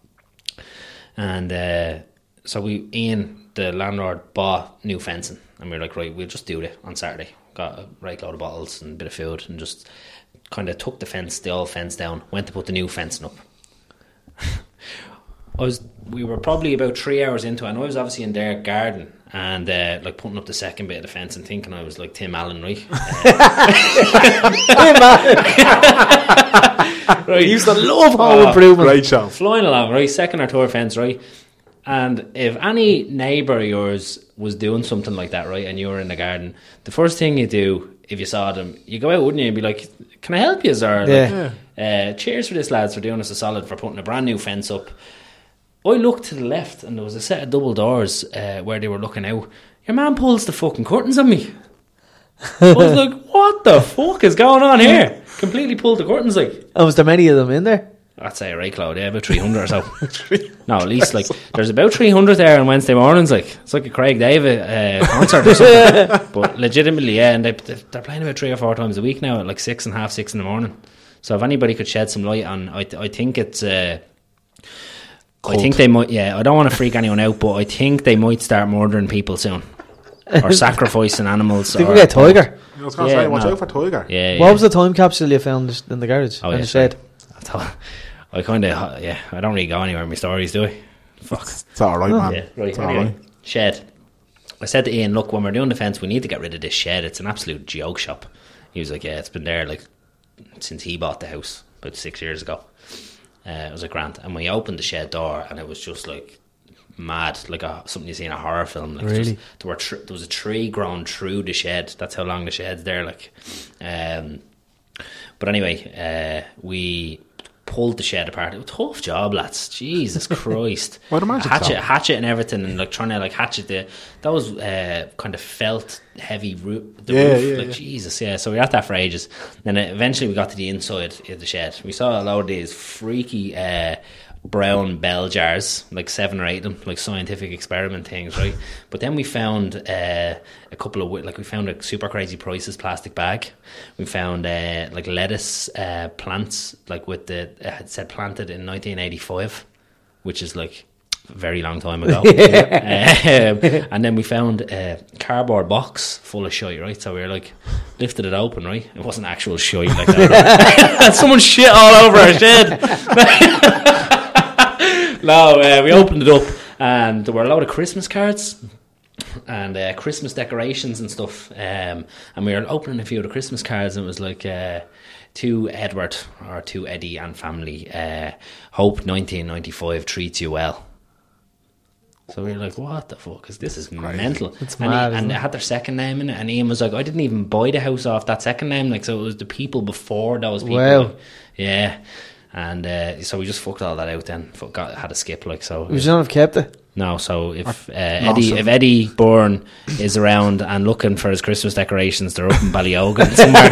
Speaker 6: And uh, so we, Ian, the landlord, bought new fencing, and we were like, right, we'll just do it on Saturday. Got a right load of bottles and a bit of food, and just kind of took the fence, the old fence down, went to put the new fencing up. [laughs] I was we were probably about three hours into it, and I was obviously in their garden and uh, like putting up the second bit of the fence and thinking I was like Tim Allen, right? right.
Speaker 5: He used to love home improvement.
Speaker 4: Great show.
Speaker 6: flying along, right? Second or third fence, right? And if any neighbour of yours was doing something like that, right, and you were in the garden, the first thing you do if you saw them, you go out, wouldn't you, and be like, "Can I help you, sir?" Like,
Speaker 5: Yeah.
Speaker 6: uh, cheers for this, lads, for doing us a solid for putting a brand new fence up. I looked to the left, and there was a set of double doors uh, where they were looking out. Your man pulls the fucking curtains on
Speaker 5: [laughs]
Speaker 6: me. I was like, "What the fuck is going on here?" Completely pulled the curtains, like.
Speaker 5: And was there many of them in there?
Speaker 6: I'd say right, Cloud. Yeah, about 300
Speaker 5: [laughs]
Speaker 6: or so. no, at least, like, there's about 300 there on Wednesday mornings. Like, it's like a Craig David uh, concert
Speaker 5: [laughs]
Speaker 6: or something. but legitimately, yeah, and they, they're playing about three or four times a week now at like six and half, six in the morning. So if anybody could shed some light on, I, I think it's. Uh, I think they might, yeah, I don't want to freak anyone out, but I think they might start murdering people soon.
Speaker 5: [laughs]
Speaker 6: Or sacrificing animals.
Speaker 5: Did
Speaker 6: or,
Speaker 5: we get Tiger?
Speaker 4: I was going to
Speaker 6: Yeah,
Speaker 4: say, watch
Speaker 6: no.
Speaker 4: out for Tiger.
Speaker 6: Yeah, yeah.
Speaker 5: What was the time capsule you found in the garage?
Speaker 6: Oh,
Speaker 5: in
Speaker 6: yeah,
Speaker 5: the shed?
Speaker 6: I thought- I kind of, yeah, I don't really go anywhere in my stories, do I? Fuck.
Speaker 4: It's all right, man.
Speaker 6: Yeah, right.
Speaker 4: It's all
Speaker 6: Anyway,
Speaker 4: right.
Speaker 6: shed. I said to Ian, look, when we're doing the fence, we need to get rid of this shed. It's an absolute joke shop. He was like, yeah, it's been there like since he bought the house about six years ago. Uh, it was a grant, and we opened the shed door, and it was just like mad, like a, something you see in a horror film. Like
Speaker 5: Really?
Speaker 6: just- there were tr- there was a tree grown through the shed. That's how long the shed's there. Like, um, but anyway, uh, we pulled the shed apart. It was a tough job, lads. Jesus [laughs] Christ!
Speaker 4: Well, I'd imagine
Speaker 6: A hatchet,
Speaker 4: so.
Speaker 6: hatchet, and everything, and like trying to like hatchet the that was uh, kind of felt heavy root. The
Speaker 4: Yeah,
Speaker 6: roof,
Speaker 4: yeah,
Speaker 6: like
Speaker 4: yeah.
Speaker 6: Jesus, yeah. So we were at that for ages. Then uh, eventually we got to the inside of the shed. We saw a load of these freaky uh, brown bell jars, like seven or eight of them, like scientific experiment things, right? but then we found uh, a couple of, wi- like, we found a super crazy prices plastic bag. We found uh, like lettuce uh, plants, like with the, it had said planted in 1985, which is like, a very long time ago, um, and then we found a cardboard box full of shite, right? So we were like, lifted it open, right? It wasn't actual shite like that. [laughs] Someone shit all over
Speaker 5: [laughs]
Speaker 6: our shed. no, uh, we opened it up, and there were a lot of Christmas cards and uh, Christmas decorations and stuff. Um, and we were opening a few of the Christmas cards, and it was like uh, to Edward or to Eddie and family. Uh, Hope nineteen ninety five treats you well. So we were like, "What the fuck is this? Is mental."
Speaker 5: mad,
Speaker 6: and he,
Speaker 5: isn't
Speaker 6: and
Speaker 5: it?
Speaker 6: it had their second name in it, and Ian was like, "I didn't even buy the house off that second name. Like, so it was the people before those people.
Speaker 5: Wow.
Speaker 6: Yeah." And uh, so we just fucked all that out then. Fuck, got, had a skip like so.
Speaker 5: Would you not have kept
Speaker 6: [laughs]
Speaker 5: it?
Speaker 6: No, so if uh,
Speaker 4: lost
Speaker 6: Eddie
Speaker 4: it.
Speaker 6: if Eddie Bourne is around and looking for his Christmas decorations, they're up in
Speaker 4: [laughs]
Speaker 6: Ballyogan somewhere.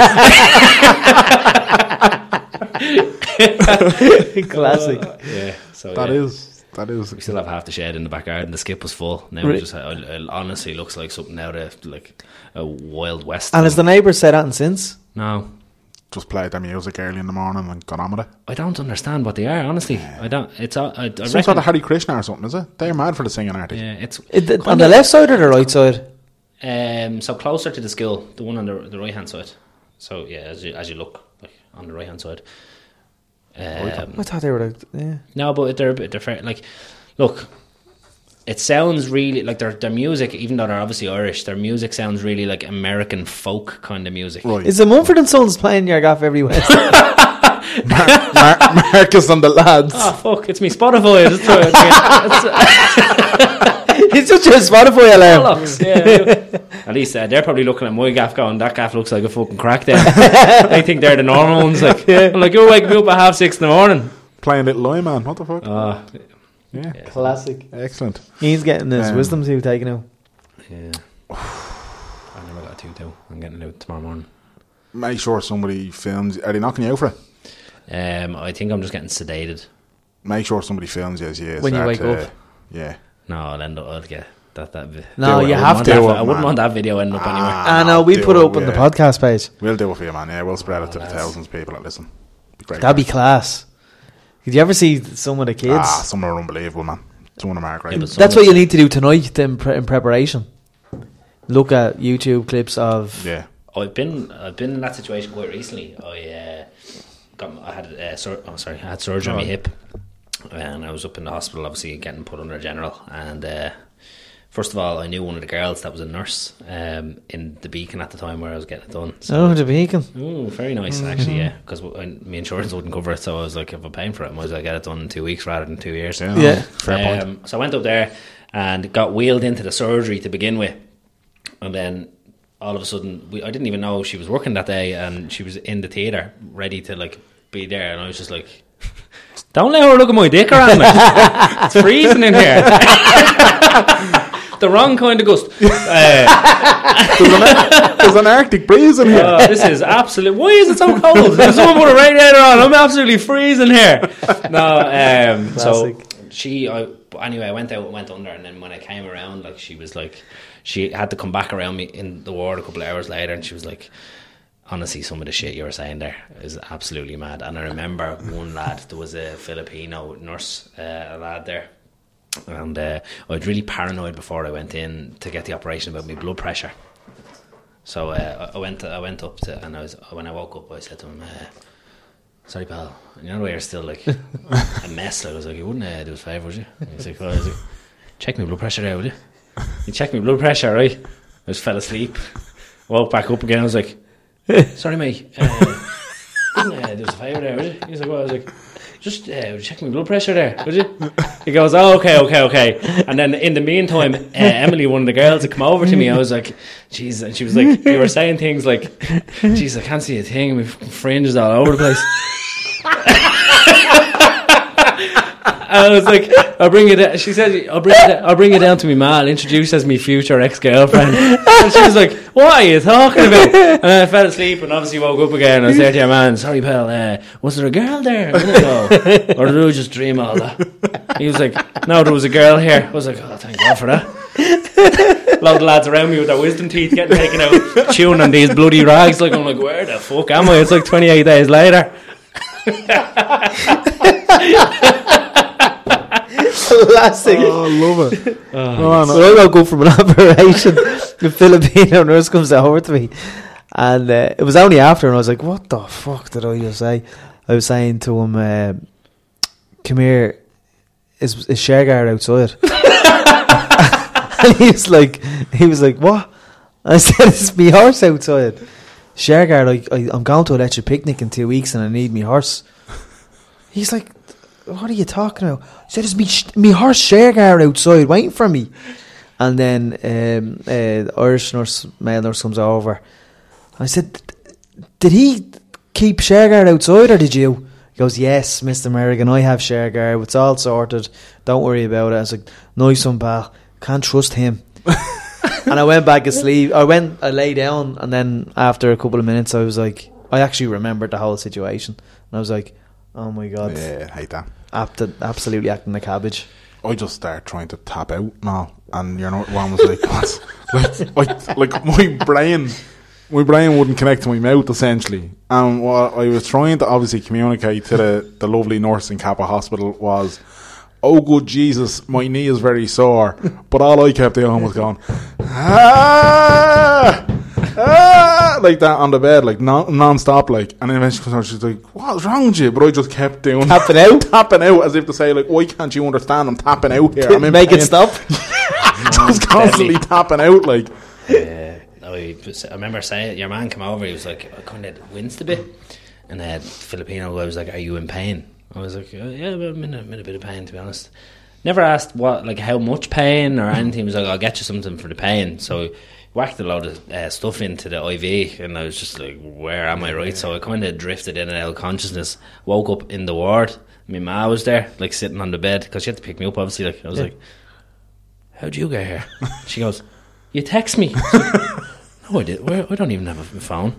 Speaker 5: Classic.
Speaker 6: yeah, so
Speaker 4: That
Speaker 6: yeah.
Speaker 4: is. That is.
Speaker 6: We still have half the shed in the backyard, and the skip was full. Now
Speaker 5: Really?
Speaker 6: it just it, it honestly looks like something out of like a Wild West.
Speaker 5: and
Speaker 6: film.
Speaker 5: has the neighbours said anything since?
Speaker 6: no,
Speaker 4: Just played the music early in the morning and got on with it.
Speaker 6: I don't understand what they are. Honestly, I don't. It's all- I, I
Speaker 4: Some
Speaker 6: reckon.
Speaker 4: sort of Harry Krishna or something, is it? They're mad for the singing, aren't they?
Speaker 6: yeah, it's
Speaker 5: It, th- on
Speaker 6: kind
Speaker 5: the
Speaker 6: of-
Speaker 5: left side or the right side?
Speaker 6: Um, so closer to the school, the one on the, the right hand side. So yeah, as you as you look like on the right hand side. Um,
Speaker 5: I thought they were like, yeah.
Speaker 6: No, but they're a bit different. Like, look, it sounds really like their their music, even though they're obviously Irish, their music sounds really like American folk kind of music.
Speaker 4: Right.
Speaker 5: Is the Mumford and Sons playing your gaff every Wednesday?
Speaker 4: Mar- [laughs] Marcus and the lads.
Speaker 6: Oh
Speaker 5: Ah.
Speaker 6: fuck! It's me Spotify. It's, [laughs] through- it's, it's
Speaker 5: [laughs] it's just your Spotify alarm.
Speaker 6: bollocks. Yeah. [laughs] At least uh, they're probably looking at my gaff going, that gaff looks like a fucking crackdown. [laughs] they think they're the normal ones. Like, I'm like you're waking me up at half six in the morning.
Speaker 4: Playing Little Lion Man. What the fuck?
Speaker 5: Oh.
Speaker 6: Uh,
Speaker 4: yeah.
Speaker 5: Classic.
Speaker 4: Excellent.
Speaker 5: He's getting his
Speaker 4: Um,
Speaker 5: wisdom tooth taken out.
Speaker 6: [sighs] yeah. I never got a two two. I'm getting it out tomorrow morning.
Speaker 4: Make sure somebody films. Are they knocking you out for it?
Speaker 6: Um, I think I'm just getting sedated.
Speaker 4: Make sure somebody films. Yes, yes.
Speaker 5: When you
Speaker 4: that,
Speaker 5: wake up.
Speaker 4: Yeah.
Speaker 6: No, I'll end up. I'll get that. That. vi-
Speaker 5: No,
Speaker 6: I
Speaker 5: you
Speaker 6: wouldn't
Speaker 5: have
Speaker 6: want
Speaker 5: to.
Speaker 6: that-
Speaker 4: Do it,
Speaker 6: I wouldn't
Speaker 4: man.
Speaker 6: want that video ending up anywhere.
Speaker 5: I know, Ah, we
Speaker 4: Ah, do
Speaker 5: put it up on
Speaker 4: yeah.
Speaker 5: the podcast page.
Speaker 4: We'll do it for you, man. Yeah, we'll spread it to the thousands of people that listen. Be great.
Speaker 5: That'd Oh, be class. Did you ever see some of the kids?
Speaker 4: ah, some are unbelievable, man. Some of them are great.
Speaker 5: That's what you need to do tonight then pre- in preparation. Look at YouTube clips of.
Speaker 4: yeah.
Speaker 6: I've been. I've been in that situation quite recently. I uh, got. I had. Uh, sur- oh, sorry. I had surgery on my hip, and I was up in the hospital, obviously getting put under general, and uh, First of all, I knew one of the girls that was a nurse um, in the Beacon at the time where I was getting it done. So,
Speaker 5: Oh, the beacon.
Speaker 6: Ooh, very nice actually, yeah. Because my insurance wouldn't cover it, so I was like, if I'm paying for it, I might as well get it done in two weeks rather than two years.
Speaker 5: Yeah.
Speaker 6: Fair um, So I went up there and got wheeled into the surgery to begin with, and then all of a sudden, we, I didn't even know she was working that day, and she was in the theater ready to like be there, and I was just like. Don't let her look at my dick around me. [laughs] it's freezing in here. [laughs] the wrong kind of gust. Uh,
Speaker 4: [laughs] There's an Arctic breeze in here.
Speaker 6: oh, this is absolute. Why is it so cold? If someone put a radiator on, I'm absolutely freezing here. No, um, so
Speaker 5: Classic.
Speaker 6: she. I, anyway, I went out, and went under, and then when I came around, like she was like, she had to come back around me in the ward a couple of hours later, and she was like. Honestly, some of the shit you were saying there is absolutely mad. And I remember one lad, there was a Filipino nurse, uh, a lad there, and uh, I was really paranoid before I went in to get the operation about my blood pressure. So uh, I I went, I went up to, and I was when I woke up, I said to him, uh, "Sorry, pal." And you know, the way you're still like a mess. Like, I was like, "You wouldn't uh, do us a favour, would you?" And he's like, oh, I was like, "Check my blood pressure, there, will you?" You check my blood pressure, right? I just fell asleep. Woke back up again. I was like, "Sorry, mate." Uh, wouldn't, uh, do us a favour there, would you? He's like, "What?" I was like, "Just uh, check my blood pressure there, would you?" He goes, "Oh, okay, okay, okay." And then in the meantime, uh, Emily, one of the girls, had come over to me. I was like, "Jeez," and she was like, "We were saying things like, jeez, I can't see a thing. My fringe is all over the place." And I was like, I'll bring you down. She said, I'll bring you down, I'll bring you down to me ma. I'll introduce as my future ex girlfriend. And she was like, What are you talking about? And I fell asleep and obviously woke up again. I was there to your man, Sorry, pal, uh, was there a girl there a minute ago? Or did I just dream all that? He was like, No, there was a girl here. I was like, Oh, thank God for that. A lot of lads around me with their wisdom teeth getting taken out, chewing on these bloody rags. Like, I'm like, Where the fuck am I? It's like 28 days later.
Speaker 5: Classic.
Speaker 4: Oh, I love
Speaker 5: [laughs]
Speaker 4: it. Oh, no.
Speaker 5: So I woke up from an [laughs] operation. the Filipino nurse comes over to me, and uh, it was only after, and I was like, "What the fuck did I just say?" I was saying to him, uh, "Come here, is is Shergar outside?" [laughs] and he was like, "He was like, what?" I [laughs] said, "It's me horse outside." Shergar, like, I, I'm going to a leisure picnic in two weeks, and I need me horse. He's like, what are you talking about? He said, it's me, sh- me horse Shergar outside waiting for me. And then um, uh, the Irish nurse, male nurse comes over. I said, did he keep Shergar outside or did you? He goes, yes, Mr. Merrigan, I have Shergar. It's all sorted. Don't worry about it. I was like, nice one, pal. Can't trust him. and I went back asleep. I went, I lay down, and then after a couple of minutes, I was like, I actually remembered the whole situation. And I was like, oh my God,
Speaker 4: Yeah, I hate that.
Speaker 5: Apt absolutely acting like cabbage.
Speaker 4: I just start trying to tap out now, and you know, one was like, [laughs] what? like, like, like my brain, my brain wouldn't connect to my mouth essentially. And what I was trying to obviously communicate to the, the lovely nurse in Kappa Hospital was, oh good Jesus, my knee is very sore. But all I kept doing was going, ah, ah, like that on the bed, like non non-stop, like. And then eventually, she comes out, she's like, "What's wrong with you?" But I just kept doing
Speaker 5: [laughs] Tapping
Speaker 4: [laughs]
Speaker 5: out?
Speaker 4: tapping out, as if to say, like, "Why can't you understand? I'm tapping out here. I'm in
Speaker 5: Make
Speaker 4: pain."
Speaker 5: it stop.
Speaker 4: [laughs]
Speaker 5: [laughs]
Speaker 4: just constantly tapping out, like.
Speaker 6: Yeah, I, Oh, was- I remember saying your man came over. He was like, I kind of winced a bit, and uh, Filipino guy was like, "Are you in pain?" I was like, "Uh, "Yeah, well, I'm in a, I'm in a bit of pain, to be honest." Never asked what, like, how much pain or anything. He was like, "I'll get you something for the pain." So. Whacked a load of uh, stuff into the IV, and I was just like, "Where am I?" Right, so I kind of drifted in and out of consciousness. Woke up in the ward. My ma was there, like sitting on the bed, because she had to pick me up. Obviously, like I was like, how'd you get here? [laughs] She goes, you text me. no, I did. Where, I don't even have a phone.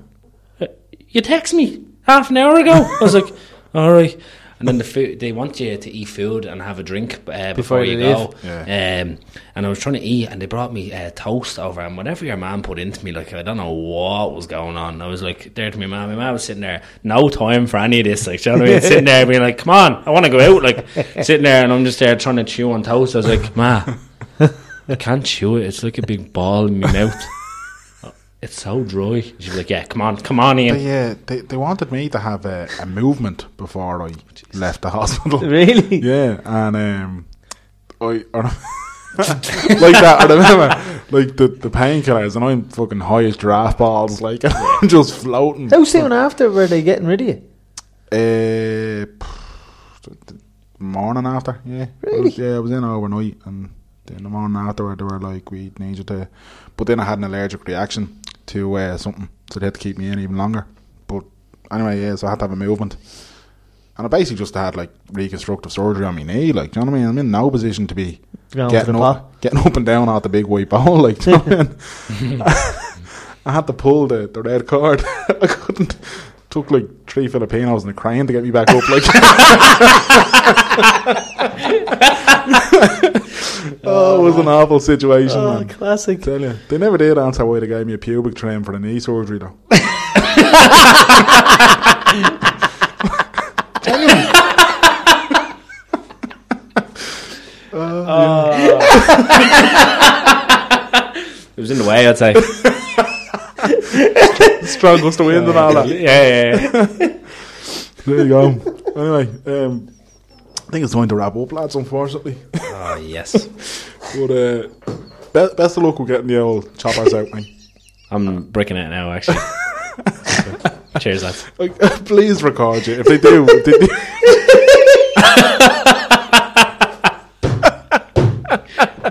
Speaker 6: "Uh, You text me half an hour ago. I was like, [laughs] all right. And then the food, they want you to eat food and have a drink uh, before,
Speaker 5: Before
Speaker 6: you
Speaker 5: you
Speaker 6: go.
Speaker 5: leave.
Speaker 6: Um, and I was trying to eat, and they brought me uh, toast over, and whatever your man put into me, like I don't know what was going on. I was like, there to my mom. My mom was sitting there, no time for any of this. Like, do you know what I mean? sitting there, being like, come on, I want to go
Speaker 5: [laughs]
Speaker 6: out. Like, sitting there, and I'm just there trying to chew on toast. I was like, ma, I can't chew it. It's like a big ball in
Speaker 4: [laughs]
Speaker 6: my mouth. It's so dry. She's like, yeah, come on, come on, Ian.
Speaker 4: They, uh, they, they wanted me to have a, a movement before I left the hospital.
Speaker 5: Really?
Speaker 4: Yeah, and um, I, [laughs] I like that. I remember, like the, the painkillers, and I'm fucking high as giraffe balls, like [laughs] I'm just floating.
Speaker 5: How soon after were they getting rid of you?
Speaker 4: Uh, morning after, yeah. I was, yeah, I was in overnight, and then the morning afterward, they were like, "We need you to," but then I had an allergic reaction to uh, something, so they had to keep me in even longer. But anyway, yeah, so I had to have a movement, and I basically just had like reconstructive surgery on my knee. Like, do you know what I mean? I'm in no position to be
Speaker 5: Going to
Speaker 4: getting
Speaker 5: the
Speaker 4: up, getting up and down out the big white ball. [laughs] Like, do you know what I mean? I had to pull the, the red card. [laughs] I couldn't. Took like three Filipinos and a crane to get me back up. Like, [laughs] oh, it was an awful situation,
Speaker 5: Oh,
Speaker 4: man.
Speaker 5: classic.
Speaker 4: Tell you, they never did answer why they gave me a pubic trim for the knee surgery, though. [laughs]
Speaker 6: It was in the way, I'd say.
Speaker 4: Struggles to win and [laughs]
Speaker 6: [laughs]
Speaker 4: all
Speaker 6: yeah,
Speaker 4: that. [laughs]
Speaker 6: yeah, yeah.
Speaker 4: There you go. Anyway, um, I think it's time to wrap up, lads. Unfortunately,
Speaker 6: Oh, yes.
Speaker 4: but uh, be- best of luck with getting the old choppers out, mate.
Speaker 6: I'm breaking it now, actually. Cheers, lads.
Speaker 4: [laughs] Like, [laughs] please record you if they do. If they do. [laughs]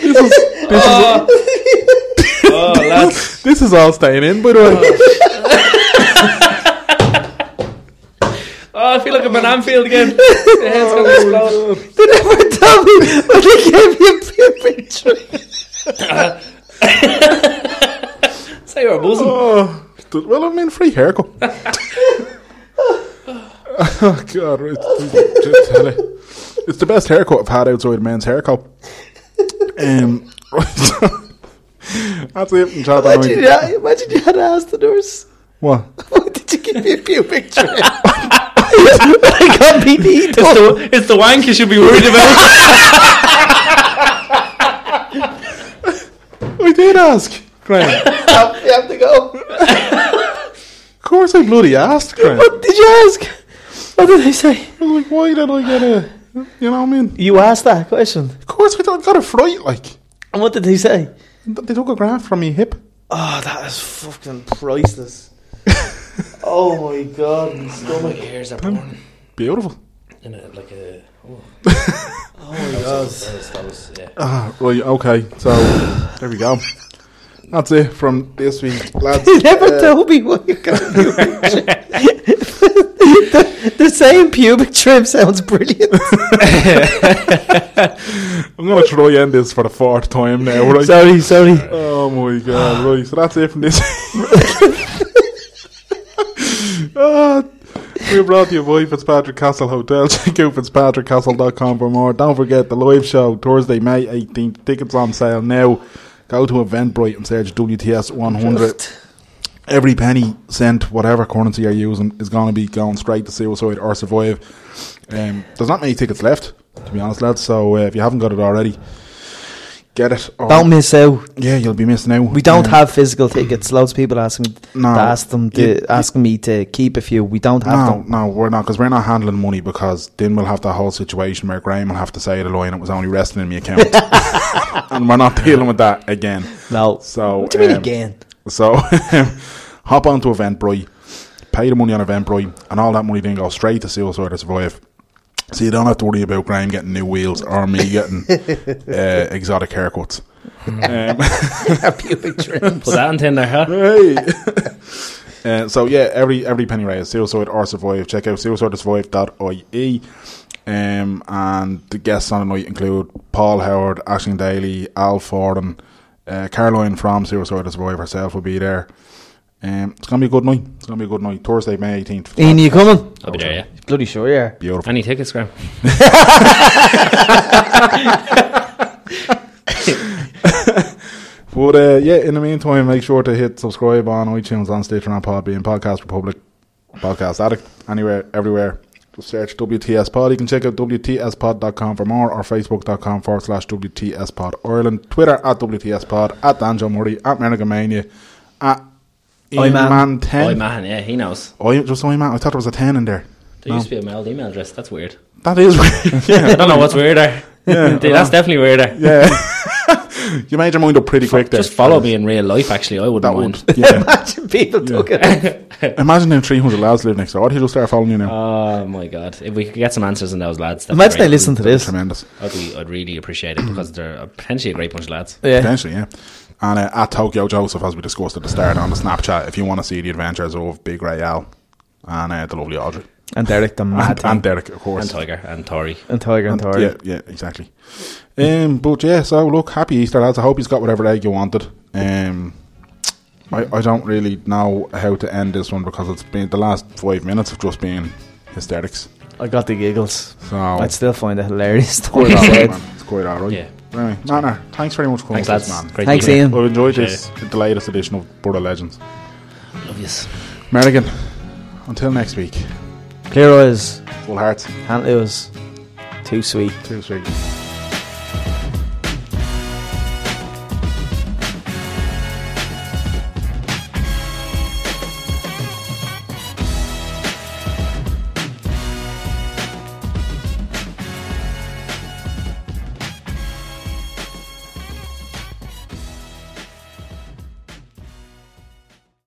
Speaker 4: This is this is
Speaker 6: Oh, lads.
Speaker 4: this is all staying in, by the way.
Speaker 6: Oh, I feel like I'm in Anfield again. The head's going to explode.
Speaker 5: They never tell me when they gave me a pubic trim.
Speaker 6: [laughs] Say you're a bosom.
Speaker 4: Oh, th- well, I mean, free haircut. oh God, right, just- just tell you. it's the best haircut I've had outside a man's haircut. Um, [laughs] right. That's it. from Chat Annoying.
Speaker 5: Imagine, that- imagine you had to ask the nurse, [laughs]
Speaker 4: What?
Speaker 5: why did you give me a pubic [laughs] trim? I got E me [laughs] needle.
Speaker 6: It's the, it's the wank you should be worried about.
Speaker 4: I did ask, Graham.
Speaker 5: You have to go.
Speaker 4: Of course, I bloody asked, Graham.
Speaker 5: What did you ask? What did I say?
Speaker 4: Like, why did I get a? You know what I mean?
Speaker 5: You asked that question.
Speaker 4: Of course, I got- got a fright. Like
Speaker 5: And what did they say?
Speaker 4: they took a graft from me hip.
Speaker 5: Oh, that is fucking priceless. [laughs] oh my god, my stomach.
Speaker 6: Ears are born
Speaker 4: Beautiful.
Speaker 6: in a, like a.
Speaker 4: [laughs]
Speaker 5: Oh
Speaker 6: Oh,
Speaker 5: my god.
Speaker 6: that was, that was, yeah.
Speaker 4: Ah, right, okay. So there we go. That's it from this week, [laughs] lads.
Speaker 5: They never told me what you got a
Speaker 4: [laughs]
Speaker 5: pubic trim. [laughs] the, the saying pubic trim sounds brilliant.
Speaker 4: I'm gonna try end this for the fourth time now, [laughs] right?
Speaker 5: sorry, sorry.
Speaker 4: oh my god,
Speaker 6: [sighs]
Speaker 4: right. So that's it from this. [laughs] Ah, we're brought to you by Fitzpatrick Castle Hotel. [laughs] Check out fitzpatrickcastle.com for more. Don't forget the live show Thursday, May 18th. Tickets on sale now. Go to Eventbrite and search WTS 100. every penny, cent, whatever currency you're using is going to be going straight to suicide or survive. Um, there's not many tickets left, to be honest, lads. So uh, if you haven't got it already, get it. Or,
Speaker 5: Don't miss out.
Speaker 4: yeah, you'll be missing out.
Speaker 5: We don't
Speaker 4: Um,
Speaker 5: have physical tickets. Loads of people ask me
Speaker 4: No.
Speaker 5: to ask them to
Speaker 4: You-
Speaker 5: ask me to keep a few. We don't have
Speaker 4: No,
Speaker 5: them.
Speaker 4: no, we're not because we're not handling money because then we'll have the whole situation where Graham will have to say the line it was only resting in my
Speaker 5: [laughs]
Speaker 4: account, and we're not dealing with that again.
Speaker 5: No.
Speaker 4: So
Speaker 5: what do you mean
Speaker 4: um,
Speaker 5: again?
Speaker 4: So [laughs] hop onto Eventbrite, pay the money on Eventbrite, and all that money then goes straight to Suicide or Survive. So you don't have to worry about Graham getting new wheels or me getting uh, exotic haircuts. Um,
Speaker 5: pubic trim.
Speaker 6: [laughs] Put that on Tinder, huh?
Speaker 4: hey. [laughs] Uh, so yeah, every every penny raised, suicide or survive. Check out suicidesurvive.ie. E. Um, and the guests on the night include Paul Howard, Ashling Daly, Al Forden, uh, Caroline from Suicide or Survive herself will be there. Um, it's gonna be a good night. It's gonna be a good night. Thursday, May eighteenth.
Speaker 5: Ian, you coming?
Speaker 6: I'll be there, yeah.
Speaker 5: Bloody sure you are.
Speaker 4: Beautiful.
Speaker 6: Any tickets, Graham?
Speaker 4: But uh, yeah, in the meantime, make sure to hit subscribe on iTunes, on Stitcher, on Podbean, Podcast Republic, Podcast Addict, anywhere, everywhere. Just search WTS Pod. You can check out WTSpod.com for more or Facebook.com forward slash WTSpod Ireland, Twitter at WTSpod, at Danjo Murray, at Mania, at
Speaker 5: Oi, man.
Speaker 6: Oh
Speaker 4: 10.
Speaker 6: man, yeah, he knows.
Speaker 4: Oi, just Oi Man. I thought there was a 10 in there.
Speaker 6: There used to be a mailed email address. That's weird.
Speaker 4: That is weird. [laughs] yeah.
Speaker 6: I don't know what's weirder. [laughs] That's definitely weirder.
Speaker 4: You made your mind up pretty quick there.
Speaker 6: Just follow me in real life. Actually, I wouldn't
Speaker 4: That
Speaker 6: mind.
Speaker 4: would. [laughs] Yeah.
Speaker 5: Imagine people talking.
Speaker 4: Imagine them 300 lads live next door. Why do you just start following you now?
Speaker 6: Oh my god! If we could get some answers on those lads, that'd be
Speaker 5: Imagine
Speaker 6: great.
Speaker 5: they listen to this.
Speaker 4: Tremendous.
Speaker 6: I'd, be, I'd really appreciate it because they're a- potentially a great bunch of lads.
Speaker 5: Yeah.
Speaker 4: Potentially, yeah. And uh, at Tokyo Joseph, as we discussed at the start on the Snapchat, if you want to see the adventures of Big Ray Al and uh, the lovely Audrey
Speaker 5: And Derek the mad
Speaker 4: and,
Speaker 5: and,
Speaker 4: and Derek, of course.
Speaker 6: And Tiger and Tory.
Speaker 5: and Tiger and
Speaker 4: And-
Speaker 5: Tori.
Speaker 4: yeah, yeah, exactly. Um, but yeah, so look, happy Easter, lads. I hope he's got whatever egg you wanted. Um, I, I don't really know how to end this one because it's been the last five minutes have just been hysterics.
Speaker 5: I got the giggles.
Speaker 4: So
Speaker 5: I'd still find it hilarious.
Speaker 4: [laughs]
Speaker 5: to
Speaker 4: quite
Speaker 5: be
Speaker 4: alright,
Speaker 5: [laughs] said.
Speaker 4: man. It's quite alright.
Speaker 6: Yeah.
Speaker 4: Anyway, Nana, thanks very much for coming,
Speaker 6: Thanks, lads.
Speaker 4: man.
Speaker 6: Great
Speaker 5: Thanks,
Speaker 6: to be here.
Speaker 5: Ian.
Speaker 4: I've enjoyed this, the latest edition of Board of Legends.
Speaker 6: Love yous.
Speaker 4: Merrigan, until next week,
Speaker 5: Clear eyes,
Speaker 4: full hearts,
Speaker 5: can't lose. Too sweet.
Speaker 4: two sweet.